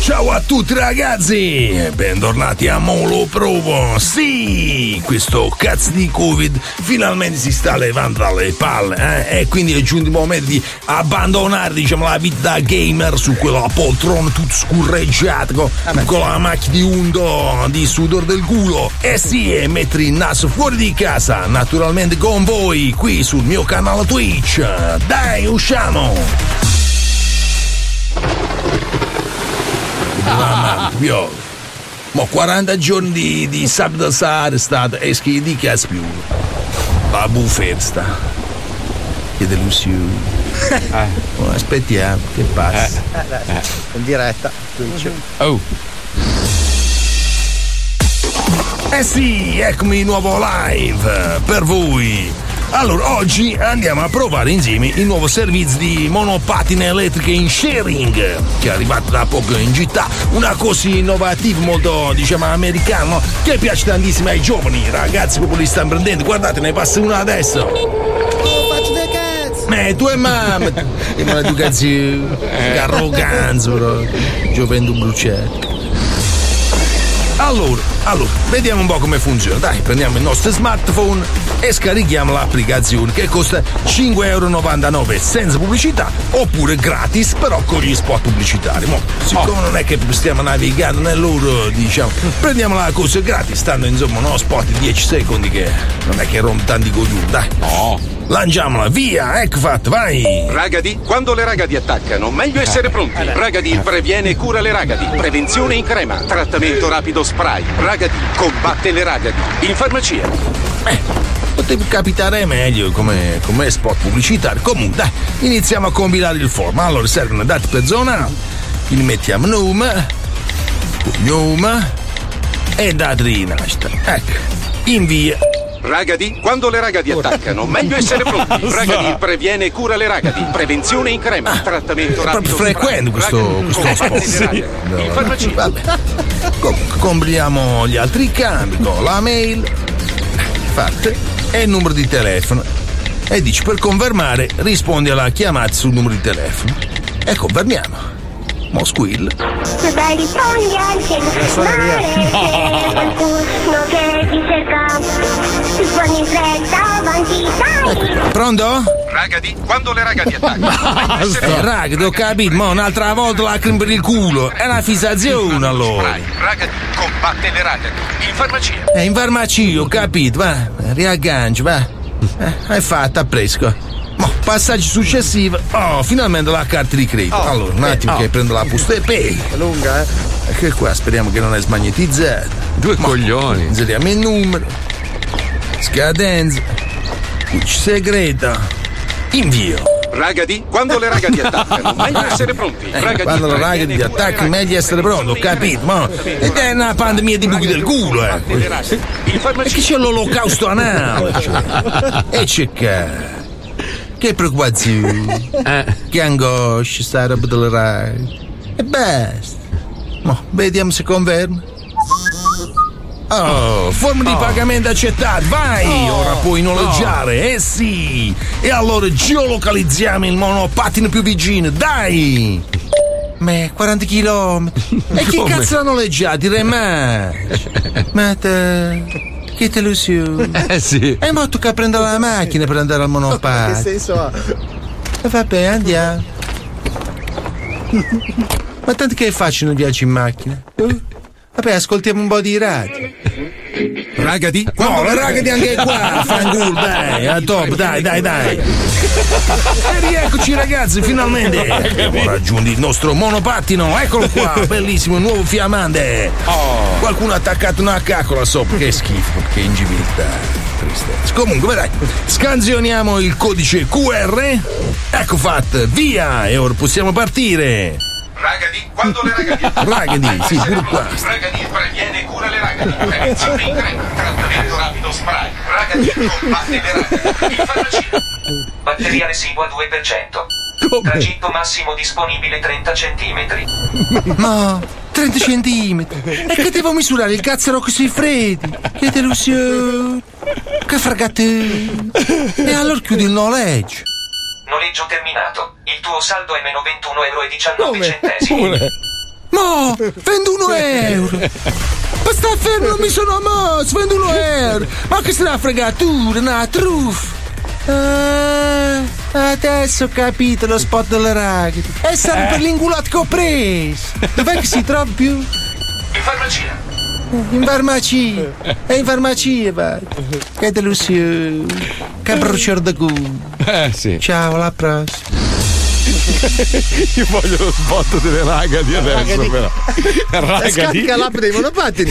Speaker 11: Ciao a tutti ragazzi e bentornati a Molo Provo. Sì, questo cazzo di Covid finalmente si sta levando dalle palle eh? e quindi è giunto il momento di abbandonare diciamo, la vita da gamer su quella poltrona tutta scurreggiata con, con la macchina di undo di sudor del culo. E sì, e mettere il naso fuori di casa, naturalmente con voi qui sul mio canale Twitch. Dai, usciamo! Mamma mia. Ma 40 giorni di, di sabato sera è stato e schi di cazzo più. La bufesta. Che delusione. Oh, Aspettiamo che passa.
Speaker 2: In diretta, Twitch.
Speaker 7: Oh.
Speaker 11: Eh sì, eccomi di nuovo live eh, per voi. Allora, oggi andiamo a provare insieme il nuovo servizio di monopatine elettriche in sharing che è arrivato da poco in città. Una cosa innovativa, molto diciamo americano, che piace tantissimo ai giovani ragazzi proprio li stanno prendendo. Guardate, ne passa una adesso.
Speaker 6: faccio dei cazzi!
Speaker 11: Eh, tu e mamma! E ma tu cazzo, che arroganza, bro. Gioventù bruciato. Allora, allora, vediamo un po' come funziona. Dai, prendiamo il nostro smartphone e scarichiamo l'applicazione che costa 5,99 euro senza pubblicità oppure gratis però con gli spot pubblicitari. Mo, siccome non è che stiamo navigando nell'oro, diciamo, prendiamo la cosa gratis, stando insomma uno spot di 10 secondi che non è che rompe tanti coglioni, dai. No. Lanciamola, via, ecco fatto, vai! Eh,
Speaker 22: Ragadi, quando le ragadi attaccano, meglio essere pronti. Ragadi previene e cura le ragadi. Prevenzione in crema. Trattamento rapido spray. Ragadi combatte le ragadi. In farmacia.
Speaker 11: Poteva capitare meglio come, come spot pubblicitario. Comunque, dai, iniziamo a compilare il form. Allora, servono dati per zona, il mettiamo nome, cognome e data di nascita. Ecco, invia.
Speaker 22: Ragadi, quando le ragadi attaccano, meglio essere pronti.
Speaker 11: Basta.
Speaker 22: Ragadi previene e cura le ragadi. Prevenzione in
Speaker 2: Ah,
Speaker 22: crema. Trattamento
Speaker 11: È proprio
Speaker 22: rapido
Speaker 11: frequente
Speaker 22: spray.
Speaker 11: questo,
Speaker 22: Ragadi
Speaker 11: questo
Speaker 22: combatte
Speaker 11: spot.
Speaker 22: le ragadi.
Speaker 11: No,
Speaker 22: In farmacia.
Speaker 11: vabbè. Comunque, compriamo gli altri cambi con la mail, fatte e il numero di telefono. E dici per confermare rispondi alla chiamata sul numero di telefono. E confermiamo. Mo squill.
Speaker 6: Dai, rispondi anche male c'è qualcuno che ti cerca. Rispondi in fretta, avanti, dai!
Speaker 11: Pronto?
Speaker 22: Ragadi, quando le ragadi attaccano. meglio essere
Speaker 11: Eh, raga, ti ho capito, ma un'altra volta lacrime per il culo. È una fissazione allora.
Speaker 22: Ragadi combatte le ragadi. In farmacia.
Speaker 11: È Eh, in farmacia, ho capito, va. Riaggancio, va. Eh, hai fatto, appresco. Mo, passaggio successivo. Oh, finalmente la carta di credito.
Speaker 2: Oh,
Speaker 11: allora, un attimo
Speaker 2: eh, oh.
Speaker 11: che prendo la busta e pay.
Speaker 2: È lunga, eh?
Speaker 11: Che qua speriamo che non è smagnetizzata. Due coglioni. Inseriamo il numero. Scadenza. Cucci segreta. Invio.
Speaker 22: Ragadi, quando le ragadi attaccano, meglio essere pronti.
Speaker 11: Eh,
Speaker 22: Ragadi,
Speaker 11: quando la raga ti attacchi meglio essere pronto, ho capito, ma ed è una pandemia di buchi del culo, eh. E che c'è l'olocausto anale? cioè. E c'è che. Che preoccupazione, che angoscia sta roba della Rai. E basta. Mo, vediamo se conferma. Oh, forma di
Speaker 6: Oh.
Speaker 11: pagamento accettata, vai!
Speaker 6: Oh.
Speaker 11: Ora puoi noleggiare, eh sì! E allora geolocalizziamo il monopattino più vicino, dai! Ma 40 km! E chi
Speaker 6: Come?
Speaker 11: cazzo l'ha noleggiato? Re ma! Ma te. Che delusione! Eh sì! E mo tocca prendere la macchina per andare al
Speaker 2: Che
Speaker 11: monopattino!
Speaker 2: senso ha?
Speaker 11: E vabbè, andiamo! Ma tanto che è facile un viaggio in macchina? Eh? Vabbè, ascoltiamo un po' di radio!
Speaker 22: Ragadi?
Speaker 11: No, la raga di anche qua, fangul, dai, a top, dai, dai, dai. E rieccoci ragazzi, finalmente abbiamo raggiunto il nostro monopattino, eccolo qua, bellissimo, il nuovo fiammante. Qualcuno ha attaccato una cacola sopra, che schifo, che ingibilità, tristezza. Comunque, dai, scansioniamo il codice QR, ecco fatto, via, e ora possiamo partire.
Speaker 22: Ragadi, quando le ragadi
Speaker 11: Ragadi, sì, pure qua.
Speaker 22: Ragadi previene e cura le ragadi. Prevenzione in crema. Trattamento rapido spray. Ragadi combatte le ragadi. In farmacia.
Speaker 23: Batteria residua 2%. Tragitto massimo disponibile 30 cm.
Speaker 11: Ma 30 centimetri! E che devo misurare il cazzaro così freddi? Che delusione!
Speaker 2: Che fregate? E allora chiudi il noleggio.
Speaker 11: Noleggio terminato. Il tuo saldo è meno 21,19 centesimi.
Speaker 2: No, 21 euro. Ma sta fermo, mi sono mosso, 21 euro. Ma che sarà fregatura, una truffa. Ah, adesso ho capito lo spot delle ragazze. È stato
Speaker 24: Eh.
Speaker 2: per l'ingulato che ho preso. Dov'è che si trova più?
Speaker 11: In farmacia.
Speaker 2: In farmacia. E in farmacia vado. Che delusione. Che bruciore di culo.
Speaker 7: Eh sì.
Speaker 2: Ciao, alla prossima.
Speaker 7: Io voglio lo spot delle ragadi adesso,
Speaker 8: Ragadi.
Speaker 7: però.
Speaker 8: Scarica l'app dei monopattini.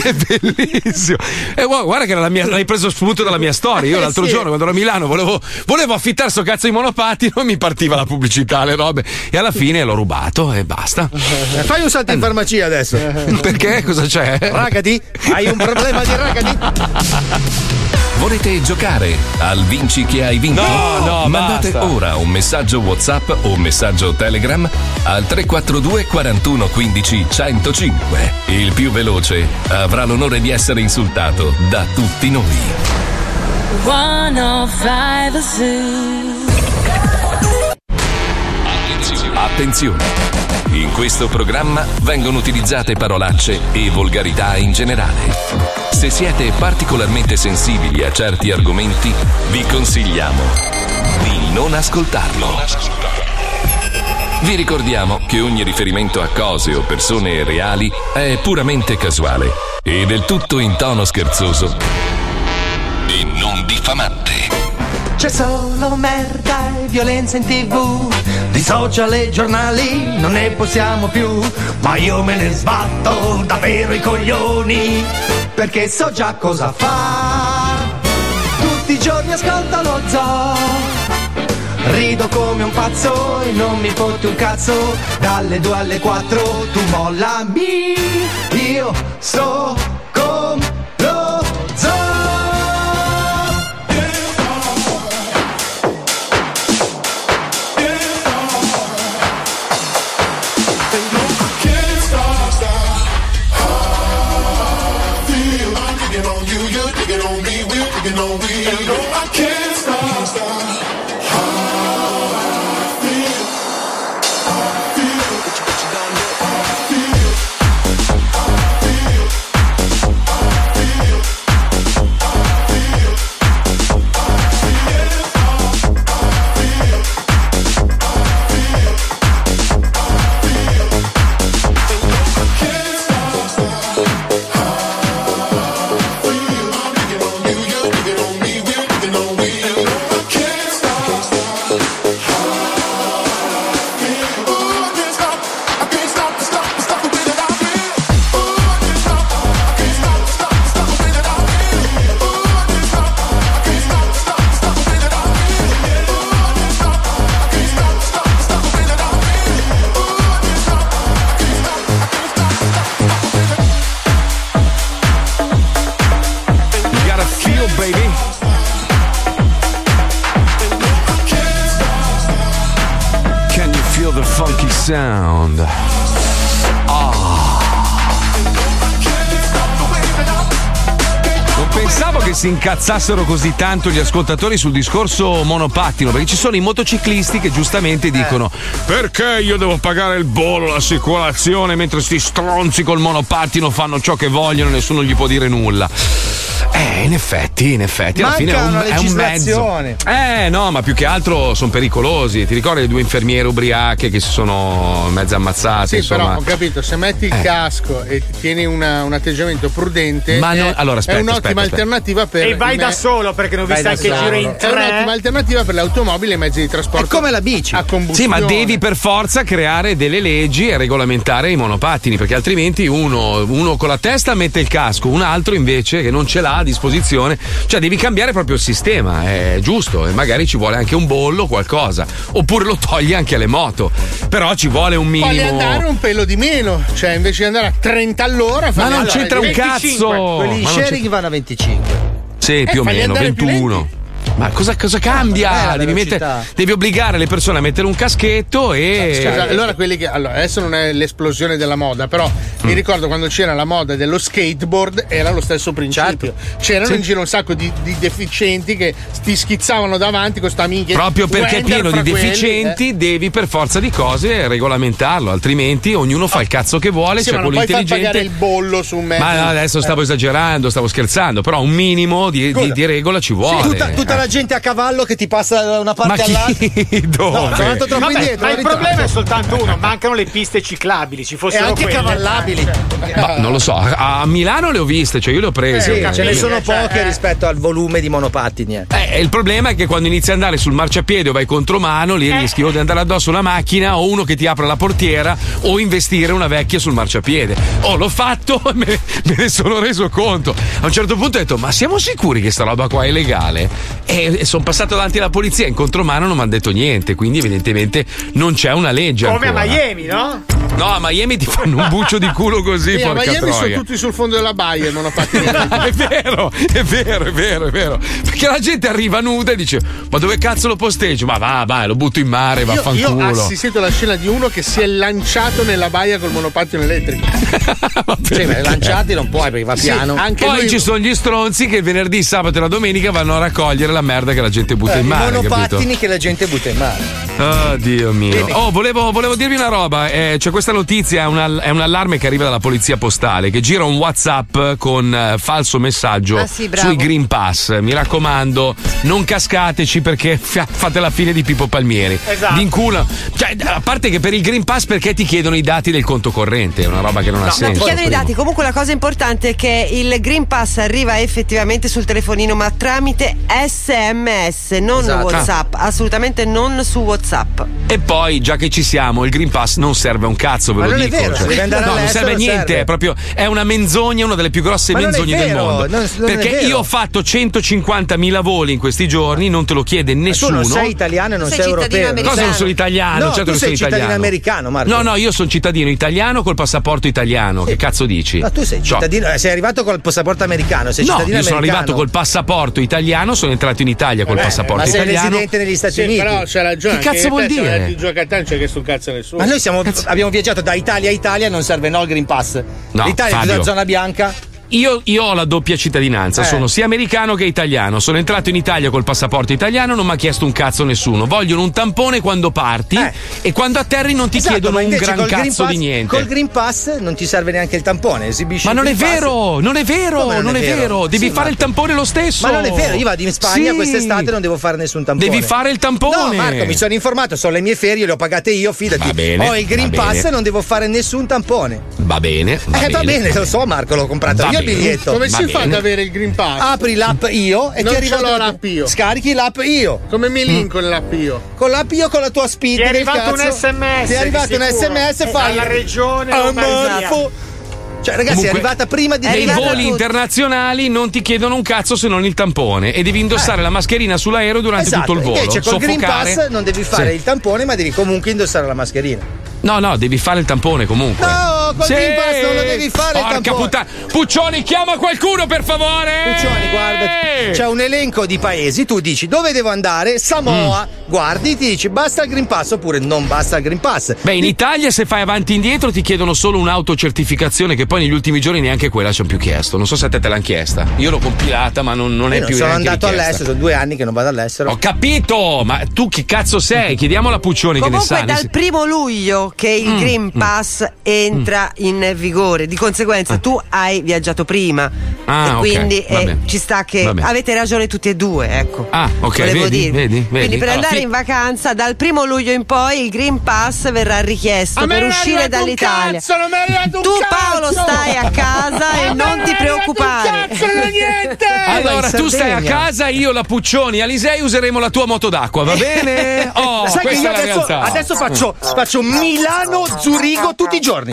Speaker 7: È bellissimo. Eh, wow, guarda che era la mia- l'hai preso spunto dalla mia storia. Io
Speaker 8: Eh,
Speaker 7: l'altro
Speaker 8: sì.
Speaker 7: giorno, quando ero a Milano, volevo, volevo affittare sto cazzo di monopattino, mi partiva la pubblicità, le robe. E alla fine l'ho rubato e basta.
Speaker 8: Fai un
Speaker 11: Eh.
Speaker 8: salto in farmacia adesso.
Speaker 7: Perché? Cosa c'è?
Speaker 8: Ragati? Hai un problema di ragati?
Speaker 1: Volete giocare al Vinci che hai vinto?
Speaker 7: No, no,
Speaker 1: Mandate
Speaker 7: basta.
Speaker 1: ora un messaggio WhatsApp o un messaggio Telegram al 342 41 15 105. Il più veloce avrà l'onore di essere insultato da tutti noi.
Speaker 6: 105
Speaker 1: Attenzione. In questo programma vengono utilizzate parolacce e volgarità in generale. Se siete particolarmente sensibili a certi argomenti, vi consigliamo di non ascoltarlo. Vi ricordiamo che ogni riferimento a cose o persone reali è puramente casuale e del tutto in tono scherzoso e non diffamante.
Speaker 2: C'è solo merda e violenza in tv Di social e giornali non ne possiamo più Ma io me ne sbatto davvero i coglioni Perché so già cosa far Tutti i giorni ascolto lo zoo Rido come un pazzo e non mi fotti un cazzo Dalle 2 alle 4 tu mollami Io sto con lo zoo
Speaker 7: You gotta feel, baby. Can you feel the funky sound? Ah. Non pensavo che si incazzassero così tanto gli ascoltatori sul discorso monopattino, perché ci sono i motociclisti che giustamente
Speaker 25: Eh.
Speaker 7: dicono: Perché io devo pagare il bollo, l'assicurazione, mentre sti stronzi col monopattino fanno ciò che vogliono e nessuno gli può dire nulla. Eh, in effetti, in effetti, alla
Speaker 25: Manca
Speaker 7: fine è un,
Speaker 25: una
Speaker 7: è un mezzo.
Speaker 25: legislazione.
Speaker 7: Eh no, ma più che altro sono pericolosi. Ti ricordi le due infermiere ubriache che si sono mezzo ammazzate?
Speaker 8: Sì,
Speaker 7: insomma.
Speaker 8: però ho capito, se metti il
Speaker 7: Eh.
Speaker 8: casco e tieni una- un atteggiamento prudente,
Speaker 7: Ma no-
Speaker 8: è,
Speaker 7: allora, aspetta,
Speaker 8: è un'ottima
Speaker 7: aspetta, aspetta.
Speaker 8: alternativa per.
Speaker 26: E vai
Speaker 8: i
Speaker 26: da solo, perché ne ho
Speaker 8: Vai
Speaker 26: viste
Speaker 8: da
Speaker 26: anche
Speaker 8: solo.
Speaker 26: giro in
Speaker 8: È
Speaker 26: tre.
Speaker 8: un'ottima alternativa per le automobili e i mezzi di trasporto. È come la bici. A
Speaker 7: Sì,
Speaker 8: combustione.
Speaker 7: ma devi per forza creare delle leggi e regolamentare i monopattini, perché altrimenti uno, uno con la testa mette il casco, un altro invece che non ce l'ha a disposizione. Cioè, devi cambiare proprio il sistema, è giusto, e magari ci vuole anche un bollo, qualcosa. Oppure lo togli anche alle moto. Però ci vuole un
Speaker 8: Fagli
Speaker 7: minimo.
Speaker 8: andare un pelo di meno, cioè invece di andare a 30 all'ora,
Speaker 7: Ma
Speaker 8: fagli
Speaker 7: non
Speaker 8: andare
Speaker 7: c'entra
Speaker 8: a
Speaker 7: un
Speaker 8: 25.
Speaker 7: cazzo! Ma non c'entra-
Speaker 25: vanno a 25.
Speaker 7: Sì,
Speaker 8: Eh,
Speaker 7: più o
Speaker 8: fagli
Speaker 7: meno,
Speaker 8: andare più Eh,
Speaker 7: 21. Ma cosa, cosa cambia? Devi, mettere- devi obbligare le persone a mettere un caschetto e.
Speaker 8: Ah, Scusa,
Speaker 7: eh.
Speaker 8: allora quelli che. Allora, adesso non è l'esplosione della moda, però
Speaker 7: Mm.
Speaker 8: mi ricordo quando c'era la moda dello skateboard, era lo stesso principio. C'erano
Speaker 7: Certo. Sì.
Speaker 8: in giro un sacco di, di deficienti che ti schizzavano davanti con sta minchia.
Speaker 7: Proprio perché è
Speaker 8: Wender
Speaker 7: pieno di
Speaker 8: fra quelli, eh.
Speaker 7: deficienti, devi per forza di cose regolamentarlo, altrimenti ognuno fa il cazzo che
Speaker 8: eh.
Speaker 7: vuole,
Speaker 8: Sì,
Speaker 7: c'è
Speaker 8: ma non
Speaker 7: quello
Speaker 8: puoi far pagare il Eh.
Speaker 7: intelligente.
Speaker 8: bollo su un mezzo.
Speaker 7: Ma no, adesso stavo esagerando, stavo scherzando, però un minimo di, di- di regola ci vuole. Eh.
Speaker 2: tutta, tutta la gente a cavallo che ti passa da una parte
Speaker 7: Ma
Speaker 2: all'altra.
Speaker 7: Dove?
Speaker 2: No, sono andato troppo
Speaker 3: Vabbè,
Speaker 2: indietro.
Speaker 3: ma il
Speaker 2: ritratto.
Speaker 3: problema è soltanto uno: mancano le piste ciclabili. Ci fossero
Speaker 2: anche
Speaker 3: quelle.
Speaker 2: cavallabili.
Speaker 7: Ma non lo so, a a Milano le ho viste, cioè io le ho
Speaker 8: Eh,
Speaker 7: prese.
Speaker 2: Sì, ce ne sono
Speaker 7: Quindi-
Speaker 8: Cioè,
Speaker 2: poche rispetto al volume di monopattini. eh.
Speaker 7: Eh, il problema è che quando inizi ad andare sul marciapiede o vai contro mano,
Speaker 3: Eh.
Speaker 7: lì rischi o di andare addosso a una macchina o uno che ti apre la portiera o investire una vecchia sul marciapiede. Oh, l'ho fatto e me, me ne sono reso conto. A un certo punto ho detto, ma siamo sicuri che sta roba qua è legale? E, sono passato davanti alla polizia in contromano non mi hanno detto niente, quindi evidentemente non c'è una legge.
Speaker 3: Come a
Speaker 7: ancora.
Speaker 3: Miami, no?
Speaker 7: No, a Miami ti fanno un buccio di culo così,
Speaker 8: Sì, a
Speaker 7: porca
Speaker 8: Miami sono
Speaker 7: troia.
Speaker 8: tutti sul fondo della baia, non ho fatto
Speaker 7: è vero, è vero, è vero, è vero. Perché la gente arriva nuda e dice: Ma dove cazzo lo posteggio? Ma va, vai, lo butto in mare,
Speaker 8: Io, io
Speaker 7: Eh, vaffanculo.
Speaker 8: ho assistito alla scena di uno che si è lanciato nella baia col monopattino elettrico.
Speaker 2: Cioè, ma lanciati non puoi perché va
Speaker 8: Sì,
Speaker 2: piano.
Speaker 8: anche
Speaker 7: Poi
Speaker 8: lui-
Speaker 7: ci sono gli stronzi che il venerdì, sabato e la domenica vanno a raccogliere la merda che la gente butta
Speaker 2: Eh,
Speaker 7: in
Speaker 2: I
Speaker 7: mare.
Speaker 2: monopattini
Speaker 7: capito?
Speaker 2: che la gente butta in mare.
Speaker 7: Oh, Dio mio.
Speaker 2: Dimmi.
Speaker 7: Oh, volevo, volevo dirvi una roba. eh, c'è questa notizia, è, una- è un allarme che arriva dalla polizia postale che gira un WhatsApp con eh, falso messaggio
Speaker 9: Ah, sì, bravo.
Speaker 7: sui Green Pass. Mi raccomando, non cascateci perché fa- fate la fine di Pippo Palmieri.
Speaker 3: Esatto.
Speaker 7: Vi inculano. Cioè, a parte che per il Green Pass perché ti chiedono i dati del conto corrente? È una roba che non ha
Speaker 9: No,
Speaker 7: senso.
Speaker 9: ti chiedono i
Speaker 7: primo.
Speaker 9: dati. Comunque la cosa importante è che il Green Pass arriva effettivamente sul telefonino, ma tramite SMS, non
Speaker 7: Esatto.
Speaker 9: WhatsApp. Assolutamente non su WhatsApp.
Speaker 7: E poi, già che ci siamo, il Green Pass non serve a un cazzo, ve
Speaker 9: Ma
Speaker 7: lo
Speaker 9: non è
Speaker 7: dico.
Speaker 9: vero,
Speaker 7: cioè.
Speaker 9: devi andare
Speaker 7: no, non
Speaker 9: all'estero,
Speaker 7: serve a niente,
Speaker 9: serve.
Speaker 7: è proprio è una menzogna, una delle più grosse
Speaker 2: Ma non è
Speaker 7: menzogne del
Speaker 2: vero,
Speaker 7: mondo.
Speaker 2: non- non è
Speaker 7: Perché
Speaker 2: vero.
Speaker 7: io ho fatto 150.000 voli in questi giorni, non te lo chiede
Speaker 2: Tu
Speaker 7: nessuno.
Speaker 2: non sei italiano e non
Speaker 7: Sei
Speaker 2: sei,
Speaker 7: cittadino
Speaker 2: europeo.
Speaker 7: americano. Cosa non sono italiano?
Speaker 2: No,
Speaker 7: Certo
Speaker 2: tu
Speaker 7: che
Speaker 2: sei
Speaker 7: sono
Speaker 2: cittadino
Speaker 7: italiano.
Speaker 2: americano, Marco.
Speaker 7: No, no, io sono cittadino italiano col passaporto italiano. Che cazzo dici?
Speaker 2: Ma tu sei
Speaker 7: Cioè,
Speaker 2: cittadino, eh, sei arrivato col passaporto americano, sei
Speaker 7: No, io
Speaker 2: cittadino
Speaker 7: sono
Speaker 2: americano. Eh,
Speaker 7: arrivato col passaporto italiano, sono entrato in Italia col
Speaker 8: Vabbè,
Speaker 7: passaporto
Speaker 2: ma sei
Speaker 7: italiano.
Speaker 2: residente negli Stati
Speaker 8: Sì,
Speaker 2: Uniti.
Speaker 8: però c'è ragione.
Speaker 2: Che cazzo vuol dire?
Speaker 8: Il giocatano c'è che sul cazzo a nessuno.
Speaker 2: Ma noi siamo- abbiamo viaggiato da Italia a Italia, non serve no il Green Pass.
Speaker 7: No,
Speaker 2: L'Italia è
Speaker 7: Fabio.
Speaker 2: tutta zona bianca.
Speaker 7: Io, io ho la doppia cittadinanza,
Speaker 2: Eh.
Speaker 7: sono sia americano che italiano. Sono entrato in Italia col passaporto italiano, non mi ha chiesto un cazzo nessuno. Vogliono un tampone quando parti e quando atterri non ti
Speaker 2: Eh. Esatto,
Speaker 7: chiedono
Speaker 2: ma
Speaker 7: un
Speaker 2: invece
Speaker 7: gran
Speaker 2: col Green
Speaker 7: cazzo
Speaker 2: Pass-
Speaker 7: di niente.
Speaker 2: Col Green Pass non ti serve neanche il tampone, esibisci.
Speaker 7: Ma
Speaker 2: il
Speaker 7: non è
Speaker 2: Green Pass.
Speaker 7: vero, non è vero,
Speaker 2: Come
Speaker 7: non, è vero, devi
Speaker 2: Sì,
Speaker 7: fare
Speaker 2: ma-
Speaker 7: il tampone lo stesso.
Speaker 2: Ma non è vero, io vado in Spagna
Speaker 7: Sì.
Speaker 2: quest'estate e non devo fare nessun tampone.
Speaker 7: Devi fare il tampone.
Speaker 2: No, Marco, mi sono informato, sono le mie ferie, le ho pagate io, fidati.
Speaker 7: Va bene,
Speaker 2: ho il
Speaker 7: va
Speaker 2: Green
Speaker 7: bene.
Speaker 2: Pass e non devo fare nessun tampone.
Speaker 7: Va bene, va
Speaker 2: eh, va
Speaker 7: bene.
Speaker 2: bene, lo so, Marco, l'ho comprato
Speaker 7: Va
Speaker 2: io il
Speaker 7: bene.
Speaker 2: biglietto.
Speaker 7: Come si Va fa ad bene.
Speaker 8: avere il Green Pass?
Speaker 2: Apri l'app io e
Speaker 8: Non
Speaker 2: ti
Speaker 8: ce
Speaker 2: arriva
Speaker 8: l'ho
Speaker 2: la-
Speaker 8: l'app io.
Speaker 2: Scarichi l'app io.
Speaker 8: Come mi linko l'app io?
Speaker 2: Con l'app io con la tua speed.
Speaker 3: Ti è
Speaker 2: del
Speaker 3: arrivato un
Speaker 2: cazzo.
Speaker 3: sms.
Speaker 2: Ti è arrivato
Speaker 3: di
Speaker 2: un
Speaker 3: sicuro.
Speaker 2: sms
Speaker 3: Eh,
Speaker 2: fai.
Speaker 3: Alla regione.
Speaker 2: Ah,
Speaker 3: Lombardia.
Speaker 2: Marco. Cioè, ragazzi,
Speaker 7: Comunque,
Speaker 2: è arrivata prima di
Speaker 7: Nei
Speaker 2: arrivata
Speaker 7: voli
Speaker 2: tutto.
Speaker 7: internazionali non ti chiedono un cazzo se non il tampone e devi indossare la mascherina sull'aereo durante
Speaker 2: Eh. Esatto,
Speaker 7: tutto il volo.
Speaker 2: Invece col Green
Speaker 7: Soffocare-
Speaker 2: Pass non devi fare
Speaker 7: Sì.
Speaker 2: il tampone, ma devi comunque indossare la mascherina.
Speaker 7: No, no, devi fare il tampone comunque.
Speaker 2: No, col
Speaker 7: Sì.
Speaker 2: Green Pass non lo devi fare il
Speaker 7: Porca
Speaker 2: tampone.
Speaker 7: puttana. Puccioni, chiama qualcuno per favore.
Speaker 2: Puccioni, guarda, c'è un elenco di paesi, tu dici dove devo andare, Samoa,
Speaker 7: Mm.
Speaker 2: guardi, ti dici basta il Green Pass oppure non basta il Green Pass.
Speaker 7: Beh, in Italia se fai avanti e indietro ti chiedono solo un'autocertificazione che poi negli ultimi giorni neanche quella ci hanno più chiesto. Non so se a te te l'hanno chiesta. Io l'ho compilata, ma non, non è
Speaker 2: Io non
Speaker 7: più
Speaker 2: sono
Speaker 7: neanche
Speaker 2: andato
Speaker 7: richiesta.
Speaker 2: all'estero, sono due anni che non vado all'estero.
Speaker 7: Ho capito, ma tu chi cazzo sei? Chiediamola a Puccioni che ne
Speaker 9: Comunque
Speaker 7: sa. Mm,
Speaker 9: dal primo luglio che il Green Pass entra in vigore, di conseguenza tu hai viaggiato prima
Speaker 7: Ah,
Speaker 9: e
Speaker 7: ok,
Speaker 9: quindi
Speaker 7: va
Speaker 9: eh,
Speaker 7: bene.
Speaker 9: ci sta che
Speaker 7: Va bene.
Speaker 9: avete ragione tutti e due, ecco.
Speaker 7: Ah, ok,
Speaker 9: Volevo
Speaker 7: vedi,
Speaker 9: dirvi.
Speaker 7: vedi, vedi.
Speaker 9: Quindi per
Speaker 7: Allora,
Speaker 9: andare
Speaker 7: fi-
Speaker 9: in vacanza dal primo luglio in poi il Green Pass verrà richiesto
Speaker 6: A me
Speaker 9: per
Speaker 6: non è
Speaker 9: uscire
Speaker 6: arrivato un
Speaker 9: dall'Italia.
Speaker 6: cazzo, non mi è arrivato un
Speaker 9: tu
Speaker 6: cazzo!
Speaker 9: Paolo stai a casa e non ti preoccupare.
Speaker 7: Allora, tu stai a casa, io la Puccioni, Alisei useremo la tua moto d'acqua, va bene? Oh,
Speaker 2: Sai che
Speaker 7: questa
Speaker 2: io
Speaker 7: è la
Speaker 2: adesso,
Speaker 7: realtà.
Speaker 2: adesso faccio,
Speaker 7: Mm.
Speaker 2: faccio Milano-Zurigo tutti i giorni.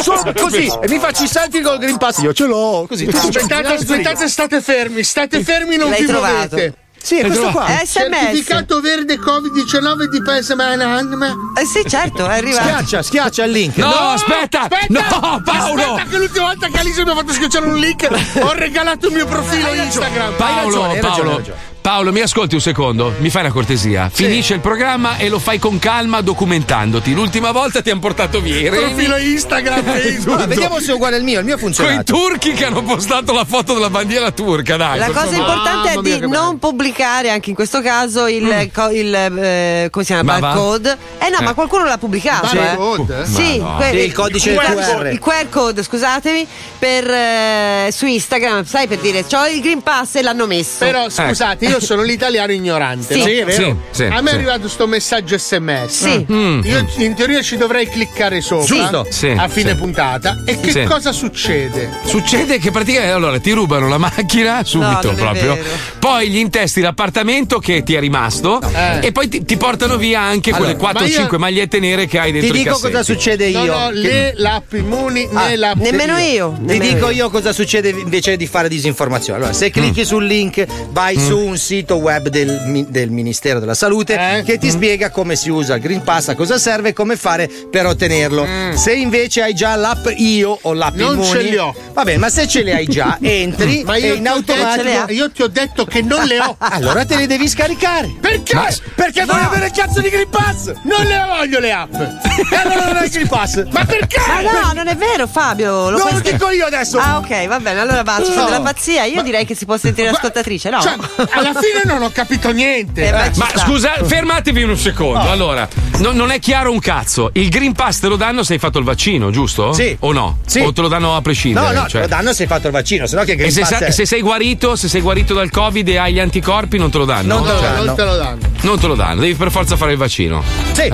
Speaker 2: Solo così e mi faccio i selfie col Green Pass. Io ce l'ho. Così.
Speaker 7: Cioè,
Speaker 2: tutti i giorni.
Speaker 8: Aspettate, aspettate, state fermi, state fermi, non
Speaker 2: L'hai
Speaker 8: vi
Speaker 2: trovato?
Speaker 8: muovete. Eh,
Speaker 2: Sì, è L'hai questo qua. trovato? SMS.
Speaker 8: Certificato verde Covid-19 di paese
Speaker 9: Eh sì, certo, è arrivato.
Speaker 2: Schiaccia, schiaccia il link.
Speaker 8: No,
Speaker 7: aspetta!
Speaker 8: no, Paolo! Aspetta che l'ultima volta che Alice mi ha fatto schiacciare un link ho regalato il mio profilo Instagram.
Speaker 7: Paolo, Paolo, Paolo, mi ascolti un secondo? Mi fai una cortesia. Finisce il programma e lo fai con calma documentandoti. L'ultima volta ti hanno portato via. i reni.
Speaker 2: Profilo Instagram,
Speaker 7: Facebook.
Speaker 2: Ma vediamo se è uguale al mio, il mio funziona.
Speaker 7: Coi turchi che hanno postato la foto della bandiera turca, dai.
Speaker 9: La
Speaker 7: per
Speaker 9: cosa
Speaker 7: favore.
Speaker 8: Ah,
Speaker 9: importante è
Speaker 7: Mamma mia,
Speaker 9: di
Speaker 7: che bello.
Speaker 9: non pubblicare anche in questo caso il,
Speaker 8: Mm.
Speaker 9: co- il, eh, come si
Speaker 7: Ma
Speaker 9: chiama?
Speaker 7: va?
Speaker 9: barcode. Eh no,
Speaker 7: Eh.
Speaker 9: ma qualcuno l'ha pubblicato.
Speaker 7: Sì.
Speaker 9: eh.
Speaker 7: Barcode?
Speaker 9: Sì,
Speaker 7: Ma no.
Speaker 9: que-
Speaker 7: Sì, il codice
Speaker 9: il
Speaker 7: QR.
Speaker 9: Il QR code, scusatemi, per, eh, su Instagram, sai per dire, ho il Green Pass e l'hanno messo. Eh.
Speaker 8: Però scusate, io sono l'italiano ignorante.
Speaker 9: Sì.
Speaker 8: no?
Speaker 9: Sì, è vero. Sì, sì,
Speaker 8: A me è
Speaker 9: sì.
Speaker 8: arrivato sto messaggio sms.
Speaker 9: Sì.
Speaker 8: Mm. Io in teoria ci dovrei cliccare sopra
Speaker 7: Giusto. Sì,
Speaker 8: a fine
Speaker 7: sì.
Speaker 8: puntata. E che
Speaker 7: Sì.
Speaker 8: cosa succede?
Speaker 7: Succede che praticamente allora ti rubano la macchina subito
Speaker 8: non è
Speaker 7: proprio,
Speaker 8: vero.
Speaker 7: poi gli intesti l'appartamento che ti è rimasto e poi ti, ti portano via anche quelle
Speaker 8: Eh. Allora,
Speaker 7: 4 o
Speaker 8: ma io-
Speaker 7: 5 magliette nere che hai dentro i cassetti.
Speaker 8: Non ho né l'app Immuni né
Speaker 2: Ah,
Speaker 8: l'app.
Speaker 2: nemmeno
Speaker 8: Io.
Speaker 2: io. Ti
Speaker 8: Nemmeno
Speaker 2: dico
Speaker 8: io.
Speaker 2: io cosa succede invece di fare disinformazione. Allora, se clicchi
Speaker 8: Mm.
Speaker 2: sul link, vai su un sito web del, mi- del Ministero della Salute
Speaker 8: Eh.
Speaker 2: che
Speaker 8: Mm.
Speaker 2: ti spiega come si usa il Green Pass, a cosa serve e come fare per ottenerlo. Se invece hai già l'app Io o l'app
Speaker 8: Mm. Non
Speaker 2: Immuni,
Speaker 8: ce li ho.
Speaker 2: Vabbè, ma se ce le hai già, entri
Speaker 8: Ma
Speaker 2: e
Speaker 8: io
Speaker 2: in
Speaker 8: ti ho detto-
Speaker 2: automatico.
Speaker 8: io ti ho detto che non le ho.
Speaker 2: allora te le devi scaricare.
Speaker 8: Perché?
Speaker 2: Ma-
Speaker 8: Perché voglio avere il cazzo di Green Pass? Non le voglio le app. E allora non hai il Green Pass. Ma perché?
Speaker 9: Ma no, non è vero Fabio.
Speaker 8: No,
Speaker 9: puoi
Speaker 8: lo dico
Speaker 9: scrivere.
Speaker 8: io adesso.
Speaker 9: Ah, ok, va bene, allora basta.
Speaker 8: No.
Speaker 9: Sono della pazzia. Io direi che si può sentire l'ascoltatrice, no? Eh,
Speaker 8: Cioè, alla fine non ho capito niente.
Speaker 7: Eh,
Speaker 8: Eh,
Speaker 7: Ma scusa, fermatevi un secondo.
Speaker 8: Oh.
Speaker 7: Allora, no- non è chiaro un cazzo. Il Green Pass te lo danno se hai fatto il vaccino, giusto? Sì. O no?
Speaker 2: Sì.
Speaker 7: O te lo danno a
Speaker 2: No,
Speaker 7: prescindere?
Speaker 2: no, te
Speaker 7: cioè.
Speaker 2: lo danno se hai fatto il vaccino, sennò che
Speaker 7: E
Speaker 2: Green
Speaker 7: se,
Speaker 2: Pass
Speaker 7: sa-
Speaker 2: è-
Speaker 7: se sei guarito, se sei guarito dal Covid e hai gli anticorpi, non te lo danno?
Speaker 2: Non te lo
Speaker 7: Cioè,
Speaker 2: danno.
Speaker 8: Non te lo danno.
Speaker 7: Non te lo danno, devi per forza fare il vaccino.
Speaker 2: Sì.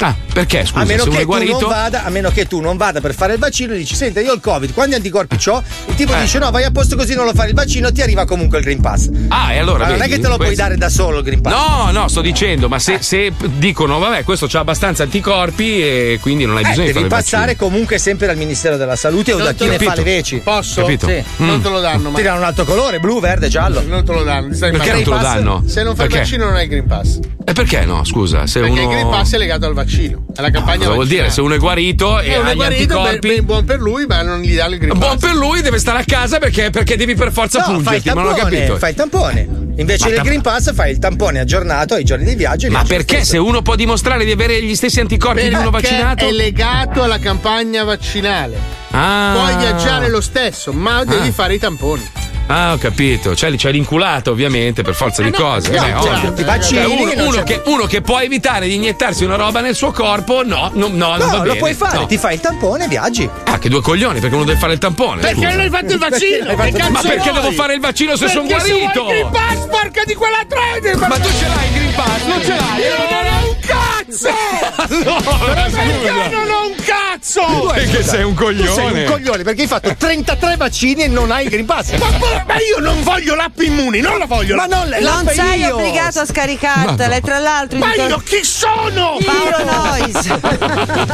Speaker 7: Ah, perché? Scusa,
Speaker 2: a meno,
Speaker 7: se uno
Speaker 2: che
Speaker 7: è
Speaker 2: tu
Speaker 7: guarito.
Speaker 2: non vada, a meno che tu non vada per fare il vaccino e dici: Senta, io ho il Covid, quanti anticorpi ho? Il tipo
Speaker 7: Eh.
Speaker 2: dice: No, vai a posto così non lo fare il vaccino, ti arriva comunque il Green Pass.
Speaker 7: Ah, e allora.
Speaker 2: Ma non è
Speaker 7: vedi,
Speaker 2: che te lo puoi
Speaker 7: questo-
Speaker 2: dare da solo il Green Pass. Eh.
Speaker 7: No, no, sto dicendo, ma se, se dicono, vabbè, questo c'ha abbastanza anticorpi e quindi non hai
Speaker 2: Eh,
Speaker 7: bisogno di fare
Speaker 2: devi
Speaker 7: il vaccino.
Speaker 2: passare comunque sempre dal Ministero della Salute o
Speaker 8: Non
Speaker 2: da
Speaker 8: te
Speaker 2: chi
Speaker 8: lo-
Speaker 2: ne fa le
Speaker 8: Capito.
Speaker 2: veci.
Speaker 8: Posso?
Speaker 7: Capito.
Speaker 2: Sì.
Speaker 8: Non te lo danno.
Speaker 2: Ti danno un altro colore, blu, verde, giallo.
Speaker 8: Non te lo danno. Stai
Speaker 7: Perché non te lo
Speaker 8: male.
Speaker 7: danno?
Speaker 8: Se non fai il
Speaker 7: Perché?
Speaker 8: vaccino non hai il Green Pass.
Speaker 7: E perché no? Scusa, se
Speaker 8: Perché
Speaker 7: uno.
Speaker 8: il Green Pass è legato al vaccino, alla campagna
Speaker 7: Cosa vuol dire? Se uno è guarito e
Speaker 8: Eh, è
Speaker 7: ha
Speaker 8: un
Speaker 7: gli
Speaker 8: guarito, ben,
Speaker 7: anticorpi.
Speaker 8: ben buon per lui, ma non gli dà il Green
Speaker 7: Buon
Speaker 8: Pass.
Speaker 7: per lui, deve stare a casa perché, perché devi per forza
Speaker 2: No, fai il
Speaker 7: pungerti, ma non ho
Speaker 2: tampone,
Speaker 7: capito.
Speaker 2: fai il tampone. Invece
Speaker 7: Ma
Speaker 2: del
Speaker 7: tam-
Speaker 2: Green Pass fai il tampone aggiornato ai giorni di viaggio. e
Speaker 7: Ma
Speaker 2: viaggi lo
Speaker 7: perché
Speaker 2: stesso.
Speaker 7: se uno può dimostrare di avere gli stessi anticorpi di uno
Speaker 8: Perché
Speaker 7: vaccinato?
Speaker 8: è legato alla campagna vaccinale.
Speaker 7: Ah.
Speaker 8: Puoi viaggiare lo stesso, ma devi
Speaker 7: Ah.
Speaker 8: fare i tamponi.
Speaker 7: Ah, ho capito. Cioè, c'è l'inculato, ovviamente, per forza di cose.
Speaker 8: no,
Speaker 7: Eh,
Speaker 8: no,
Speaker 7: ovvio.
Speaker 8: i vaccini
Speaker 7: Cioè,
Speaker 8: non
Speaker 7: uno,
Speaker 8: c'è-
Speaker 7: uno che, uno che può evitare di iniettarsi una roba nel suo corpo, no, no, no, Ah, non
Speaker 2: No,
Speaker 7: va
Speaker 2: lo
Speaker 7: bene.
Speaker 2: puoi fare,
Speaker 7: No.
Speaker 2: ti fai il tampone e viaggi.
Speaker 7: Ah, che due coglioni, perché uno deve fare il tampone.
Speaker 8: Perché
Speaker 7: scusa.
Speaker 8: non hai fatto il vaccino?
Speaker 2: Hai fatto-
Speaker 8: Che cazzo
Speaker 7: Ma perché
Speaker 8: vuoi?
Speaker 7: devo fare il vaccino se
Speaker 8: Perché
Speaker 7: sono
Speaker 8: Se vuoi il Green
Speaker 7: guarito?
Speaker 8: Pass, porca di quella trade! Ma
Speaker 7: tu ce l'hai il Green Pass? Non ce l'hai?
Speaker 8: Io non ho un cazzo!
Speaker 7: Allora,
Speaker 8: Ma perché
Speaker 7: scusa.
Speaker 8: non ho un cazzo?
Speaker 7: Perché sei un coglione.
Speaker 2: Tu sei un coglione perché hai fatto 33 vaccini e non hai il Green Pass.
Speaker 8: Ma, por- ma io non voglio l'app Immuni, non la voglio.
Speaker 2: Ma
Speaker 8: l'app.
Speaker 2: non le-
Speaker 9: Non
Speaker 2: l'app
Speaker 9: sei
Speaker 2: io.
Speaker 9: obbligato a
Speaker 2: Ma
Speaker 9: scaricartela,
Speaker 2: no.
Speaker 9: e tra l'altro.
Speaker 2: Ma io
Speaker 8: chi sono?
Speaker 9: Paolo Nois.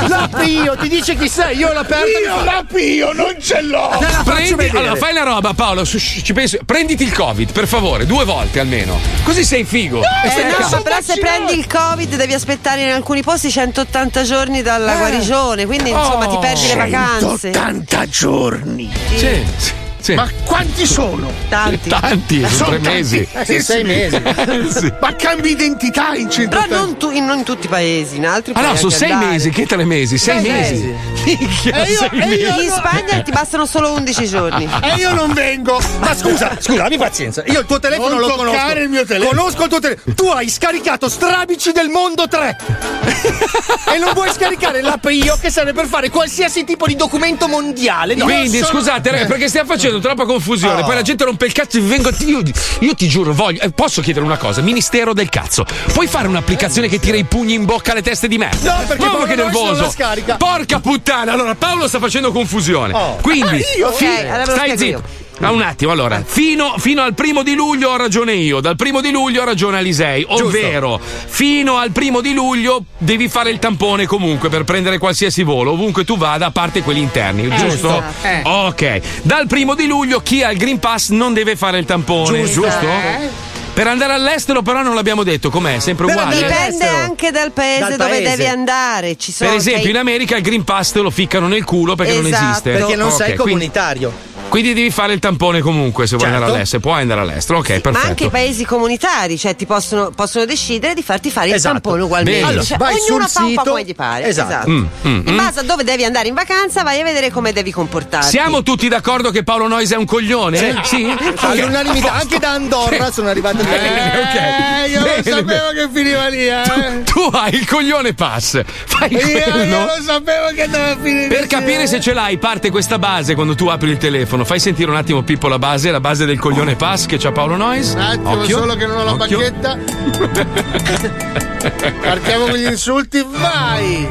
Speaker 2: L'app io ti dice chi sei, io la perdo.
Speaker 8: Io l'app io non ce l'ho.
Speaker 2: Te la faccio
Speaker 7: Prendi,
Speaker 2: vedere.
Speaker 7: allora fai una roba, Paolo. su- su- ci penso- prenditi il Covid, per favore, due volte almeno. Così sei figo. E stai
Speaker 9: Eh
Speaker 7: a
Speaker 9: no,
Speaker 7: casa.
Speaker 9: però se prendi il covid devi aspettare in alcuni posti 180 giorni
Speaker 8: Eh.
Speaker 9: dalla guarigione, quindi insomma ti perdi le vacanze.
Speaker 8: 180 giorni.
Speaker 7: Sì, sì, sì.
Speaker 8: Ma quanti sono?
Speaker 9: Tanti.
Speaker 7: Tanti, sono tre
Speaker 8: tanti.
Speaker 7: mesi.
Speaker 8: Sì,
Speaker 2: sei mesi.
Speaker 7: Sì.
Speaker 8: Ma cambi identità in centro.
Speaker 9: Però non, tu- in, non in tutti i paesi, in altri
Speaker 7: Ah no,
Speaker 9: puoi
Speaker 7: sono
Speaker 9: anche
Speaker 7: sei
Speaker 9: andare.
Speaker 7: mesi, che tre mesi? Sei
Speaker 9: Sei
Speaker 7: mesi. Minchia,
Speaker 8: E io-
Speaker 7: sei
Speaker 8: e
Speaker 7: mesi.
Speaker 8: io-
Speaker 9: In Spagna ti bastano solo 11 giorni.
Speaker 8: E io non vengo.
Speaker 2: Ma scusa, scusa, abbi pazienza. Io il tuo telefono
Speaker 8: Non
Speaker 2: lo conosco.
Speaker 8: toccare il mio telefono.
Speaker 2: Conosco il tuo telefono. Tu hai scaricato Strabici del Mondo 3. e non vuoi scaricare l'app io che serve per fare qualsiasi tipo di documento mondiale. No,
Speaker 7: Quindi
Speaker 2: sono- Eh.
Speaker 7: scusate, raga, perché stiamo facendo troppa confusione.
Speaker 2: Oh.
Speaker 7: Poi la gente rompe il cazzo e vengo. Io, io ti giuro, voglio. eh, Posso chiedere una cosa? Ministero del cazzo, puoi fare un'applicazione che tira i pugni in bocca alle teste di merda?
Speaker 2: No, perché
Speaker 7: Mamma
Speaker 2: Paolo
Speaker 7: che
Speaker 2: Nois non
Speaker 7: nervoso.
Speaker 2: la scarica.
Speaker 7: Porca puttana, allora Paolo sta facendo confusione.
Speaker 2: Oh.
Speaker 7: Quindi,
Speaker 2: Ah, io?
Speaker 7: fi-
Speaker 2: Ok, allora me lo
Speaker 7: stai
Speaker 2: spiego
Speaker 7: zitto. Ah, un attimo, allora, fino, fino al primo di luglio ho ragione io, dal primo di luglio ho ragione Alisei, ovvero fino al primo di luglio devi fare il tampone comunque per prendere qualsiasi volo, ovunque tu vada, a parte quelli interni, giusto?
Speaker 8: esatto. Eh.
Speaker 7: Ok, dal primo di luglio chi ha il Green Pass non deve fare il tampone, giusto? Per andare all'estero però non l'abbiamo detto, com'è? Sempre uguale.
Speaker 9: Dipende anche dal paese
Speaker 7: Dal
Speaker 9: dove
Speaker 7: paese.
Speaker 9: devi andare. Ci sono
Speaker 7: Per esempio, in America il Green Pass te lo ficcano nel culo perché non
Speaker 9: Esatto.
Speaker 7: esiste.
Speaker 9: Perché non
Speaker 7: Ok,
Speaker 9: sei
Speaker 7: quindi-
Speaker 2: comunitario. Certo.
Speaker 7: Quindi devi fare il tampone comunque se vuoi andare all'estero. Puoi andare all'estero, ok, perfetto.
Speaker 9: Ma anche i paesi comunitari, cioè ti possono, possono decidere di farti fare il
Speaker 7: Esatto.
Speaker 9: tampone ugualmente.
Speaker 7: Bene.
Speaker 9: Cioè,
Speaker 7: Vai sul
Speaker 9: ognuno fa un po'
Speaker 7: sito.
Speaker 9: come gli pare.
Speaker 7: Esatto. Mm,
Speaker 2: Mhm.
Speaker 7: mm,
Speaker 9: In
Speaker 7: mm.
Speaker 9: base a dove devi andare in vacanza, vai a vedere come devi comportarti.
Speaker 7: Siamo tutti d'accordo che Paolo Nois è un coglione?
Speaker 9: Sì.
Speaker 7: Sì? Ok.
Speaker 2: All'unanimità, anche da Andorra sono arrivati lì.
Speaker 7: Eh,
Speaker 2: io
Speaker 7: Bene,
Speaker 2: che finiva lì, eh.
Speaker 7: bene. Tu hai il coglione pass. Fai
Speaker 2: Io- io
Speaker 7: quello.
Speaker 2: lo sapevo che doveva finire.
Speaker 7: Per capire se ce l'hai, parte questa base quando tu apri il telefono. Fai sentire un attimo Pippo la base, la base del coglione pass che c'ha Paolo Nois.
Speaker 8: Un attimo, solo che non ho la
Speaker 7: Occhio.
Speaker 8: bacchetta. Partiamo con gli insulti, vai!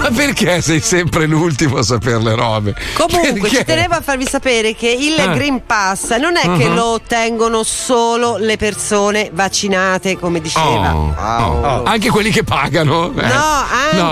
Speaker 7: Ma perché sei sempre l'ultimo a sapere le robe?
Speaker 9: Comunque,
Speaker 7: Perché?
Speaker 9: ci tenevo a farvi sapere che il
Speaker 7: Ah.
Speaker 9: Green Pass non è che
Speaker 7: Mhm.
Speaker 9: lo ottengono solo le persone vaccinate, come diceva.
Speaker 7: Oh, oh. Anche quelli che pagano. eh.
Speaker 9: No,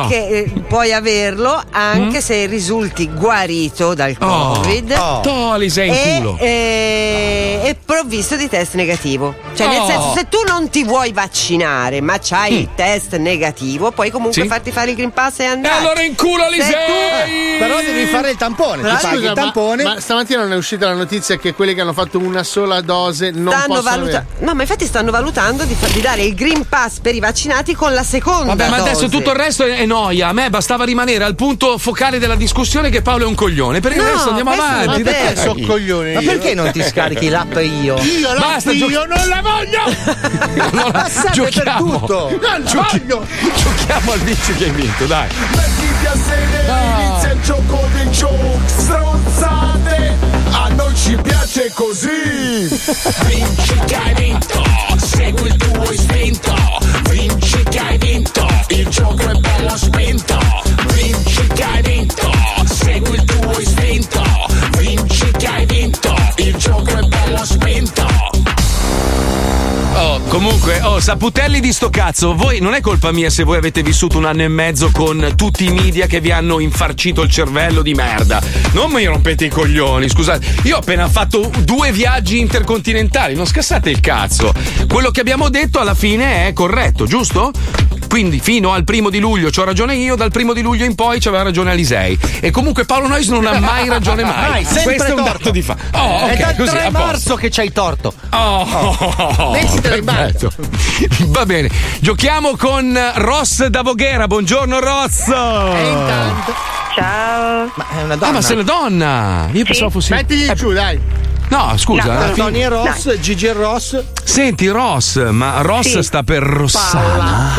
Speaker 9: anche eh, puoi averlo anche se risulti guarito dal
Speaker 7: Mm? Oh,
Speaker 9: Covid.
Speaker 7: oh. Toli, sei in
Speaker 9: e,
Speaker 7: culo.
Speaker 9: eh, e provvisto di test negativo. Cioè, nel
Speaker 7: Oh. Mm.
Speaker 9: senso, se tu non ti vuoi vaccinare, ma c'hai il test negativo, puoi comunque
Speaker 2: Sì.
Speaker 9: farti fare il Green Pass e andare.
Speaker 2: allora
Speaker 7: in culo,
Speaker 9: Se tu-
Speaker 2: Però devi fare il tampone,
Speaker 8: Però
Speaker 2: ti paghi
Speaker 8: scusa,
Speaker 2: il
Speaker 8: ma-
Speaker 2: tampone.
Speaker 8: Ma, stamattina non è uscita la notizia che quelli che hanno fatto una sola dose non
Speaker 9: Stanno
Speaker 8: possono
Speaker 9: valuta-
Speaker 8: avere.
Speaker 9: no, ma infatti stanno valutando di, fa- di dare il Green Pass per i vaccinati con la seconda.
Speaker 7: Vabbè, ma adesso
Speaker 9: dose.
Speaker 7: tutto il resto è, è noia. A me bastava rimanere al punto focale della discussione che Paolo è un coglione. Per il
Speaker 2: No,
Speaker 7: resto andiamo
Speaker 2: questo non è
Speaker 7: avanti.
Speaker 2: vero.
Speaker 7: dai.
Speaker 2: So coglione
Speaker 7: Ma
Speaker 2: io. perché non ti scarichi l'app io?
Speaker 8: Io la
Speaker 7: Basta,
Speaker 8: io
Speaker 7: giochi-
Speaker 8: non la voglio!
Speaker 7: Allora,
Speaker 8: Ma serve per
Speaker 7: giochiamo.
Speaker 8: tutto.
Speaker 7: Non voglio. Giochiamo al vizio che hai vinto, dai.
Speaker 6: Mettiti
Speaker 8: Ah.
Speaker 6: a sedere, inizia il gioco del show Stronzate, a noi ci piace così Vinci che hai vinto, segui il tuo istinto Vinci che hai vinto, il gioco è bello spento Vinci che hai vinto, segui il tuo istinto Vinci che hai vinto, il gioco è bello spento
Speaker 7: Oh, comunque, oh, saputelli di sto cazzo, voi non è colpa mia se voi avete vissuto un anno e mezzo con tutti i media che vi hanno infarcito il cervello di merda. Non mi rompete i coglioni, scusate. Io ho appena fatto due viaggi intercontinentali, non scassate il cazzo. Quello che abbiamo detto alla fine è corretto, giusto? Quindi fino al primo di luglio c'ho ragione io, dal primo di luglio in poi c'aveva ragione Alisei. E comunque Paolo Nois non ha mai ragione mai.
Speaker 5: Mai, sempre
Speaker 7: Questo è un
Speaker 5: torto.
Speaker 7: dato di fa. Oh,
Speaker 5: È
Speaker 7: ok,
Speaker 5: dal
Speaker 7: così,
Speaker 5: 3
Speaker 7: a posto.
Speaker 5: marzo che c'hai torto.
Speaker 7: Oh,
Speaker 5: Leggitelo in
Speaker 7: perfetto. Va bene, giochiamo con Ross da Voghera. Buongiorno Ross.
Speaker 8: Eh,
Speaker 27: Ciao.
Speaker 7: Ma è una donna. Ah, ma sei una donna. Io pensavo fossi Eh,
Speaker 27: Eh,
Speaker 8: Mettigli giù, dai.
Speaker 7: No, scusa. eh.
Speaker 2: Tony e Ross, Gigi e Ross.
Speaker 7: Senti Ross, ma Ross
Speaker 27: Sì.
Speaker 7: sta per Rossana.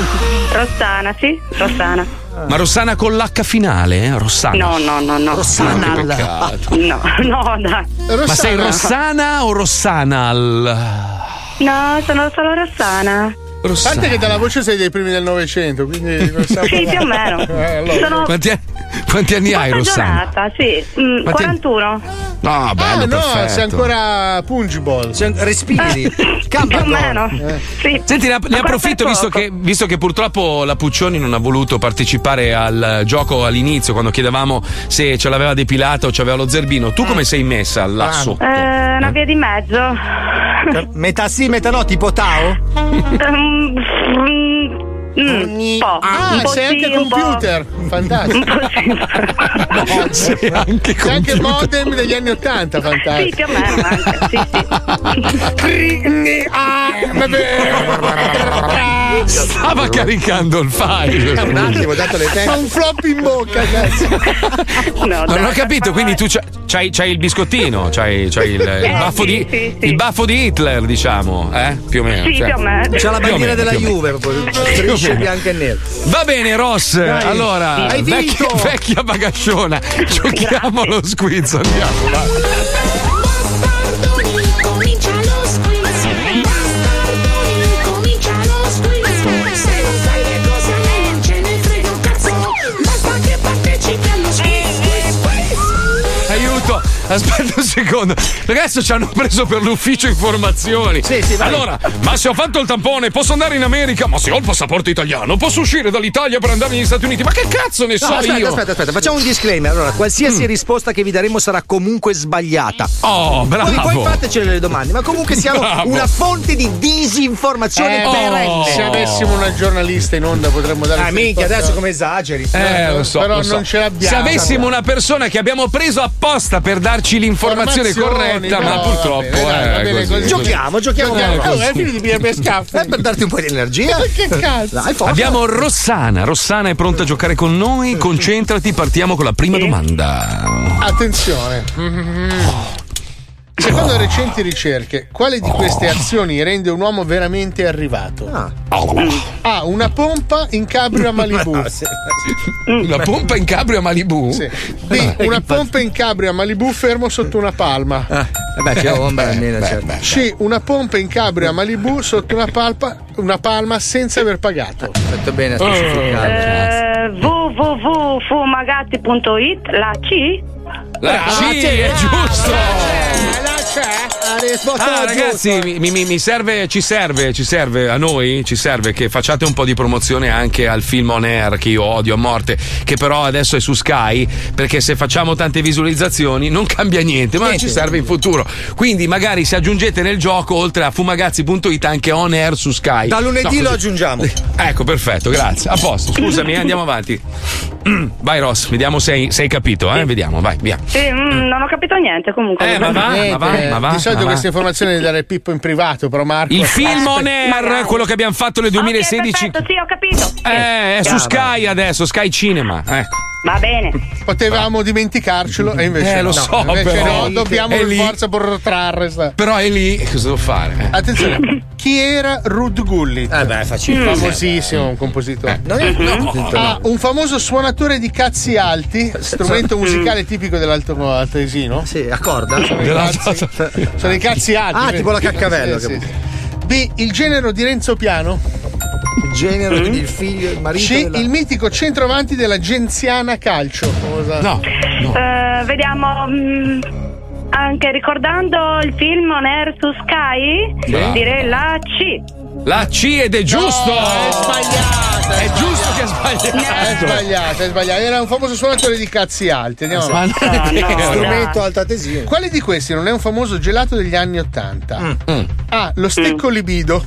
Speaker 27: Rossana, sì? Rossana.
Speaker 7: Ma Rossana con l'H finale, eh? Rossana.
Speaker 27: No, no, no, no.
Speaker 7: Rossana. Che peccato.
Speaker 27: No, no, dai.
Speaker 7: Ma sei Rossana o Rossanal?
Speaker 27: No, sono solo Rossana.
Speaker 8: A parte che dalla voce sei dei primi del Novecento, quindi non stiamo
Speaker 27: Sì, più o meno.
Speaker 8: parlando. Eh, allora.
Speaker 27: Sono
Speaker 7: Quanti, quanti anni hai Rossana?
Speaker 27: stagionata, sì. Mm,
Speaker 7: Ma te-
Speaker 27: 41.
Speaker 7: No, bello,
Speaker 8: ah, no,
Speaker 7: perfetto.
Speaker 8: sei ancora pungible.
Speaker 27: respiri. Eh, Più o meno.
Speaker 8: Eh.
Speaker 27: Sì.
Speaker 7: Senti, ne, ne
Speaker 27: Ma
Speaker 7: approfitto
Speaker 27: guarda
Speaker 7: visto che, visto che purtroppo la Puccioni non ha voluto partecipare al gioco all'inizio quando chiedevamo se ce l'aveva depilata o c'aveva lo zerbino. Tu come sei messa là sotto?
Speaker 27: Eh, una via di mezzo.
Speaker 2: Cioè,
Speaker 5: Metà sì, metà no, tipo Tao?
Speaker 27: Mm, mm, un po'.
Speaker 8: Ah,
Speaker 27: un po'
Speaker 8: sei
Speaker 27: sì,
Speaker 8: anche
Speaker 27: un po'.
Speaker 8: computer. Fantastico.
Speaker 7: sei anche
Speaker 8: Sei anche modem degli anni 80, fantastico.
Speaker 27: Sì, più o meno anche. Sì,
Speaker 8: ah,
Speaker 7: Stava caricando il file.
Speaker 8: Un attimo, dato le teste. Fa un flop in bocca, cazzo.
Speaker 7: Non ho capito, quindi tu c'hai, c'hai- c'hai il biscottino, c'hai, c'hai il, il
Speaker 27: Eh,
Speaker 7: baffo
Speaker 27: sì,
Speaker 7: di,
Speaker 27: sì,
Speaker 7: il baffo di Hitler, diciamo, eh? Più o meno.
Speaker 27: Sì,
Speaker 7: cioè.
Speaker 27: più o meno.
Speaker 7: Più
Speaker 2: C'ha la
Speaker 7: o
Speaker 2: bandiera
Speaker 7: meno,
Speaker 2: della
Speaker 7: più o meno.
Speaker 2: Juve, proprio, strisce
Speaker 7: meno.
Speaker 2: bianche e nere.
Speaker 7: Va bene, Ross.
Speaker 2: Dai.
Speaker 7: Allora,
Speaker 2: Hai
Speaker 7: vecchia,
Speaker 2: vinto.
Speaker 7: vecchia bagasciona. Giochiamo allo squizzo. Andiamo, va.
Speaker 6: Comincia lo squiz, bastardoni, comincia lo squiz Se non sai le cose a lei non ce ne frega un cazzo Basta che partecipi allo squiz, squiz, squiz
Speaker 7: Aiuto, aspetta un secondo. Perché adesso ci hanno preso per l'ufficio informazioni.
Speaker 6: Sì, sì, vai.
Speaker 7: allora, ma se ho fatto il tampone, posso andare in America? Ma se ho il passaporto italiano, posso uscire dall'Italia per andare negli Stati Uniti? Ma che cazzo ne
Speaker 2: No,
Speaker 7: so
Speaker 2: aspetta,
Speaker 7: io? Mm.
Speaker 2: aspetta, aspetta, facciamo un disclaimer. Allora, qualsiasi risposta che vi daremo sarà comunque sbagliata.
Speaker 7: Oh, bravo.
Speaker 2: Poi, poi fatecene le domande, ma comunque siamo
Speaker 8: Bravo.
Speaker 2: una fonte di disinformazione
Speaker 8: Eh, oh,
Speaker 2: perenne.
Speaker 8: se avessimo una giornalista in onda potremmo dare.
Speaker 2: Ah, minchia, adesso come
Speaker 8: esageri.
Speaker 7: Eh, lo so.
Speaker 8: Però
Speaker 7: lo so.
Speaker 8: non ce l'abbiamo.
Speaker 7: Se avessimo una persona che abbiamo preso apposta per darci l'informazione
Speaker 8: Informazioni,
Speaker 7: corretta,
Speaker 8: no,
Speaker 7: ma
Speaker 8: va
Speaker 7: purtroppo.
Speaker 8: bene, dai, va
Speaker 7: eh,
Speaker 8: bene
Speaker 7: così, Eh,
Speaker 8: così.
Speaker 2: Giochiamo, giochiamo.
Speaker 8: Giochiamo.
Speaker 2: Oh,
Speaker 8: Eh,
Speaker 2: Allora,
Speaker 8: Allora, figli di Pierre Pescaffo.
Speaker 2: per darti un po' di energia.
Speaker 8: Ma che cazzo?
Speaker 2: Dai, forza.
Speaker 7: Abbiamo Rossana. Rossana è pronta a giocare con noi. Concentrati, partiamo con la prima domanda.
Speaker 8: Attenzione. Secondo recenti ricerche, quale di queste azioni rende un uomo veramente arrivato?
Speaker 7: Ah.
Speaker 8: A. Una pompa in cabrio a Malibu.
Speaker 7: Ah, Una pompa in cabrio a Malibu? Ah,
Speaker 8: Sì. B. Una pompa in cabrio a Malibu fermo sotto una palma.
Speaker 7: Ah,
Speaker 2: vabbè, c'è ombra
Speaker 8: Eh,
Speaker 2: almeno,
Speaker 8: beh,
Speaker 2: certo.
Speaker 8: beh, C. Una pompa in cabrio a Malibu sotto una, palpa- una palma senza aver pagato. Fatto bene
Speaker 7: Oh.
Speaker 13: a specificare. Eh, www.fumagazzi.it La C?
Speaker 7: La C è giusto.
Speaker 8: La risposta
Speaker 7: Ah,
Speaker 8: era
Speaker 7: ragazzi,
Speaker 2: eh.
Speaker 7: mi, mi- mi serve, ci serve, ci serve a noi, ci serve che facciate un po' di promozione anche al film on air che io odio a morte, che però adesso è su Sky, perché se facciamo tante visualizzazioni non cambia niente, ma ci serve in futuro. Quindi magari se aggiungete nel gioco, oltre a fumagazzi.it, anche on air su Sky.
Speaker 2: Da lunedì
Speaker 7: No,
Speaker 2: lo
Speaker 7: così-
Speaker 2: aggiungiamo.
Speaker 7: Ecco, perfetto, grazie. A posto, scusami, eh, andiamo avanti. Mm, Vai Ross, vediamo se hai, se hai capito, eh? Vediamo, vai, via.
Speaker 27: Sì, mm, non ho capito niente comunque.
Speaker 7: Eh, ma va, ma va,
Speaker 8: Eh,
Speaker 7: ma va.
Speaker 8: di solito
Speaker 7: ma va.
Speaker 8: queste informazioni le dare Pippo in privato, però Marco.
Speaker 7: Il film on air,
Speaker 8: Magari.
Speaker 7: quello che abbiamo fatto nel 2016.
Speaker 27: Sì, ho capito.
Speaker 7: Eh, è su Sky adesso, Sky Cinema. Ecco.
Speaker 27: Va bene.
Speaker 8: Potevamo dimenticarcelo e invece
Speaker 7: Eh, lo
Speaker 8: no.
Speaker 7: so,
Speaker 8: Invece
Speaker 7: però-
Speaker 8: no, dobbiamo
Speaker 7: è
Speaker 8: per
Speaker 7: lì.
Speaker 8: forza protrarre sta-
Speaker 7: Però è lì, cosa devo fare?
Speaker 8: Attenzione, chi era Rud Gullit? Eh
Speaker 2: beh,
Speaker 7: facile.
Speaker 8: Famosissimo, un compositore.
Speaker 2: No,
Speaker 3: Eh,
Speaker 2: no, no.
Speaker 8: Ah, un famoso suonatore di cazzi alti, strumento
Speaker 2: Mm.
Speaker 8: musicale tipico dell'alto altesino.
Speaker 2: Sì, a corda.
Speaker 8: Sono i cazzi, sono i cazzi alti.
Speaker 2: Ah,
Speaker 8: vedi?
Speaker 2: tipo la Caccavello
Speaker 8: Sì,
Speaker 2: che-
Speaker 8: sì, sì. B. Il genero di Renzo Piano. Il
Speaker 2: genero, Mm. quindi il figlio, il marito
Speaker 8: C.
Speaker 2: della-
Speaker 8: Il mitico centravanti della Genziana Calcio. Cosa?
Speaker 27: Eh, vediamo. mm, anche ricordando il film On Air su Sky,
Speaker 7: Bravo.
Speaker 27: direi la C.
Speaker 7: La C ed è giusto!
Speaker 8: è sbagliata! È,
Speaker 7: giusto che è sbagliata!
Speaker 8: Eh, È sbagliata, è sbagliata. Era un famoso suonatore di cazzi alti. Andiamo
Speaker 7: Ma
Speaker 8: avanti.
Speaker 7: non è Ah, no, vero. dai.
Speaker 8: Strumento altatesino. Quale di questi non è un famoso gelato degli anni Ottanta? A. Lo stecco libido.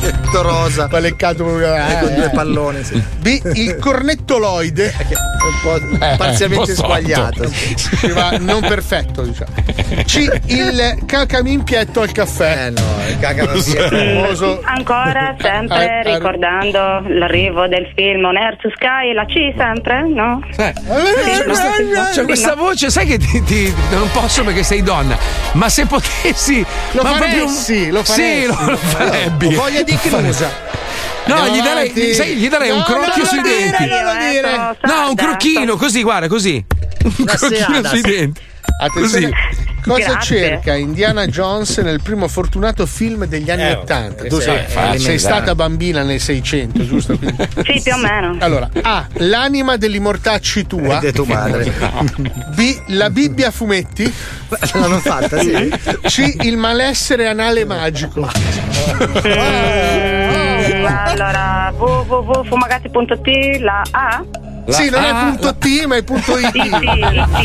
Speaker 8: Letto rosa. Paleccato
Speaker 2: Eh, con due palloni, sì.
Speaker 8: B. Il cornettoloide. Eh, Un po'
Speaker 2: parzialmente Un po' sotto. sbagliato.
Speaker 8: Ci va non perfetto, diciamo. C. Il cacaminpietto al caffè. Eh no, il
Speaker 2: cacaminpietto.
Speaker 8: famoso.
Speaker 27: Ancora, sempre
Speaker 8: Ah, ah.
Speaker 27: ricordando l'arrivo del film On Air su Sky, la C sempre, no?
Speaker 8: Eh,
Speaker 7: C'è questa, c'è questa voce, sai che ti, ti- non posso perché sei donna, ma se potessi.
Speaker 8: Lo
Speaker 7: ma proprio-
Speaker 8: faresti, lo
Speaker 7: Sì,
Speaker 8: faresti.
Speaker 7: lo, lo farebbe.
Speaker 8: Ho voglia di chiusa.
Speaker 7: No,
Speaker 8: Andiamo
Speaker 7: gli darei,
Speaker 8: avanti.
Speaker 7: gli- sai, gli darei
Speaker 8: No,
Speaker 7: un crocchio
Speaker 8: non lo
Speaker 7: sui
Speaker 8: dire,
Speaker 7: denti.
Speaker 8: non lo dire.
Speaker 7: No, un crocchino, così, guarda, così. Un
Speaker 8: Ecco, La
Speaker 7: crocchino
Speaker 8: serata.
Speaker 7: sui denti.
Speaker 8: Attenzione.
Speaker 7: Così.
Speaker 8: Cosa
Speaker 7: Grazie.
Speaker 8: cerca Indiana Jones nel primo fortunato film degli anni Ottanta? Tu
Speaker 2: Eh, sì,
Speaker 8: sai,
Speaker 2: è facile.
Speaker 8: sei stata bambina nel 600, giusto? Quindi-
Speaker 27: Sì, più o meno.
Speaker 8: Allora, A. L'anima dell'immortacci tua.
Speaker 2: Ed è tua madre.
Speaker 8: B. La Bibbia a fumetti.
Speaker 2: L'hanno fatta, sì.
Speaker 8: C. Il malessere anale magico.
Speaker 27: Mm, allora, boh. www.fumagazzi.it, la A?
Speaker 8: sì, non è punto T, ma è punto IT.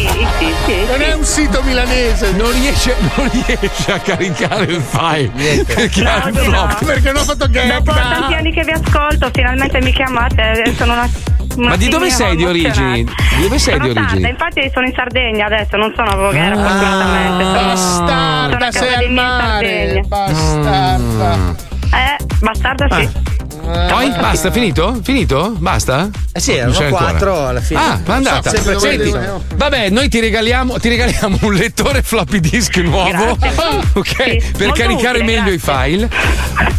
Speaker 8: non è un sito milanese.
Speaker 7: Non riesce, non riesce a caricare il file. Perché ha il flop.
Speaker 8: Ah, Perché non ho fatto gag.
Speaker 27: Dopo tanti anni che vi ascolto, finalmente mi chiamate. eh, Sono una. una
Speaker 7: Ma di dove
Speaker 27: signora
Speaker 7: sei di
Speaker 27: emozionata.
Speaker 7: origini? Di dove sei
Speaker 27: sono
Speaker 7: di
Speaker 27: sarda,
Speaker 7: origini?
Speaker 27: infatti sono in Sardegna adesso, non sono a Voghera
Speaker 7: Ah.
Speaker 27: fortunatamente. Sono,
Speaker 8: bastarda,
Speaker 27: sono a casa
Speaker 8: sei
Speaker 27: dei
Speaker 8: al
Speaker 27: miei in
Speaker 8: mare,
Speaker 27: Sardegna.
Speaker 8: Bastarda.
Speaker 7: Mm.
Speaker 8: Eh.
Speaker 27: Eh, bastarda sì.
Speaker 7: Poi basta, finito? Finito? Basta? Eh
Speaker 2: sì, erano quattro alla fine.
Speaker 7: Ah, ma è andata.
Speaker 2: So, sempre dove
Speaker 7: Senti,
Speaker 2: devo-
Speaker 7: vabbè, noi ti regaliamo, ti regaliamo un lettore floppy disk nuovo, ok? per
Speaker 6: molto
Speaker 7: caricare
Speaker 6: utile,
Speaker 7: meglio i file.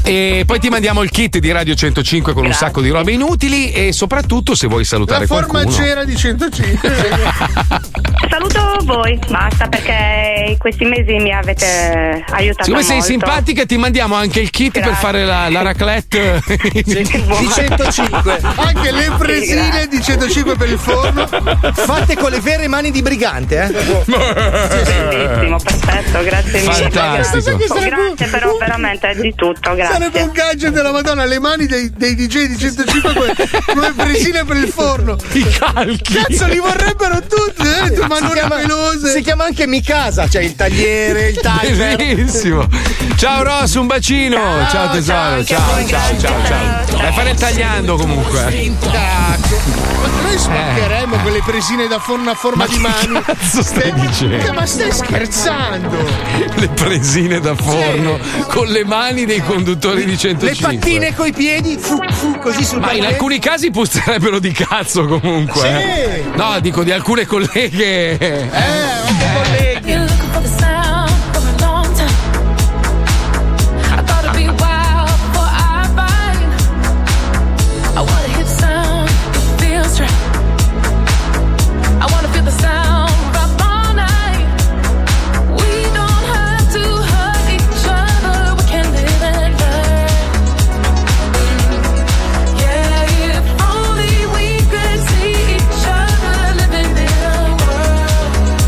Speaker 7: E poi ti mandiamo il kit di Radio 105 con un sacco di robe inutili e soprattutto se vuoi
Speaker 8: La
Speaker 7: salutare qualcuno.
Speaker 8: formaggera di 105.
Speaker 27: Saluto voi, basta perché in questi mesi mi avete aiutato
Speaker 7: Siccome sei
Speaker 27: molto.
Speaker 7: simpatica, ti mandiamo anche il kit per fare la, la raclette in
Speaker 2: di 105
Speaker 8: Anche le presine di 105 per il forno.
Speaker 2: fatte con le vere mani di brigante eh?
Speaker 27: Bellissimo, perfetto, grazie mille.
Speaker 8: Fantastico.
Speaker 27: Oh, grazie però veramente è di tutto, grazie.
Speaker 8: Sarebbe un gadget della Madonna, le mani dei, dei DJ di 105 come, come presine per il forno.
Speaker 2: I calchi.
Speaker 8: Cazzo, li vorrebbero tutti, eh, tu
Speaker 2: si,
Speaker 8: mangia
Speaker 2: chiama,
Speaker 8: pelose.
Speaker 2: si chiama anche Mikasa, cioè il tagliere, il timer.
Speaker 7: Bellissimo. Ciao Ross, un bacino. Ciao, tesoro. Ciao, ciao, ciao, ciao. Dai, fare il tagliando comunque.
Speaker 8: Ma Noi
Speaker 7: Eh.
Speaker 8: spaccheremmo quelle presine da forno a forma di mani.
Speaker 7: Cazzo stai dicendo?
Speaker 8: Ma stai scherzando?
Speaker 7: Le presine da forno con le mani dei conduttori di
Speaker 2: Le
Speaker 7: 105.
Speaker 2: pattine coi piedi, fu, fu, così sul
Speaker 7: Ma in
Speaker 2: parquet.
Speaker 7: alcuni casi puzzerebbero di cazzo comunque. eh. No, dico di alcune colleghe. Eh,
Speaker 28: You're looking for the sound for a long time. I thought it'd be a while before I find. I want a hip sound that feels right. I wanna feel the sound rock all night. We don't have to hurt each other. We can live and learn. Yeah, if only we could see each other living in a world.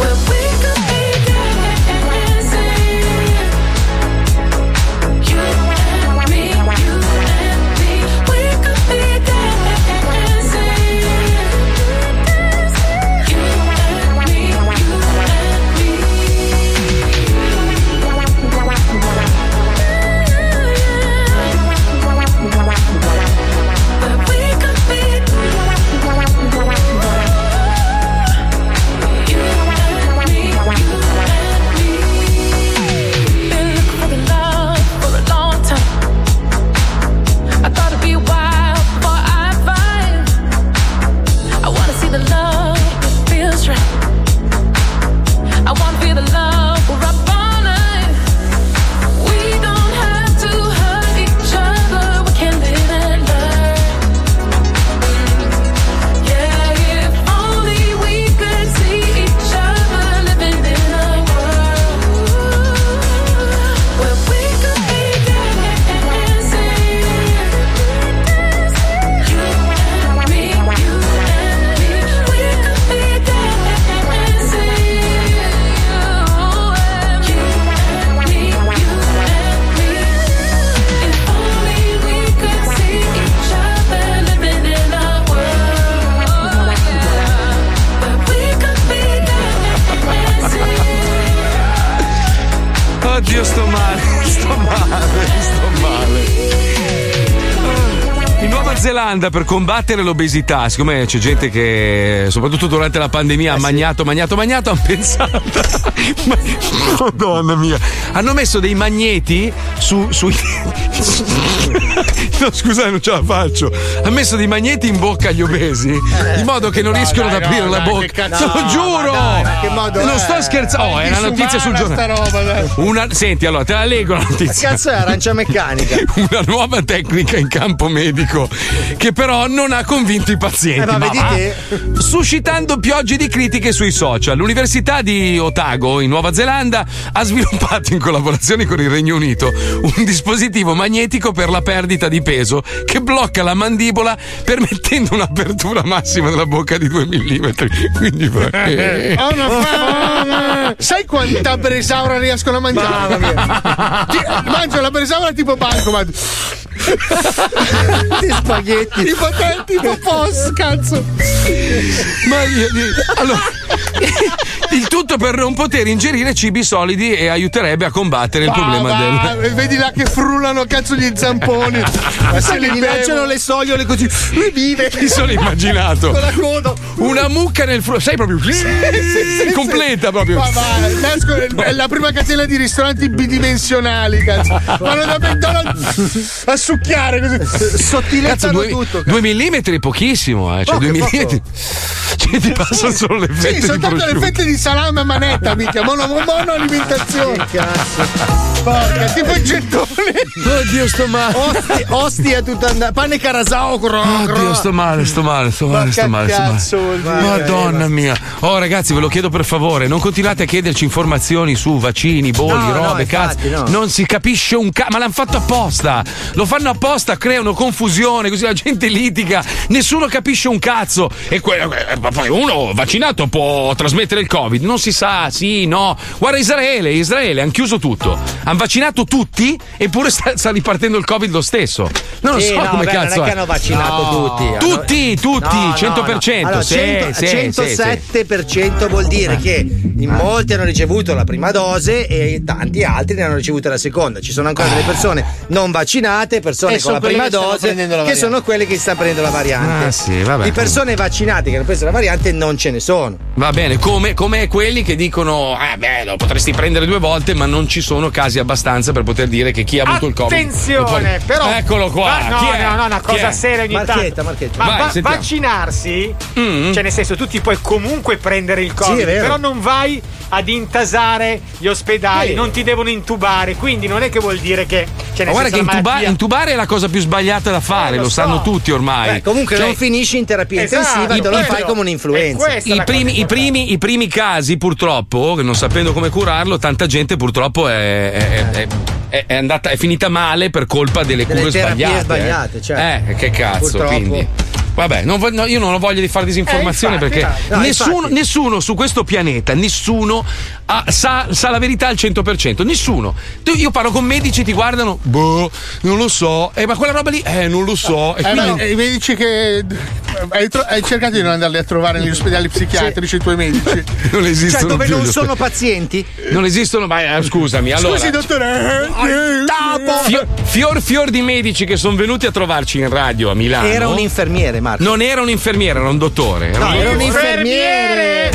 Speaker 28: Where we could be dancing, you and me, you and me. We could be dancing, you and me, you and me. Where we could be, you and me, you and me. Been looking for the love for a long time. I thought it'd be a while before I find. I wanna see the love that feels right. I wanna feel the love we're up all night. We don't have to hurt each other. We can live and learn. Yeah, if only we could see each other living in a world. Where we could be dancing, you and me, you and me. We could be dancing, you and me, you and me. If only we could see each other living in a world, where we could be dancing.
Speaker 7: Oddio, sto male, sto male, sto male. In Nuova Zelanda per combattere l'obesità, siccome c'è gente che, soprattutto durante la pandemia,
Speaker 8: Eh
Speaker 7: ha magnato, magnato, magnato, hanno pensato. Ma, Madonna mia! Hanno messo dei magneti su, sui. No, scusa, non ce la faccio. Hanno messo dei magneti in bocca agli obesi, in modo che non
Speaker 8: No,
Speaker 7: riescono
Speaker 8: Eh, dai,
Speaker 7: ad aprire
Speaker 8: no,
Speaker 7: la
Speaker 8: dai,
Speaker 7: bocca.
Speaker 8: che cazzo-
Speaker 7: Te lo
Speaker 8: No,
Speaker 7: giuro!
Speaker 8: ma dai, ma che modo
Speaker 7: non
Speaker 8: è?
Speaker 7: sto scherzando. Oh, è una
Speaker 8: Disumana
Speaker 7: notizia sul giornale.
Speaker 8: sta roba, dai.
Speaker 7: Una- senti, allora, te la leggo la notizia.
Speaker 2: Ma cazzo è arancia meccanica?
Speaker 7: Una nuova tecnica in campo medico che però non ha convinto i pazienti.
Speaker 2: Eh, ma vedi
Speaker 7: va.
Speaker 2: te.
Speaker 7: Suscitando piogge di critiche sui social, l'Università di Otago in Nuova Zelanda ha sviluppato in collaborazione con il Regno Unito un dispositivo magnetico per la perdita di peso che blocca la mandibola permettendo un'apertura massima della bocca di 2 mm. Quindi va- Eh.
Speaker 8: Ho una fame. Sai quanta bresaura riescono a mangiare? Ti- mangio la bresaura tipo banco, ma. Ti spaghetti. Tipo te, tipo post, cazzo.
Speaker 7: Ma io- io- allora, il tutto per non poter ingerire cibi solidi e aiuterebbe a combattere il
Speaker 8: Ah,
Speaker 7: problema
Speaker 8: va,
Speaker 7: del.
Speaker 8: Vedi là che frullano cazzo gli zamponi.
Speaker 7: Ma
Speaker 8: Ma
Speaker 7: se
Speaker 8: se
Speaker 7: li
Speaker 8: li
Speaker 7: bevo.
Speaker 8: lanciano le sogliole così. Lui vive.
Speaker 7: Mi sono immaginato.
Speaker 8: Con la coda.
Speaker 7: Una mucca nel frutto, sai proprio. completa proprio.
Speaker 8: Ma vai, nasco- è la prima catena di ristoranti bidimensionali, cazzo. Vanno da McDonald's a succhiare così.
Speaker 7: Cazzo,
Speaker 8: Eh, Sottilettano
Speaker 7: due,
Speaker 8: tutto.
Speaker 7: due millimetri è pochissimo, eh. Cioè,
Speaker 8: Poco,
Speaker 7: due
Speaker 8: poco.
Speaker 7: millimetri. Cioè, ti passano solo le
Speaker 8: Sì,
Speaker 7: fette di
Speaker 8: soltanto le
Speaker 7: prosciutto.
Speaker 8: fette di di salame a manetta, mica. Mono, mono alimentazione. Che cazzo. Porca, tipo il gettone.
Speaker 7: Oddio, sto male.
Speaker 8: Osti, osti è tutta andata. Pane carasao, gro,
Speaker 7: Oddio, sto male, sto male, sto male, sto male. Sto male.
Speaker 8: Cazzo vuol dire?
Speaker 7: Madonna mia. Oh, ragazzi, ve lo chiedo per favore, non continuate a chiederci informazioni su vaccini, bolli,
Speaker 12: No, no,
Speaker 7: robe,
Speaker 12: infatti,
Speaker 7: cazzo.
Speaker 12: no.
Speaker 7: Non si capisce un cazzo. Ma l'hanno fatto apposta. Lo fanno apposta, creano confusione, così la gente litiga. Nessuno capisce un cazzo. E que- eh, ma poi uno vaccinato può trasmettere il Covid. Non si sa, sì, no. Guarda Israele, Israele, hanno chiuso tutto. Hanno vaccinato tutti, eppure sta, sta ripartendo il Covid lo stesso. Non lo
Speaker 2: Sì,
Speaker 7: so
Speaker 2: no,
Speaker 7: come
Speaker 2: beh, non
Speaker 7: cazzo.
Speaker 2: è che hanno vaccinato tutti, hanno-
Speaker 7: Tutti, tutti,
Speaker 2: No, no,
Speaker 7: 100%.
Speaker 2: no. Allora,
Speaker 7: sì,
Speaker 2: 100
Speaker 7: sì, Ah. sì, sì.
Speaker 2: 107% vuol dire che in molti hanno ricevuto la prima dose e tanti altri ne hanno ricevuto la seconda. Ci sono
Speaker 7: Ah.
Speaker 2: ancora delle persone non vaccinate, persone
Speaker 8: E
Speaker 2: con
Speaker 8: sono
Speaker 2: la
Speaker 8: quelle
Speaker 2: prima
Speaker 8: che stanno
Speaker 2: dose,
Speaker 8: prendendo la
Speaker 2: che
Speaker 8: variante.
Speaker 2: sono quelle che stanno prendendo la variante.
Speaker 7: Ah, sì, vabbè.
Speaker 2: Di persone vaccinate che hanno preso la variante non ce ne sono.
Speaker 7: Va bene, come, come quelli che dicono: Ah, beh, lo potresti prendere due volte, ma non ci sono casi abbastanza per poter dire che chi ha avuto il Covid.
Speaker 3: Attenzione, però.
Speaker 7: Eccolo qua.
Speaker 3: Va- no,
Speaker 7: chi è?
Speaker 3: no, no, una
Speaker 7: Chi
Speaker 3: cosa
Speaker 7: è?
Speaker 3: seria ogni tanto. Ma
Speaker 7: Vai,
Speaker 3: va-
Speaker 7: sentiamo. Mm.
Speaker 3: vaccinarsi, cioè nel senso, tu ti puoi comunque prendere il Covid,
Speaker 2: Sì, è vero.
Speaker 3: però non vai ad intasare gli ospedali,
Speaker 2: Sì.
Speaker 3: non ti devono intubare, quindi non è che vuol dire che. Cioè,
Speaker 7: Ma
Speaker 3: nel
Speaker 7: guarda
Speaker 3: senso,
Speaker 7: che
Speaker 3: la
Speaker 7: intuba-
Speaker 3: malattia-
Speaker 7: intubare è la cosa più sbagliata da fare,
Speaker 3: lo
Speaker 7: lo, sanno
Speaker 3: so.
Speaker 7: tutti ormai.
Speaker 2: Eh, Beh, comunque
Speaker 7: Cioè,
Speaker 2: non finisci in terapia
Speaker 3: Esatto,
Speaker 2: intensiva, te lo
Speaker 3: quello.
Speaker 2: fai come un'influenza.
Speaker 3: È questa
Speaker 7: I
Speaker 3: la cosa
Speaker 7: primi, i primi- i primi casi, purtroppo, che non sapendo come curarlo, tanta gente purtroppo è, è- è- è- è andata, è finita male per colpa delle
Speaker 2: Delle
Speaker 7: cure
Speaker 2: terapie
Speaker 7: sbagliate. eh.
Speaker 2: sbagliate, certo.
Speaker 7: Eh, che cazzo,
Speaker 2: Purtroppo.
Speaker 7: quindi. Vabbè, non voglio- no, io non ho voglia di fare disinformazione
Speaker 2: Eh, infatti,
Speaker 7: perché
Speaker 2: no. No,
Speaker 7: nessuno,
Speaker 2: infatti.
Speaker 7: nessuno su questo pianeta, nessuno ha- sa, sa la verità al 100%. Nessuno. Tu- Io parlo con medici, ti guardano, boh, non lo so. Eh, ma quella roba lì, eh, non lo so. E
Speaker 8: Eh,
Speaker 7: quindi-
Speaker 8: ma, eh, mi dici che hai, tro- hai cercato di non andarli a trovare negli ospedali psichiatrici i tuoi medici
Speaker 7: Certo, Non esistono
Speaker 8: cioè dove
Speaker 7: più
Speaker 8: non
Speaker 7: gli
Speaker 8: sono
Speaker 7: ospedali.
Speaker 8: pazienti
Speaker 7: Non esistono, ma eh, scusami, allora.
Speaker 8: scusi dottore eh,
Speaker 7: Fior, fior fior di medici che sono venuti a trovarci in radio a Milano.
Speaker 2: Era un infermiere, Marco.
Speaker 7: Non era un infermiere, era un dottore. Era
Speaker 2: No,
Speaker 7: un-
Speaker 2: era un infermiere.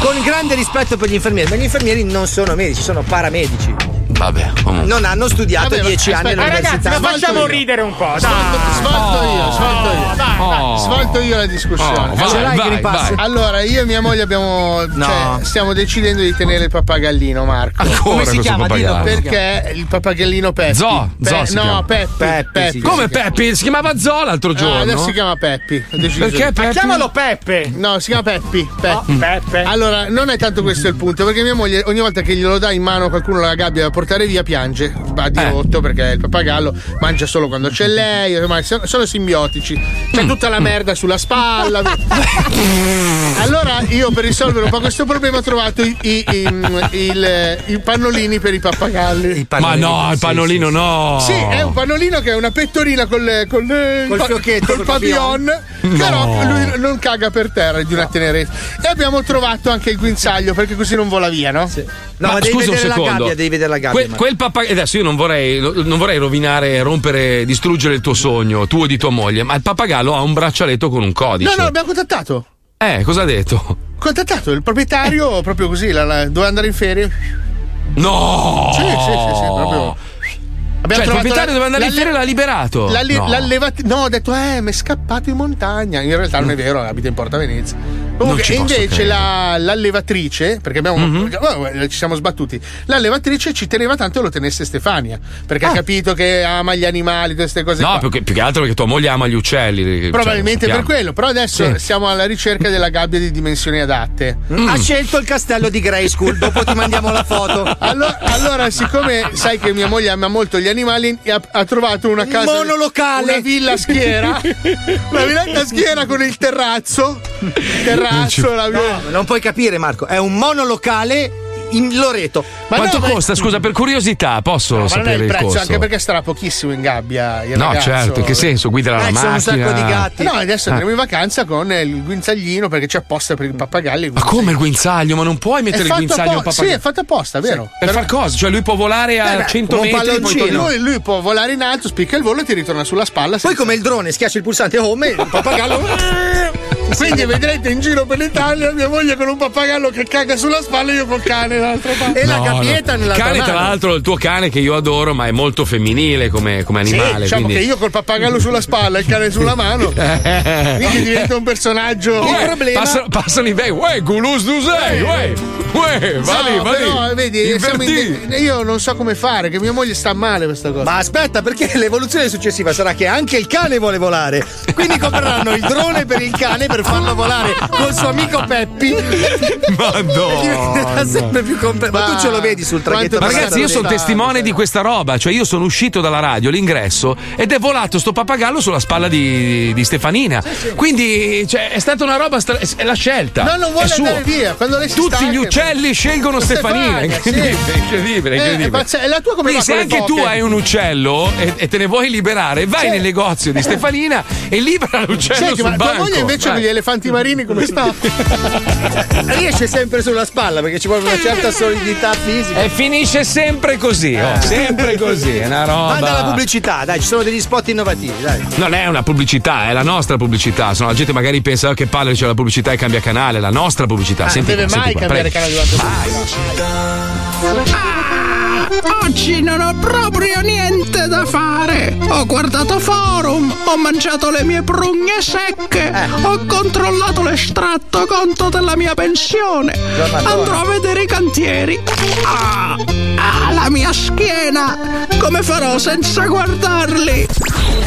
Speaker 2: Con grande rispetto per gli infermieri, ma gli infermieri non sono medici, sono paramedici.
Speaker 7: Vabbè, comunque.
Speaker 2: Non hanno studiato
Speaker 8: Vabbè, ma-
Speaker 2: 10 anni
Speaker 8: aspetta, ma
Speaker 2: all'università.
Speaker 8: ragazzi, ma facciamo
Speaker 2: Svolto io.
Speaker 3: ridere un po'.
Speaker 8: Svolto, svolto io, svolto io.
Speaker 7: Oh.
Speaker 8: Svolto io la discussione.
Speaker 7: Oh, vai,
Speaker 8: Ce l'hai il
Speaker 7: vai,
Speaker 8: Green Pass?
Speaker 7: vai.
Speaker 8: Allora, io e mia moglie abbiamo.
Speaker 7: No.
Speaker 8: Cioè, stiamo decidendo di tenere il pappagallino, Marco.
Speaker 7: Come si questo chiama? pappagallo? Dillo.
Speaker 8: Perché il pappagallino Peppi.
Speaker 7: Zo, Zo si chiama.
Speaker 8: no, Peppi. Peppi.
Speaker 7: Come Peppi? Si chiamava Zola l'altro
Speaker 8: No,
Speaker 7: giorno.
Speaker 8: Ah, adesso si chiama Peppi. ho deciso
Speaker 7: Perché
Speaker 8: io.
Speaker 7: Peppi? Ma chiamalo
Speaker 3: Ah, Peppe.
Speaker 8: No, si chiama Peppi. Peppi.
Speaker 3: Oh, Peppe.
Speaker 8: Allora, non è tanto questo il punto, perché mia moglie ogni volta che glielo dà in mano qualcuno la gabbia da portare via piange. Va di rotto perché il pappagallo mangia solo quando c'è lei, ormai sono, sono simbiotici. C'è tutta la merda sulla spalla. allora io per risolvere un po' questo problema ho trovato i, i- i- il- i pannolini per i pappagalli.
Speaker 7: Ma no, il pannolino
Speaker 2: Oh.
Speaker 7: no.
Speaker 8: Sì, è un pannolino che è una pettorina col, col, eh,
Speaker 2: Col fiocchetto,
Speaker 8: col
Speaker 2: col
Speaker 8: pavillon,
Speaker 2: pavillon.
Speaker 8: però
Speaker 2: No.
Speaker 8: lui non caga per terra, è di una tenerezza. E abbiamo trovato anche il guinzaglio perché così non vola via, no?
Speaker 2: No, ma, devi
Speaker 7: scusa un
Speaker 2: vedere la
Speaker 7: secondo.
Speaker 2: gabbia, devi vedere la gabbia.
Speaker 7: Quel,
Speaker 2: Marco.
Speaker 7: quel pappagallo. Adesso io non vorrei, non vorrei rovinare, rompere, distruggere il tuo sogno, tuo e di tua moglie, ma il pappagallo ha un braccialetto con un codice.
Speaker 8: No, no, abbiamo contattato.
Speaker 7: Eh, cosa ha detto?
Speaker 8: Contattato il
Speaker 2: Eh.
Speaker 8: proprietario proprio così, la- la- doveva andare in ferie.
Speaker 7: No!
Speaker 8: Sì, sì, sì,
Speaker 7: Oh.
Speaker 8: sì, proprio.
Speaker 7: Cioè, il
Speaker 8: trovato
Speaker 7: proprietario
Speaker 8: la-
Speaker 7: doveva andare in
Speaker 8: l'alle-
Speaker 7: ferie e l'ha liberato.
Speaker 8: La le-
Speaker 7: No.
Speaker 8: l'allevati- no. ho detto, eh, mi è scappato in montagna. In realtà non è vero, abita in Porta Venezia. Comunque,
Speaker 7: Mm. ci posso
Speaker 8: invece
Speaker 7: credere.
Speaker 8: la- l'allevatrice, perché abbiamo.
Speaker 7: Mhm.
Speaker 8: perché- oh, ci siamo sbattuti. L'allevatrice ci teneva tanto lo tenesse Stefania. Perché ha capito che ama gli animali, queste cose
Speaker 7: Ah. No,
Speaker 8: qua.
Speaker 7: più che, più che altro perché tua moglie ama gli uccelli. cioè,
Speaker 8: Probabilmente per
Speaker 7: sappiamo.
Speaker 8: quello, però adesso
Speaker 7: Sì.
Speaker 8: siamo alla ricerca della gabbia di dimensioni adatte.
Speaker 2: Mm. Ha scelto il castello di Grey School, dopo ti mandiamo la foto.
Speaker 8: Allora, allora, siccome sai che mia moglie ama molto gli animali, ha, ha trovato una casa.
Speaker 2: monolocale.
Speaker 8: Una villa a schiera. una villetta a schiera con il terrazzo. Terrazzo, la villa.
Speaker 2: No, non puoi capire, Marco, è un monolocale in Loreto.
Speaker 7: Quanto
Speaker 2: no, ma-
Speaker 7: costa? Scusa, per curiosità, posso
Speaker 8: Ma non è
Speaker 7: sapere
Speaker 8: il prezzo,
Speaker 7: costo?
Speaker 8: anche perché starà pochissimo in gabbia. Il
Speaker 7: No,
Speaker 8: ragazzo.
Speaker 7: certo, in che senso? Guida la
Speaker 8: Eh, sono
Speaker 7: macchina.
Speaker 8: No, adesso
Speaker 7: Ah.
Speaker 8: andremo in vacanza con eh, il guinzaglino perché c'è apposta
Speaker 7: Mm.
Speaker 8: per il pappagallo.
Speaker 7: Ma come il guinzaglio? Ma non puoi mettere il guinzaglio a un
Speaker 8: Sì,
Speaker 7: pappagallo?
Speaker 8: è fatto apposta, vero?
Speaker 7: per far cosa? Cioè, lui può volare a
Speaker 8: Eh beh,
Speaker 7: 100
Speaker 8: come un
Speaker 7: metri. poi
Speaker 8: palloncino.
Speaker 7: torna-
Speaker 8: Lui, lui può volare in alto, spicca il volo e ti ritorna sulla spalla. Poi
Speaker 2: come il drone schiaccia il pulsante home, il pappagallo.
Speaker 8: Quindi vedrete in giro per l'Italia mia moglie con un pappagallo che caga sulla spalla e io col cane dall'altra parte.
Speaker 7: No, no. Il cane, tra l'altro, il tuo cane che io adoro, ma è molto femminile come, come
Speaker 8: Sì,
Speaker 7: animale.
Speaker 8: diciamo
Speaker 7: quindi-
Speaker 8: che io col pappagallo sulla spalla e il cane sulla mano,
Speaker 7: Eh.
Speaker 8: quindi diventa un personaggio.
Speaker 7: Uè, Eh, Passano, passano i vecchi, uè, gulus du sei, uè, uè, va lì,
Speaker 8: No,
Speaker 7: va
Speaker 8: però, eh,
Speaker 7: lì.
Speaker 8: vedi, siamo in-
Speaker 7: Eh, Invertì.
Speaker 8: io non so come fare, che mia moglie sta male questa cosa.
Speaker 2: Ma aspetta, perché l'evoluzione successiva sarà che anche il cane vuole volare. Quindi compreranno il drone per il cane per farlo volare col suo amico Peppi.
Speaker 7: Madonna.
Speaker 2: Diventerà sempre più complesso. Ma tu ce lo vedi sul traghetto?
Speaker 7: Ma ragazzi, io sono
Speaker 2: testimone
Speaker 7: testimone di questa roba. Cioè, io sono uscito dalla radio, l'ingresso, ed è volato sto pappagallo sulla spalla di, di Stefanina. Quindi, cioè, è stata una roba. stra- è la scelta.
Speaker 8: No, non vuole
Speaker 7: È suo.
Speaker 8: andare via. Quando lei si
Speaker 7: Tutti
Speaker 8: stanca-
Speaker 7: gli uccelli scelgono Stefanina.
Speaker 8: Stefania, sì.
Speaker 7: Incredibile, incredibile,
Speaker 8: Eh,
Speaker 7: incredibile.
Speaker 8: è pazz- è la tua come
Speaker 7: Quindi,
Speaker 8: va
Speaker 7: se
Speaker 8: con le
Speaker 7: anche tu
Speaker 8: foche?
Speaker 7: hai un uccello e, e te ne vuoi liberare, vai nel negozio di Stefanina e libera l'uccello
Speaker 8: Eh. Senti,
Speaker 7: sul
Speaker 8: ma tua
Speaker 7: banco.
Speaker 8: moglie invece
Speaker 7: Vai.
Speaker 8: con gli elefanti marini come sta?
Speaker 2: Riesce sempre sulla spalla perché ci vuole una certa solidità fisica. Eh.
Speaker 7: E finisce sempre così, oh, sempre così, è una roba.
Speaker 2: Manda la pubblicità, dai, ci sono degli spot innovativi, dai.
Speaker 7: Non è una pubblicità, è la nostra pubblicità. Se no, la gente magari pensa "Oh, che palle c'è la pubblicità e cambia canale, è la nostra
Speaker 2: Ah,
Speaker 7: pubblicità.
Speaker 28: non
Speaker 7: Senti
Speaker 28: Ah, deve
Speaker 7: qua,
Speaker 28: mai
Speaker 7: senti qua,
Speaker 28: cambiare
Speaker 7: prego.
Speaker 28: canale
Speaker 6: Ah, Oggi non ho proprio niente da fare. Ho guardato forum, ho mangiato le mie prugne secche, ho controllato l'estratto conto della mia pensione. Andrò a vedere i cantieri. Ah, ah, la mia schiena! Come farò senza guardarli?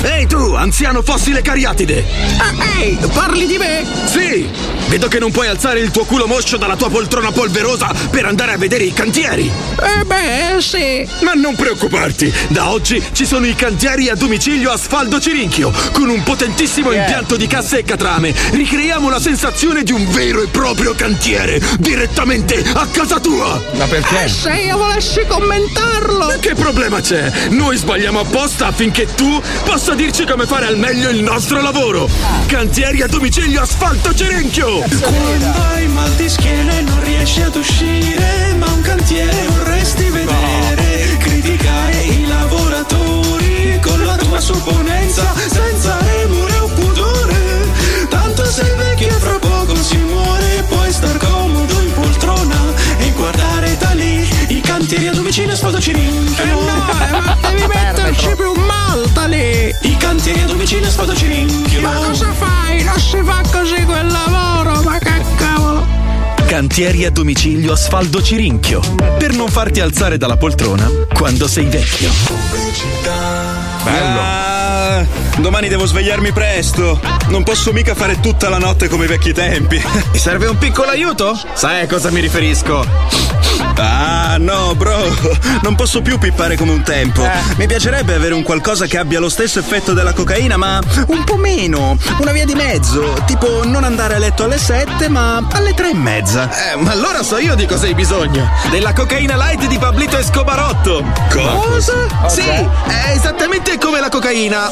Speaker 29: Ehi tu, anziano fossile cariatide!
Speaker 6: Eh, Ehi, parli di me?
Speaker 29: Sì! Vedo che non puoi alzare il tuo culo moscio dalla tua poltrona polverosa per andare a vedere i cantieri!
Speaker 6: Eh beh, sì!
Speaker 29: Ma non preoccuparti, da oggi ci sono i cantieri a domicilio a Sfaldo Cirinchio, con un potentissimo impianto di casse e catrame. Ricreiamo la sensazione di un vero e proprio cantiere, direttamente a casa tua!
Speaker 7: Ma perché?
Speaker 6: Eh, Se io volessi commentarlo!
Speaker 29: Che problema c'è? Noi sbagliamo apposta affinché tu possa dirci come fare al meglio il nostro lavoro. Cantieri a domicilio asfalto Cerenchio!
Speaker 6: Come
Speaker 29: hai mal di schiena e non riesci ad uscire, ma un cantiere vorresti
Speaker 6: vedere,
Speaker 29: criticare i lavoratori con la tua supponenza, senza remore o pudore.
Speaker 6: Tanto sei vecchio e fra poco si muore Puoi star comodo in poltrona E guardare da lì I cantieri a domicilio asfalto cirinchio Eh no, ma devi metterci più malta lì I cantieri a domicilio asfalto cirinchio Ma cosa fai? Non si fa così quel lavoro Ma che cavolo
Speaker 29: Cantieri a domicilio Asfaldo Cirinchio. Per non farti alzare dalla poltrona quando sei vecchio. Bello. Ah, domani devo svegliarmi presto. Non posso mica fare tutta la notte come i vecchi tempi. Ti serve un piccolo aiuto? Sai a cosa mi riferisco? Ah, no, bro. Non posso più pippare come un tempo. Mi piacerebbe avere un qualcosa che abbia lo stesso effetto della cocaina, ma un po' meno. Una via di mezzo. Tipo non andare a letto alle 7, ma alle 3 e mezza. Eh, ma allora so io di cosa hai bisogno. Della cocaina light di Pablito Escobarotto. Cosa? Sì, è esattamente come la cocaina,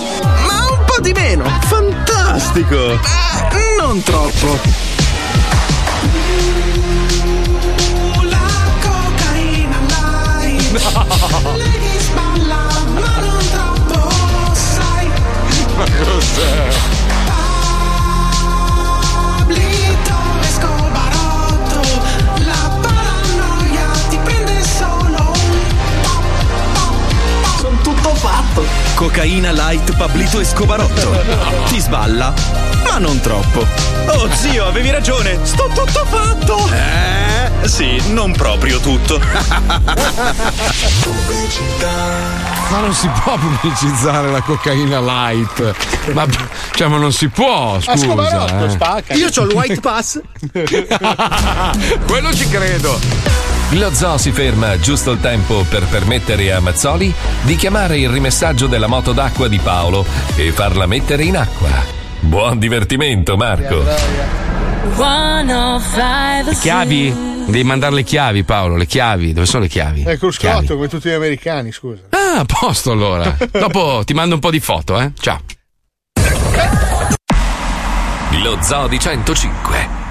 Speaker 29: ma un po' di meno. Fantastico. Eh, non troppo.
Speaker 28: Ma cos'è?
Speaker 6: Pablito Escobarotto La paranoia ti prende solo
Speaker 29: Sono tutto fatto. Cocaina light Pablito Escobarotto. Ti sballa, ma non troppo. Oh zio, avevi ragione. Sto tutto fatto. Eh, sì, non proprio tutto.
Speaker 7: Ma non si può pubblicizzare la cocaina light. Ma, cioè, ma non si può,
Speaker 2: A Scomarotto,
Speaker 7: scusa. eh.
Speaker 2: spacca. Io ho il white pass.
Speaker 7: Quello ci credo.
Speaker 1: Lo zoo si ferma giusto il tempo per permettere a Mazzoli di chiamare il rimessaggio della moto d'acqua di Paolo e farla mettere in acqua. Buon divertimento, Marco.
Speaker 6: 105
Speaker 7: Le chiavi? Devi mandare le chiavi, Paolo. Le chiavi, dove sono le chiavi?
Speaker 8: È
Speaker 7: Chiavi.
Speaker 8: cruscotto Eh, come tutti gli americani, scusa.
Speaker 7: Ah, a posto allora. Dopo ti mando un po' di foto, eh. Ciao.
Speaker 1: Lo zoo di 105,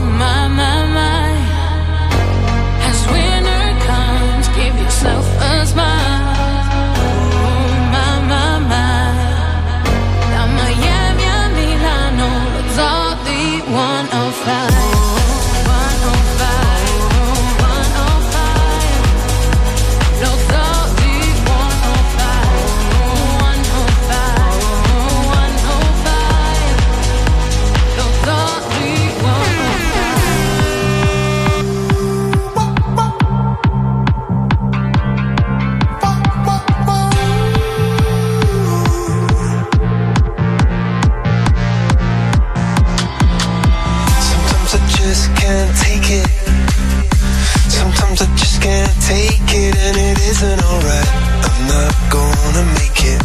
Speaker 6: my my my As winter comes give yourself a smile Oh my my my oh oh oh oh
Speaker 22: can't take it and it isn't alright. I'm not gonna make it.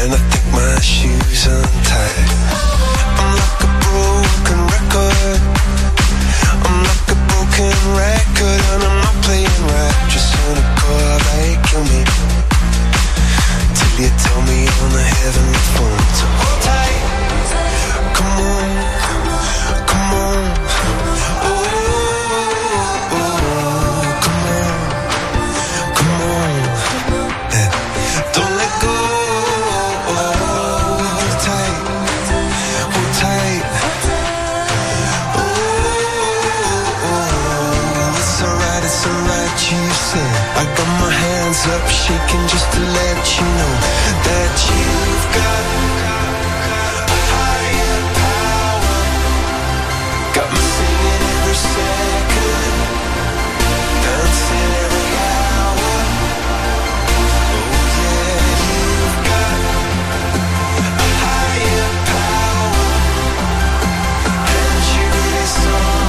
Speaker 22: And I think my shoes untied. I'm like a broken record. I'm like a broken record and I'm not playing right. Just wanna call like kill me. Till you tell me on the heavenly phone. So hold tight. Come on. Come on. Oh, come on. Come on. Don't let go. Hold tight. Hold tight. Oh, it's alright, it's alright, you said. I got my hands up, shaking just to let you know that you've got a higher power. Got me singing every second, dancing every hour. Oh yeah, you've got a higher power, and you really someone.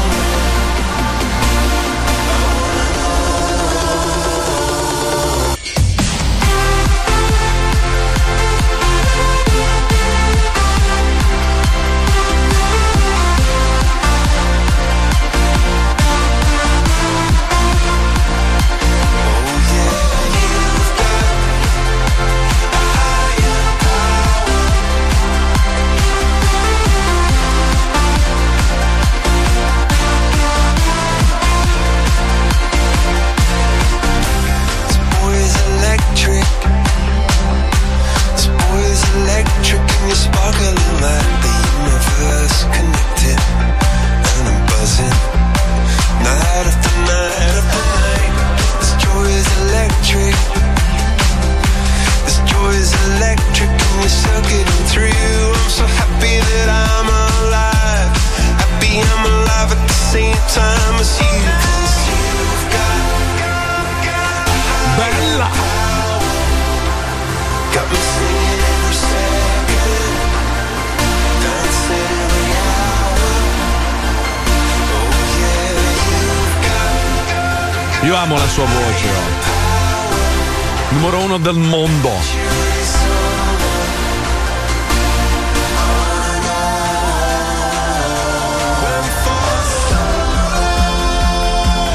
Speaker 22: This boy is electric. This boy is electric, and you're sparkling like the universe connected. And I'm buzzing night after night after night. This joy is electric. This joy is electric, and you're circuiting through. I'm so happy that I'm alive. Happy I'm alive at the same time as you. 'cause you've got Bella. Got me singing every second, dancing every hour. Oh yeah, you've got
Speaker 7: Io amo la sua voce. oh. Numero uno del mondo.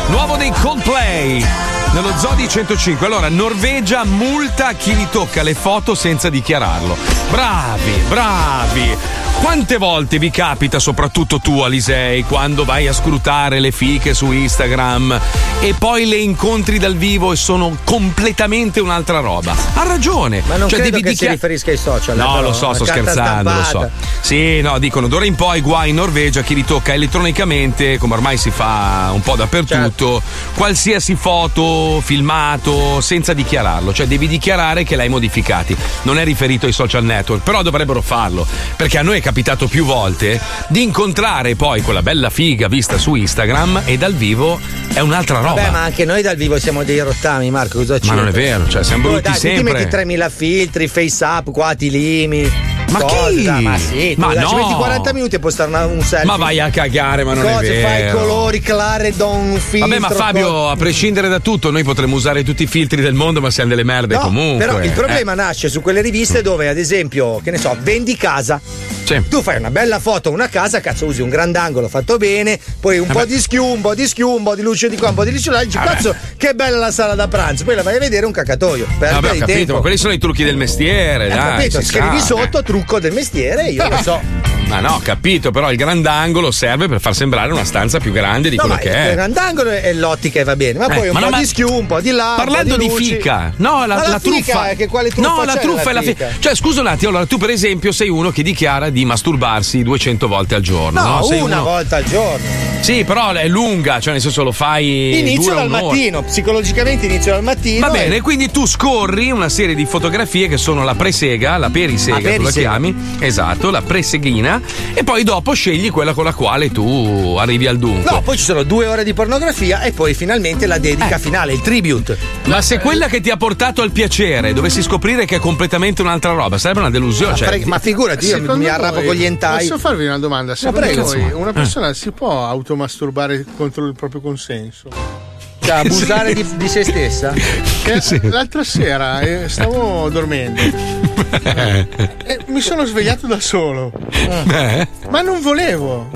Speaker 7: Nuovo dei Coldplay. Nello zoo di 105. Allora, Norvegia multa chi li tocca le foto senza dichiararlo. Bravi, bravi. Quante volte vi capita, soprattutto tu Alisei, quando vai a scrutare le fiche su Instagram e poi le incontri dal vivo e sono completamente un'altra roba? Ha ragione.
Speaker 2: Ma non
Speaker 7: Cioè,
Speaker 2: credo
Speaker 7: devi
Speaker 2: che si
Speaker 7: dichiar-
Speaker 2: riferisca ai social.
Speaker 7: No,
Speaker 2: però,
Speaker 7: lo so,
Speaker 2: una
Speaker 7: sto
Speaker 2: carta
Speaker 7: scherzando, lo so.
Speaker 2: stampata.
Speaker 7: Sì, no, dicono d'ora in poi guai in Norvegia chi ritocca elettronicamente, come ormai si fa un po'
Speaker 2: Certo.
Speaker 7: dappertutto, qualsiasi foto, filmato, senza dichiararlo. Cioè devi dichiarare che l'hai modificati. Non è riferito ai social network, però dovrebbero farlo. Perché a noi è capitato più volte di incontrare poi quella bella figa vista su Instagram e dal vivo è un'altra roba.
Speaker 2: Vabbè, ma anche noi dal vivo siamo dei rottami, Marco. Cosa c'è?
Speaker 7: Ma non è vero, cioè, siamo
Speaker 2: Oh,
Speaker 7: brutti
Speaker 2: dai, tu
Speaker 7: sempre.
Speaker 2: ti metti 3000 filtri, face up, qua ti limi.
Speaker 7: Ma
Speaker 2: cosa?
Speaker 7: chi?
Speaker 2: Ma sì, tu
Speaker 7: Ma
Speaker 2: dai, ci
Speaker 7: no.
Speaker 2: metti 40 minuti e postare una, un selfie.
Speaker 7: Ma vai a cagare, Eh, ma non è
Speaker 2: Cose, fai
Speaker 7: vero.
Speaker 2: colori, Claredon, filtro.
Speaker 7: Vabbè, ma Fabio,
Speaker 2: co-
Speaker 7: a prescindere da tutto, noi potremmo usare tutti i filtri del mondo, ma siamo delle merde
Speaker 2: No,
Speaker 7: comunque.
Speaker 2: Però il problema
Speaker 7: Eh.
Speaker 2: nasce su quelle riviste dove, ad esempio, che ne so, vendi casa. Tu fai una bella foto, una casa, cazzo, usi un grandangolo fatto bene, poi
Speaker 7: Eh
Speaker 2: un po' di schiu, un po' di schiu, un po' di luce di qua, un po' di luce di là,
Speaker 7: Ah
Speaker 2: dici, cazzo, che bella la sala da pranzo. Poi la vai a vedere un cacatoio. Per
Speaker 7: Vabbè, ho
Speaker 2: di
Speaker 7: capito,
Speaker 2: tempo.
Speaker 7: ma quelli sono i trucchi del mestiere,
Speaker 2: Eh,
Speaker 7: dai.
Speaker 2: capito,
Speaker 7: si
Speaker 2: scrivi
Speaker 7: sa.
Speaker 2: sotto trucco del mestiere, io lo so.
Speaker 7: Ma no, ho capito, però il grandangolo serve per far sembrare una stanza più grande di
Speaker 2: No,
Speaker 7: quello
Speaker 2: ma
Speaker 7: che
Speaker 2: il
Speaker 7: è.
Speaker 2: grandangolo e l'ottica e va bene, ma
Speaker 7: Eh,
Speaker 2: poi un
Speaker 7: ma
Speaker 2: po'
Speaker 7: no, ma-
Speaker 2: di schiu, un po' di là. un po'
Speaker 7: Parlando di,
Speaker 2: luci.
Speaker 7: fica, no, la,
Speaker 2: Ma
Speaker 7: la
Speaker 2: fica
Speaker 7: truffa.
Speaker 2: è che quale truffa
Speaker 7: no, la
Speaker 2: c'è
Speaker 7: truffa è
Speaker 2: nella
Speaker 7: la fica. Cioè, scusa un attimo, allora tu, per esempio, sei uno che dichiara di masturbarsi 200 volte al giorno.
Speaker 2: No,
Speaker 7: Sei
Speaker 2: una
Speaker 7: uno-
Speaker 2: volta al giorno.
Speaker 7: Sì, però è lunga, cioè nel senso lo fai.
Speaker 2: Inizio
Speaker 7: due o
Speaker 2: dal
Speaker 7: un'ora.
Speaker 2: mattino, psicologicamente inizio dal mattino.
Speaker 7: Va
Speaker 2: e-
Speaker 7: bene, quindi tu scorri una serie di fotografie che sono la presega, la perisega,
Speaker 2: Ah,
Speaker 7: tu la
Speaker 2: perisega.
Speaker 7: chiami, esatto, la preseghina, e poi dopo scegli quella con la quale tu arrivi al dunque.
Speaker 2: No, poi ci sono due ore di pornografia e poi finalmente la dedica
Speaker 7: Eh.
Speaker 2: finale, il tribute.
Speaker 7: Ma se quella che ti ha portato al piacere dovessi scoprire che è completamente un'altra roba, sarebbe una delusione. cioè-
Speaker 8: Secondo voi- Posso farvi una domanda? Secondo
Speaker 7: prego.
Speaker 8: voi una
Speaker 7: Eh.
Speaker 8: persona si può automasturbare contro il proprio consenso?
Speaker 2: Cioè, abusare di, di se stessa?
Speaker 8: Eh, L'altra sera eh, stavo dormendo e mi sono svegliato da solo.
Speaker 7: Eh.
Speaker 8: Ma non volevo.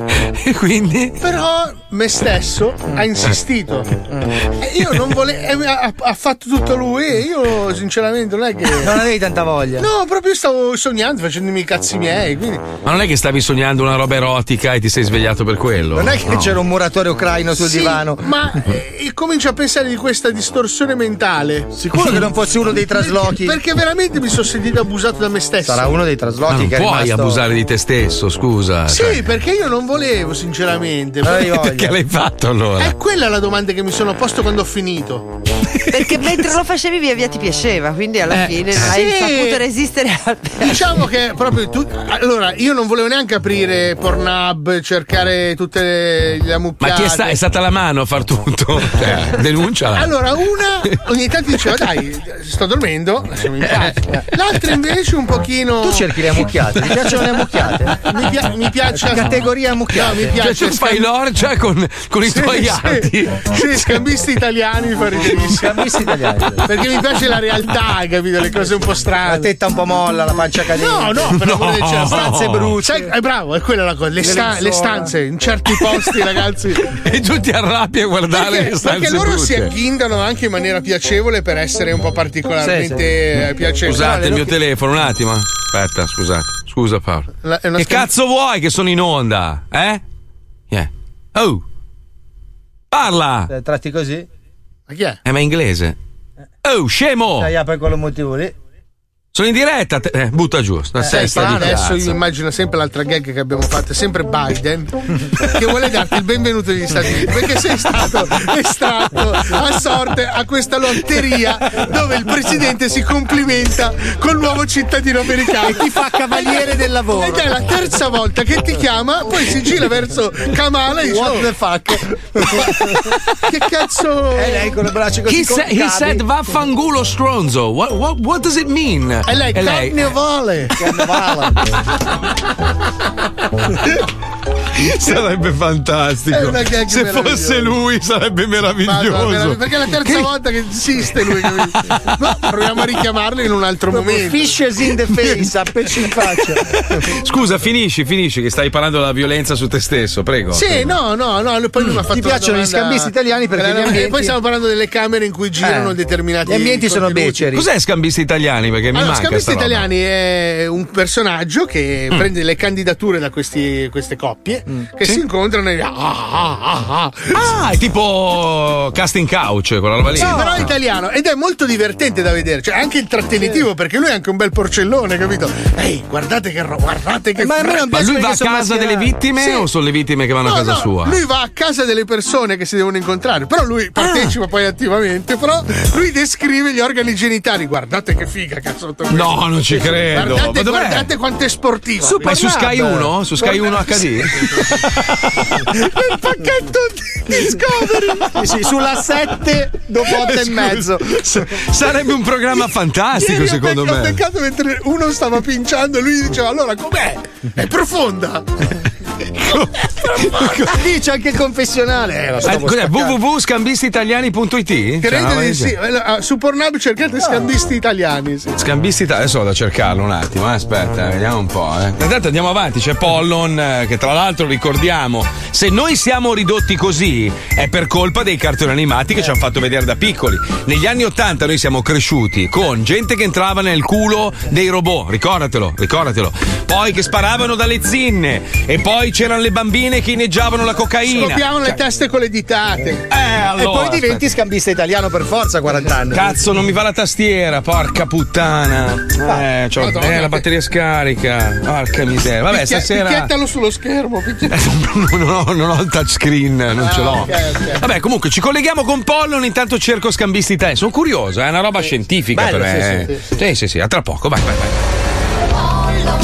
Speaker 7: E quindi?
Speaker 8: Però me stesso ha insistito.
Speaker 7: Eh.
Speaker 8: Eh. E io non volevo. Ha, ha fatto tutto lui e io sinceramente non è che.
Speaker 5: Non avevi tanta voglia.
Speaker 8: No, proprio stavo sognando, facendomi i cazzi miei. Quindi
Speaker 7: Ma non è che stavi sognando una roba erotica e ti sei svegliato per quello?
Speaker 8: Non è che
Speaker 7: No.
Speaker 8: c'era
Speaker 5: un muratore ucraino
Speaker 8: Sì, Ma eh, e comincio a pensare di questa distorsione mentale.
Speaker 5: Sicuro che non fossi uno dei traslochi?
Speaker 8: Perché, perché veramente mi sono sentito abusato da me stesso.
Speaker 5: Sarà uno dei
Speaker 7: Ma
Speaker 5: traslochi
Speaker 7: non
Speaker 5: che è
Speaker 7: puoi
Speaker 5: rimasto.
Speaker 7: abusare di te stesso, scusa. cioè.
Speaker 8: Sì, perché io non volevo, sinceramente. Perché-
Speaker 7: Perché l'hai fatto allora?
Speaker 8: È quella la domanda che mi sono posto quando ho finito.
Speaker 9: Perché mentre lo facevi via via ti piaceva, quindi alla
Speaker 8: Eh,
Speaker 9: fine
Speaker 8: sì.
Speaker 9: hai saputo resistere al
Speaker 8: Diciamo che proprio tu. Allora, io non volevo neanche aprire Pornhub, cercare tutte le, le
Speaker 7: Ma chi è, sta- è stata la mano a far tutto? Cioè,
Speaker 5: Eh.
Speaker 7: denunciala.
Speaker 8: Allora, una ogni tanto diceva, dai, sto dormendo, lasciami in pace. L'altra invece un pochino.
Speaker 5: Eh. Tu cerchi le ammucchiate, ti piacciono le ammucchiate?
Speaker 8: Mi, pia- mi piace.
Speaker 5: Categoria
Speaker 8: No,
Speaker 5: ammucchiate.
Speaker 8: mi piace.
Speaker 7: Cioè, tu fai l'orgia con, con i
Speaker 8: Sì,
Speaker 7: tuoi
Speaker 8: sì.
Speaker 7: arti.
Speaker 8: Sì, scambisti italiani mi fa riderissimo.
Speaker 5: Scambisti italiani.
Speaker 8: Perché mi piace la realtà, capito? Le cose un po' strane. La
Speaker 5: tetta un po' molla, la pancia
Speaker 8: No,
Speaker 5: caduta.
Speaker 8: no, però
Speaker 5: No.
Speaker 8: quelle c'è
Speaker 5: Stanze brutte.
Speaker 8: Sai, è bravo, è quella la cosa. Le,
Speaker 5: Le
Speaker 8: sta-
Speaker 5: lenzuola.
Speaker 8: le stanze, in certi posti, ragazzi.
Speaker 7: E tu ti arrabbi a guardare
Speaker 8: Perché,
Speaker 7: le stanze
Speaker 8: perché loro
Speaker 7: brutte.
Speaker 8: si agghindano anche in maniera piacevole per essere un po' particolarmente eh, piacevole.
Speaker 7: Scusate il
Speaker 8: No,
Speaker 7: mio telefono un attimo. Aspetta, scusate. Scusa Paolo.
Speaker 8: La- è una
Speaker 7: Che
Speaker 8: scheda-
Speaker 7: cazzo vuoi che sono in onda? Eh? Yeah. Oh. Parla.
Speaker 5: Eh, Tratti così.
Speaker 8: Ma chi è?
Speaker 7: Eh, ma è inglese. Oh, scemo!
Speaker 5: Eh. Dai, apri quello motivo lì.
Speaker 7: Sono in diretta. te- eh, butta giù. Sta
Speaker 8: Eh, sai,
Speaker 7: sesta
Speaker 8: strano,
Speaker 7: di
Speaker 8: adesso io
Speaker 7: cazzo.
Speaker 8: immagino sempre l'altra gag che abbiamo fatto, è sempre Biden che vuole darti il benvenuto degli Stati Uniti perché sei stato estratto a sorte a questa lotteria dove il presidente si complimenta con l'uomo cittadino americano
Speaker 5: E ti fa cavaliere del lavoro.
Speaker 8: ed è la terza volta che ti chiama poi si gira verso Kamala e dice
Speaker 5: What
Speaker 8: "Oh,
Speaker 5: the fuck?
Speaker 8: che cazzo
Speaker 5: E lei con le braccia così
Speaker 7: He,
Speaker 5: con
Speaker 7: sa- he
Speaker 5: cavi.
Speaker 7: said vaffangulo stronzo. What, what- what does it mean?
Speaker 8: e lei,
Speaker 7: E lei-
Speaker 8: carnevale
Speaker 7: Sarebbe
Speaker 8: È
Speaker 7: fantastico.
Speaker 8: una gag
Speaker 7: Se
Speaker 8: meravigliosa.
Speaker 7: fosse lui sarebbe
Speaker 8: Vado,
Speaker 7: meraviglioso.
Speaker 8: veramente, perché è la terza volta che insiste lui capito? Ma proviamo a richiamarlo in un altro momento
Speaker 5: Fishes in the face, appecci in faccia.
Speaker 7: Scusa, finisci, finisci che stai parlando della violenza su te stesso, prego.
Speaker 8: Sì, no, no, no. lui Poi lui mi ha fatto
Speaker 5: Ti
Speaker 8: una
Speaker 5: piacciono gli
Speaker 8: domanda-
Speaker 5: scambisti italiani perché
Speaker 8: Eh,
Speaker 5: gli ambienti-
Speaker 8: Poi stiamo parlando delle camere in cui girano
Speaker 5: Eh.
Speaker 8: determinati.
Speaker 5: Gli ambienti sono
Speaker 8: contenuti.
Speaker 5: beceri.
Speaker 7: Cos'è scambisti italiani? Perché mi
Speaker 8: Allora,
Speaker 7: manca
Speaker 8: Scambisti
Speaker 7: sta roba.
Speaker 8: Italiani è un personaggio che
Speaker 7: Mm.
Speaker 8: prende le candidature da questi- queste coppie
Speaker 5: Mm.
Speaker 8: che si incontrano e. Ah, ah, ah, ah.
Speaker 7: Ah, è tipo casting couch, quella roba lì. Ah.
Speaker 8: Sì, però è italiano ed è molto divertente da vedere, cioè anche il trattenitivo perché lui è anche un bel porcellone, capito? Ehi, guardate che roba, guardate
Speaker 5: Eh,
Speaker 8: che
Speaker 7: Ma lui va a casa delle vittime
Speaker 8: Sì.
Speaker 7: o sono le vittime che vanno
Speaker 8: No,
Speaker 7: a casa
Speaker 8: no,
Speaker 7: sua?
Speaker 8: Lui va a casa delle persone che si devono incontrare, però
Speaker 5: Ah.
Speaker 8: lui partecipa poi attivamente, però lui descrive gli organi genitali. Guardate che figa, cazzotto. questo.
Speaker 7: No, non ci credo.
Speaker 8: Guardate,
Speaker 7: Ma dov'è?
Speaker 8: guardate quanto è sportivo.
Speaker 7: Su, ma su Sky 1? Su Sky 1
Speaker 8: Guardate-
Speaker 7: HD?
Speaker 8: Il pacchetto di
Speaker 5: Sì,
Speaker 8: Discovery.
Speaker 5: sì, sulla 7 dopo 8 e
Speaker 7: Scusa.
Speaker 5: mezzo.
Speaker 7: S- Sarebbe un programma fantastico,
Speaker 8: Ieri ho
Speaker 7: Ah, secondo
Speaker 8: beccato-
Speaker 7: me.
Speaker 8: Ho beccato mentre uno stava pinciando e lui diceva allora com'è? È profonda.
Speaker 5: Lì c'è anche il confessionale. Eh, la
Speaker 7: Eh,
Speaker 5: stavo
Speaker 7: cos'è?
Speaker 5: spaccando.
Speaker 7: www.scambistiitaliani.it? Cioè,
Speaker 8: Credo
Speaker 7: no,
Speaker 8: di
Speaker 7: ma- Ah.
Speaker 8: sì. Allora, Su Pornhub cercate scambisti italiani. sì.
Speaker 7: Scambisti Italia, adesso vado a cercarlo un attimo, eh, aspetta, vediamo un po'. Eh. Intanto andiamo avanti, c'è Pollon, eh, che tra l'altro ricordiamo, se noi siamo ridotti così è per colpa dei cartoni animati che ci hanno fatto vedere da piccoli. Negli anni Ottanta noi siamo cresciuti con gente che entrava nel culo dei robot, ricordatelo, ricordatelo. Poi che sparavano dalle zinne e poi c'erano le bambine che inneggiavano la cocaina. Cioè, eh,
Speaker 8: Scopriamo le teste con le ditate.
Speaker 7: allora,
Speaker 5: e poi diventi scambista italiano per forza a 40 anni.
Speaker 7: Cazzo, non mi va la tastiera, porca puttana. Eh, c'ho-
Speaker 8: Madonna,
Speaker 7: eh, la batteria scarica. Porca miseria. Vabbè,
Speaker 8: Picchia-
Speaker 7: stasera.
Speaker 8: Picchiettalo sullo schermo. picchia-
Speaker 7: non, ho, non ho il touchscreen, non ce l'ho.
Speaker 8: Ah, ok, ok.
Speaker 7: Vabbè, comunque ci colleghiamo con Pollon. Intanto cerco scambisti te. Sono curioso, è una roba scientifica
Speaker 8: Bello,
Speaker 7: per me.
Speaker 8: sì,
Speaker 7: eh. Sì, sì, sì, a tra poco, vai, vai, vai.
Speaker 30: Paolo,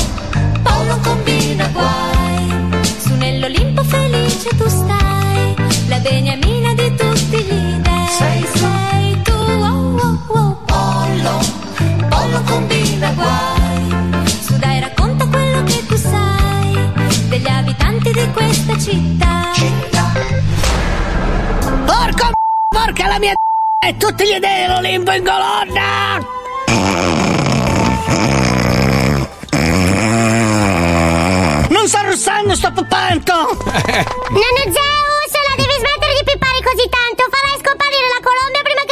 Speaker 30: Paolo combina guai, su nell'Olimpo felice tu stai, la beniamina di tutti gli dei. Sei, sei tu, oh, oh, oh. Paolo, Paolo combina guai, su dai racconta quello che tu sai, degli abitanti di questa città.
Speaker 13: Porco m***o, porca la
Speaker 15: la mia e tutti gli dei lo limbo in colonna! Non sto russando, sto poppando!
Speaker 30: Nonno Zeus, la devi smettere di pippare così tanto. Farai scomparire la Colombia prima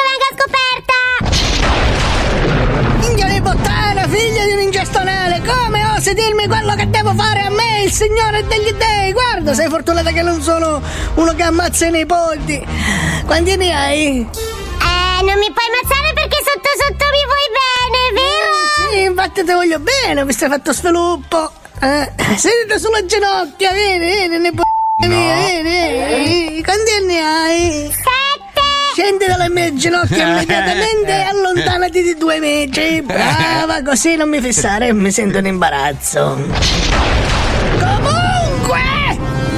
Speaker 30: che venga scoperta.
Speaker 15: Minchia di bottana, figlio di un ingestionale, come osi dirmi quello che devo fare a me, il signore degli dei? Guarda, sei fortunata che non sono uno che ammazza i nipoti. Quanti ne hai?
Speaker 30: Eh, non mi puoi ammazzare perché sotto sotto mi vuoi bene, vero?
Speaker 15: Eh, Sì, infatti ti voglio bene, mi stai fatto sviluppo. Eh, sedita sulla ginocchia, vieni, vieni, ne mia, vieni, vieni. Quanti anni hai? Sette. Scendi dalle mie ginocchia immediatamente e allontanati di due metri. Brava, così non mi fissare, mi sento in imbarazzo. Comunque,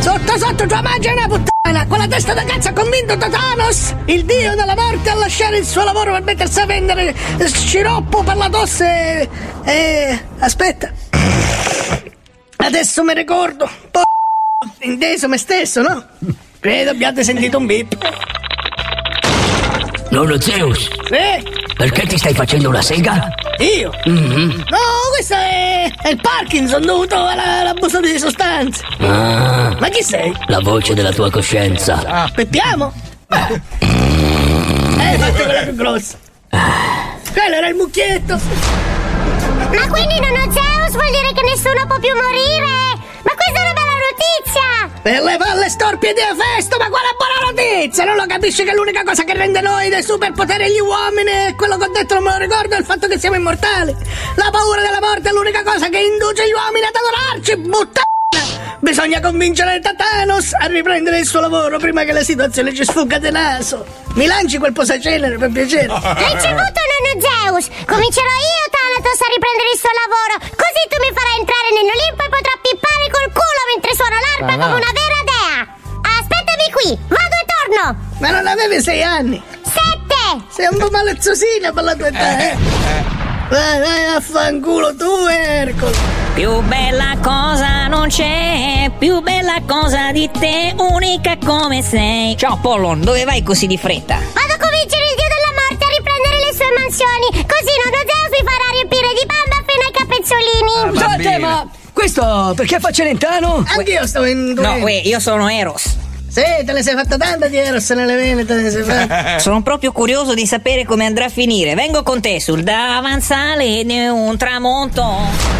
Speaker 15: sotto sotto tua magia è una puttana. Quella testa da cazzo ha convinto Tatanos, il dio della morte, a lasciare il suo lavoro per mettersi a vendere eh, sciroppo per la tosse. E. aspetta. Adesso mi ricordo. Po- inteso me stesso, no? Credo abbiate sentito un bip.
Speaker 10: Nonno Zeus,
Speaker 15: Sì,
Speaker 10: perché ti stai facendo una sega?
Speaker 15: io.
Speaker 10: Mhm.
Speaker 15: No, questo è, è il Parkinson dovuto alla- all'abuso di sostanze.
Speaker 10: Ah,
Speaker 15: Ma chi sei?
Speaker 10: la voce della tua coscienza.
Speaker 15: Aspettiamo. Eh, fate quella più grossa. Quello era il mucchietto.
Speaker 30: Ma quindi nonno Zeus vuol dire che nessuno può più morire? Ma questa è una bella notizia!
Speaker 15: Per le palle storpie di Efesto, ma quale buona notizia! Non lo capisci che l'unica cosa che rende noi dei superpoteri gli uomini è quello che ho detto, non me lo ricordo, è il fatto che siamo immortali. La paura della morte è l'unica cosa che induce gli uomini ad adorarci, buttana! Bisogna convincere Tatanos a riprendere il suo lavoro prima che la situazione ci sfugga di naso. Mi lanci quel posacenere, per piacere.
Speaker 30: Ricevuto nonno Zeus! Comincerò io, Thanatos, a riprendere il suo lavoro! Così tu mi farai entrare nell'Olimpo e potrò pippare col culo mentre suono l'arpa
Speaker 15: Ma no.
Speaker 30: come una vera dea! Aspettami qui! Vado e torno!
Speaker 15: Ma non avevi sei anni?
Speaker 30: Sette!
Speaker 15: Sei un po' malezzosina per la tua età, eh? Vai, Eh, vai, affanculo tu, Ercole!
Speaker 31: Più bella cosa non c'è, più bella cosa di te, unica come sei. Ciao Pollon, dove vai così di fretta?
Speaker 30: Vado a convincere il dio della morte a riprendere le sue mansioni! Così nonno Zeus mi farà riempire di bamba fino ai capezzolini!
Speaker 15: Scusate, ma questo perché faccio lentano? Anch'io stavo in due.
Speaker 31: No, uè, io sono Eros.
Speaker 15: Sì, te ne sei fatta tanta di Eros nelle vene, te ne sei fatta.
Speaker 31: Sono proprio curioso di sapere come andrà a finire. Vengo con te sul davanzale di un tramonto.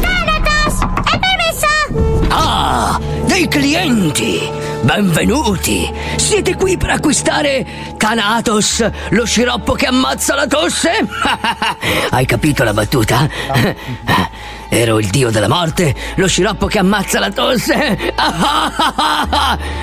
Speaker 30: Thanatos! È permesso?
Speaker 10: Ah, dei clienti! Benvenuti! Siete qui per acquistare Thanatos, lo sciroppo che ammazza la tosse? Hai capito la battuta? Ero il dio della morte, lo sciroppo che ammazza la tosse?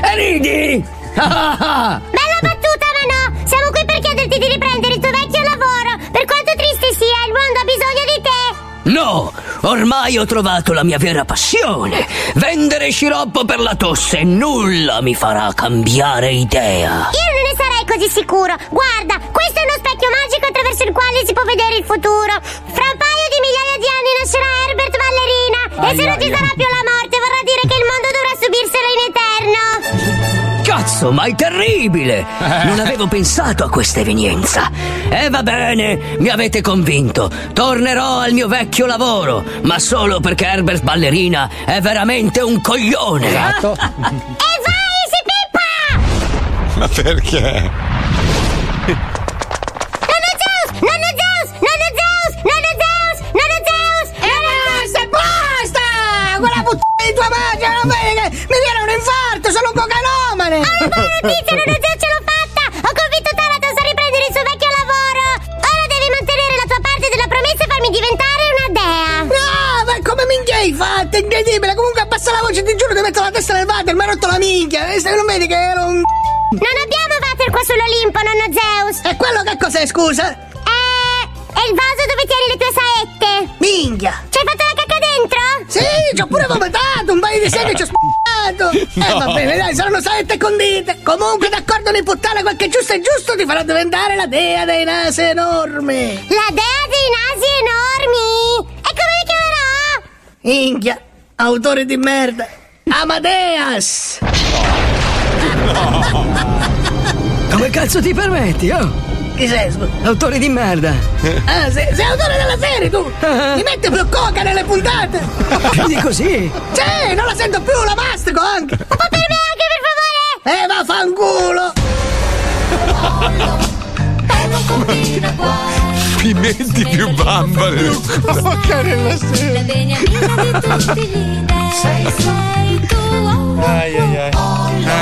Speaker 10: e ridi!
Speaker 30: Bella battuta, ma no! Siamo qui per chiederti di riprendere il tuo vecchio lavoro! Per quanto triste sia, il mondo ha bisogno di te!
Speaker 10: No, ormai ho trovato la mia vera passione. Vendere sciroppo per la tosse nulla mi farà cambiare idea.
Speaker 30: Io non ne sarei così sicuro. Guarda, questo è uno specchio magico attraverso il quale si può vedere il futuro. Fra un paio di migliaia di anni nascerà Herbert Ballerina. e se non ci sarà più la morte, vorrà dire che il mondo dovrà subirsela in eterno.
Speaker 10: Cazzo, ma è terribile! Non avevo pensato a questa evenienza. E va bene, mi avete convinto. Tornerò al mio vecchio lavoro, ma solo perché Herbert Ballerina è veramente un coglione. Esatto.
Speaker 30: E vai, si pippa!
Speaker 6: Ma perché?
Speaker 30: Nonno Zeus! Nonno Zeus! Nonno Zeus! Nonno Zeus! Nonno Zeus!
Speaker 15: E basta, basta! Quella puttana di tua madre, non vedi che mi viene un infarto, sono un cocanomane!
Speaker 30: Ho una buona notizia, nonno Zeus, ce l'ho fatta! Ho convinto Thanatos a riprendere il suo vecchio lavoro! Ora devi mantenere la tua parte della promessa e farmi diventare una dea!
Speaker 15: No, Ah, ma come minchia hai fatto? È Incredibile! Comunque abbassa la voce, ti giuro, ti metto la testa nel water, mi ha rotto la minchia! E se non vedi che ero un.
Speaker 30: Non abbiamo water qua sull'Olimpo, nonno Zeus!
Speaker 15: E quello che cos'è, scusa?
Speaker 30: Eh, è il vaso dove tieni le tue saette!
Speaker 15: Minchia!
Speaker 30: Ci hai fatto la cacca dentro?
Speaker 15: Sì, ci ho pure vomitato, un paio di sere ci ho spaccato! Eh,
Speaker 30: No.
Speaker 15: va bene, dai, saranno salette condite! Comunque, d'accordo nel puttana, quel che è giusto è giusto, ti farà diventare la dea dei nasi enormi!
Speaker 30: La dea dei nasi enormi! E come mi chiamerò?
Speaker 15: Minchia, autore di merda! Amadeas!
Speaker 10: Come cazzo ti permetti, oh?
Speaker 15: Chi sei? scusa?
Speaker 10: Autore di merda.
Speaker 15: Ah, sei, sei autore della serie tu! Mi metti più coca nelle puntate!
Speaker 10: Quindi così?
Speaker 15: Sì, non la sento più, la mastico anche! Un po' per me anche, per favore! Eh, vaffanculo! Eh,
Speaker 7: Pimenti più bambole.
Speaker 13: Coca nella sera. La beniamina di tutti gli dei. Sei, sei tu.
Speaker 30: oh,
Speaker 7: Ai ai ai.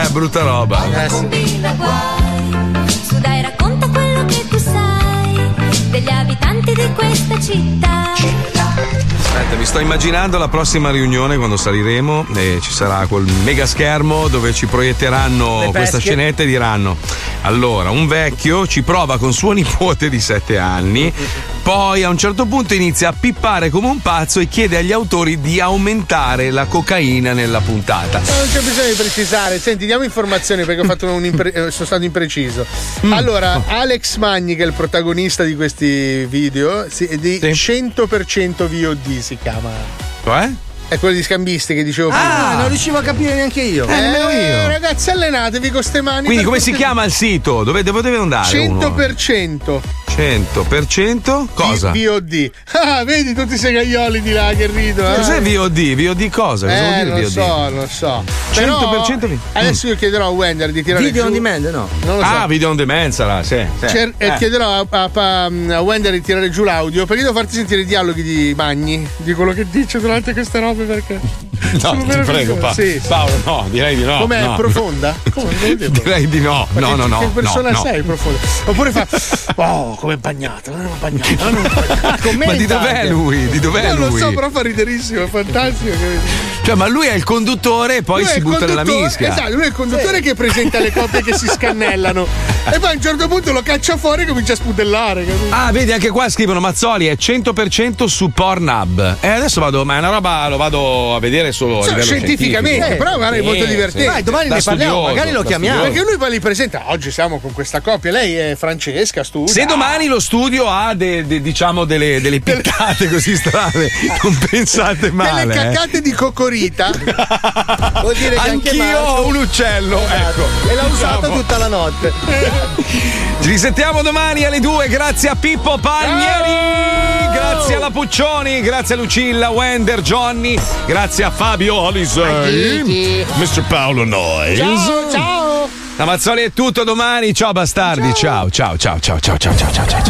Speaker 7: Eh, brutta roba.
Speaker 6: Combina guai. Su dai racconta quello che tu sai degli abitanti di questa città.
Speaker 7: Aspetta, mi sto immaginando la prossima riunione quando saliremo e ci sarà quel mega schermo dove ci proietteranno
Speaker 32: pesche.
Speaker 7: questa scenetta e diranno: Allora, un vecchio ci prova con suo nipote di 7 anni, poi a un certo punto inizia a pippare come un pazzo e chiede agli autori di aumentare la cocaina nella puntata.
Speaker 8: Non c'è bisogno di precisare, senti, diamo informazioni perché ho fatto un impre- eh, sono stato impreciso.
Speaker 7: Mm.
Speaker 8: Allora,
Speaker 7: Ah.
Speaker 8: Alex Magni, che è il protagonista di questi video, si- è di 100% VOD si chiama.
Speaker 7: Cioè?
Speaker 8: È quello di scambisti che dicevo
Speaker 4: Ah,
Speaker 8: prima.
Speaker 4: non riuscivo a capire neanche io.
Speaker 8: Eh, ragazzi, allenatevi con ste mani.
Speaker 7: Quindi
Speaker 8: per
Speaker 7: come si
Speaker 8: cortesia.
Speaker 7: chiama il sito? Dove dove deve andare? uno?
Speaker 8: 100%
Speaker 7: 100% cosa?
Speaker 8: VOD. Ah, vedi tutti i segaioli di là che ridono. eh?
Speaker 7: Cos'è VOD? VOD cosa? Cosa
Speaker 8: Eh,
Speaker 7: vuol
Speaker 8: non
Speaker 7: dire VOD?
Speaker 8: so, non so.
Speaker 7: 100%
Speaker 8: Però, Adesso io chiederò a Wender di tirare
Speaker 7: Video
Speaker 8: giù.
Speaker 7: on
Speaker 8: demand, no? Non lo so.
Speaker 7: Ah, video on demand sarà, sì. sì.
Speaker 8: Cer- eh,
Speaker 7: Eh.
Speaker 8: Chiederò a, a- a- a Wender di tirare giù l'audio perché devo farti sentire i dialoghi di Magni di quello che dice durante queste robe perché
Speaker 7: No,
Speaker 8: Sono
Speaker 7: ti prego,
Speaker 8: meraviglioso.
Speaker 7: Pa-
Speaker 8: Sì.
Speaker 7: Paolo, no, direi di no.
Speaker 8: com'è
Speaker 7: no.
Speaker 8: profonda? Come? Non lo devo.
Speaker 7: Direi di no, no, no, no.
Speaker 8: che persona
Speaker 7: no, no.
Speaker 8: sei profonda? Oppure fa "Oh, come bagnata, non è bagnata". non è bagnata".
Speaker 7: Ma di dov'è lui? Di dov'è
Speaker 8: non
Speaker 7: lui?
Speaker 8: lo so, però fa riderissimo, è fantastico.
Speaker 7: Cioè, ma lui è il conduttore e poi
Speaker 8: Lui è
Speaker 7: si
Speaker 8: il
Speaker 7: butta nella
Speaker 8: conduttore-
Speaker 7: mischia.
Speaker 8: Esatto, lui è il conduttore che presenta le coppie che si scannellano. E poi a un certo punto lo caccia fuori e comincia a spudellare. capito?
Speaker 7: Ah, vedi, anche qua scrivono Mazzoli è 100% su Pornhub. E adesso vado, ma è una roba, lo vado a vedere solo a
Speaker 8: Sì,
Speaker 7: livello
Speaker 8: scientificamente,
Speaker 7: scientifico. Eh,
Speaker 8: però guarda, è
Speaker 7: Sì,
Speaker 8: molto
Speaker 7: sì.
Speaker 8: divertente.
Speaker 7: Da studioso, da studioso.
Speaker 8: Perché lui poi li presenta. Oggi siamo con questa coppia. Lei è Francesca, studia.
Speaker 7: Se domani lo studio ha de- de- diciamo delle, delle piccate così strane, non pensate male.
Speaker 8: Delle
Speaker 7: eh.
Speaker 8: caccate di cocorita. Vuol dire che anche
Speaker 7: Anch'io
Speaker 8: Marco-
Speaker 7: ho un uccello, ecco.
Speaker 4: E l'ha usata tutta la notte.
Speaker 7: Ci risentiamo domani alle 2, grazie a Pippo Palmieri, grazie alla Puccioni, grazie a Lucilla, Wender, Johnny, grazie a Fabio Alisei, Mr. Paolo Noyes.
Speaker 13: ciao.
Speaker 7: Da Mazzoli è tutto domani, ciao bastardi, ciao ciao ciao ciao ciao ciao ciao ciao ciao.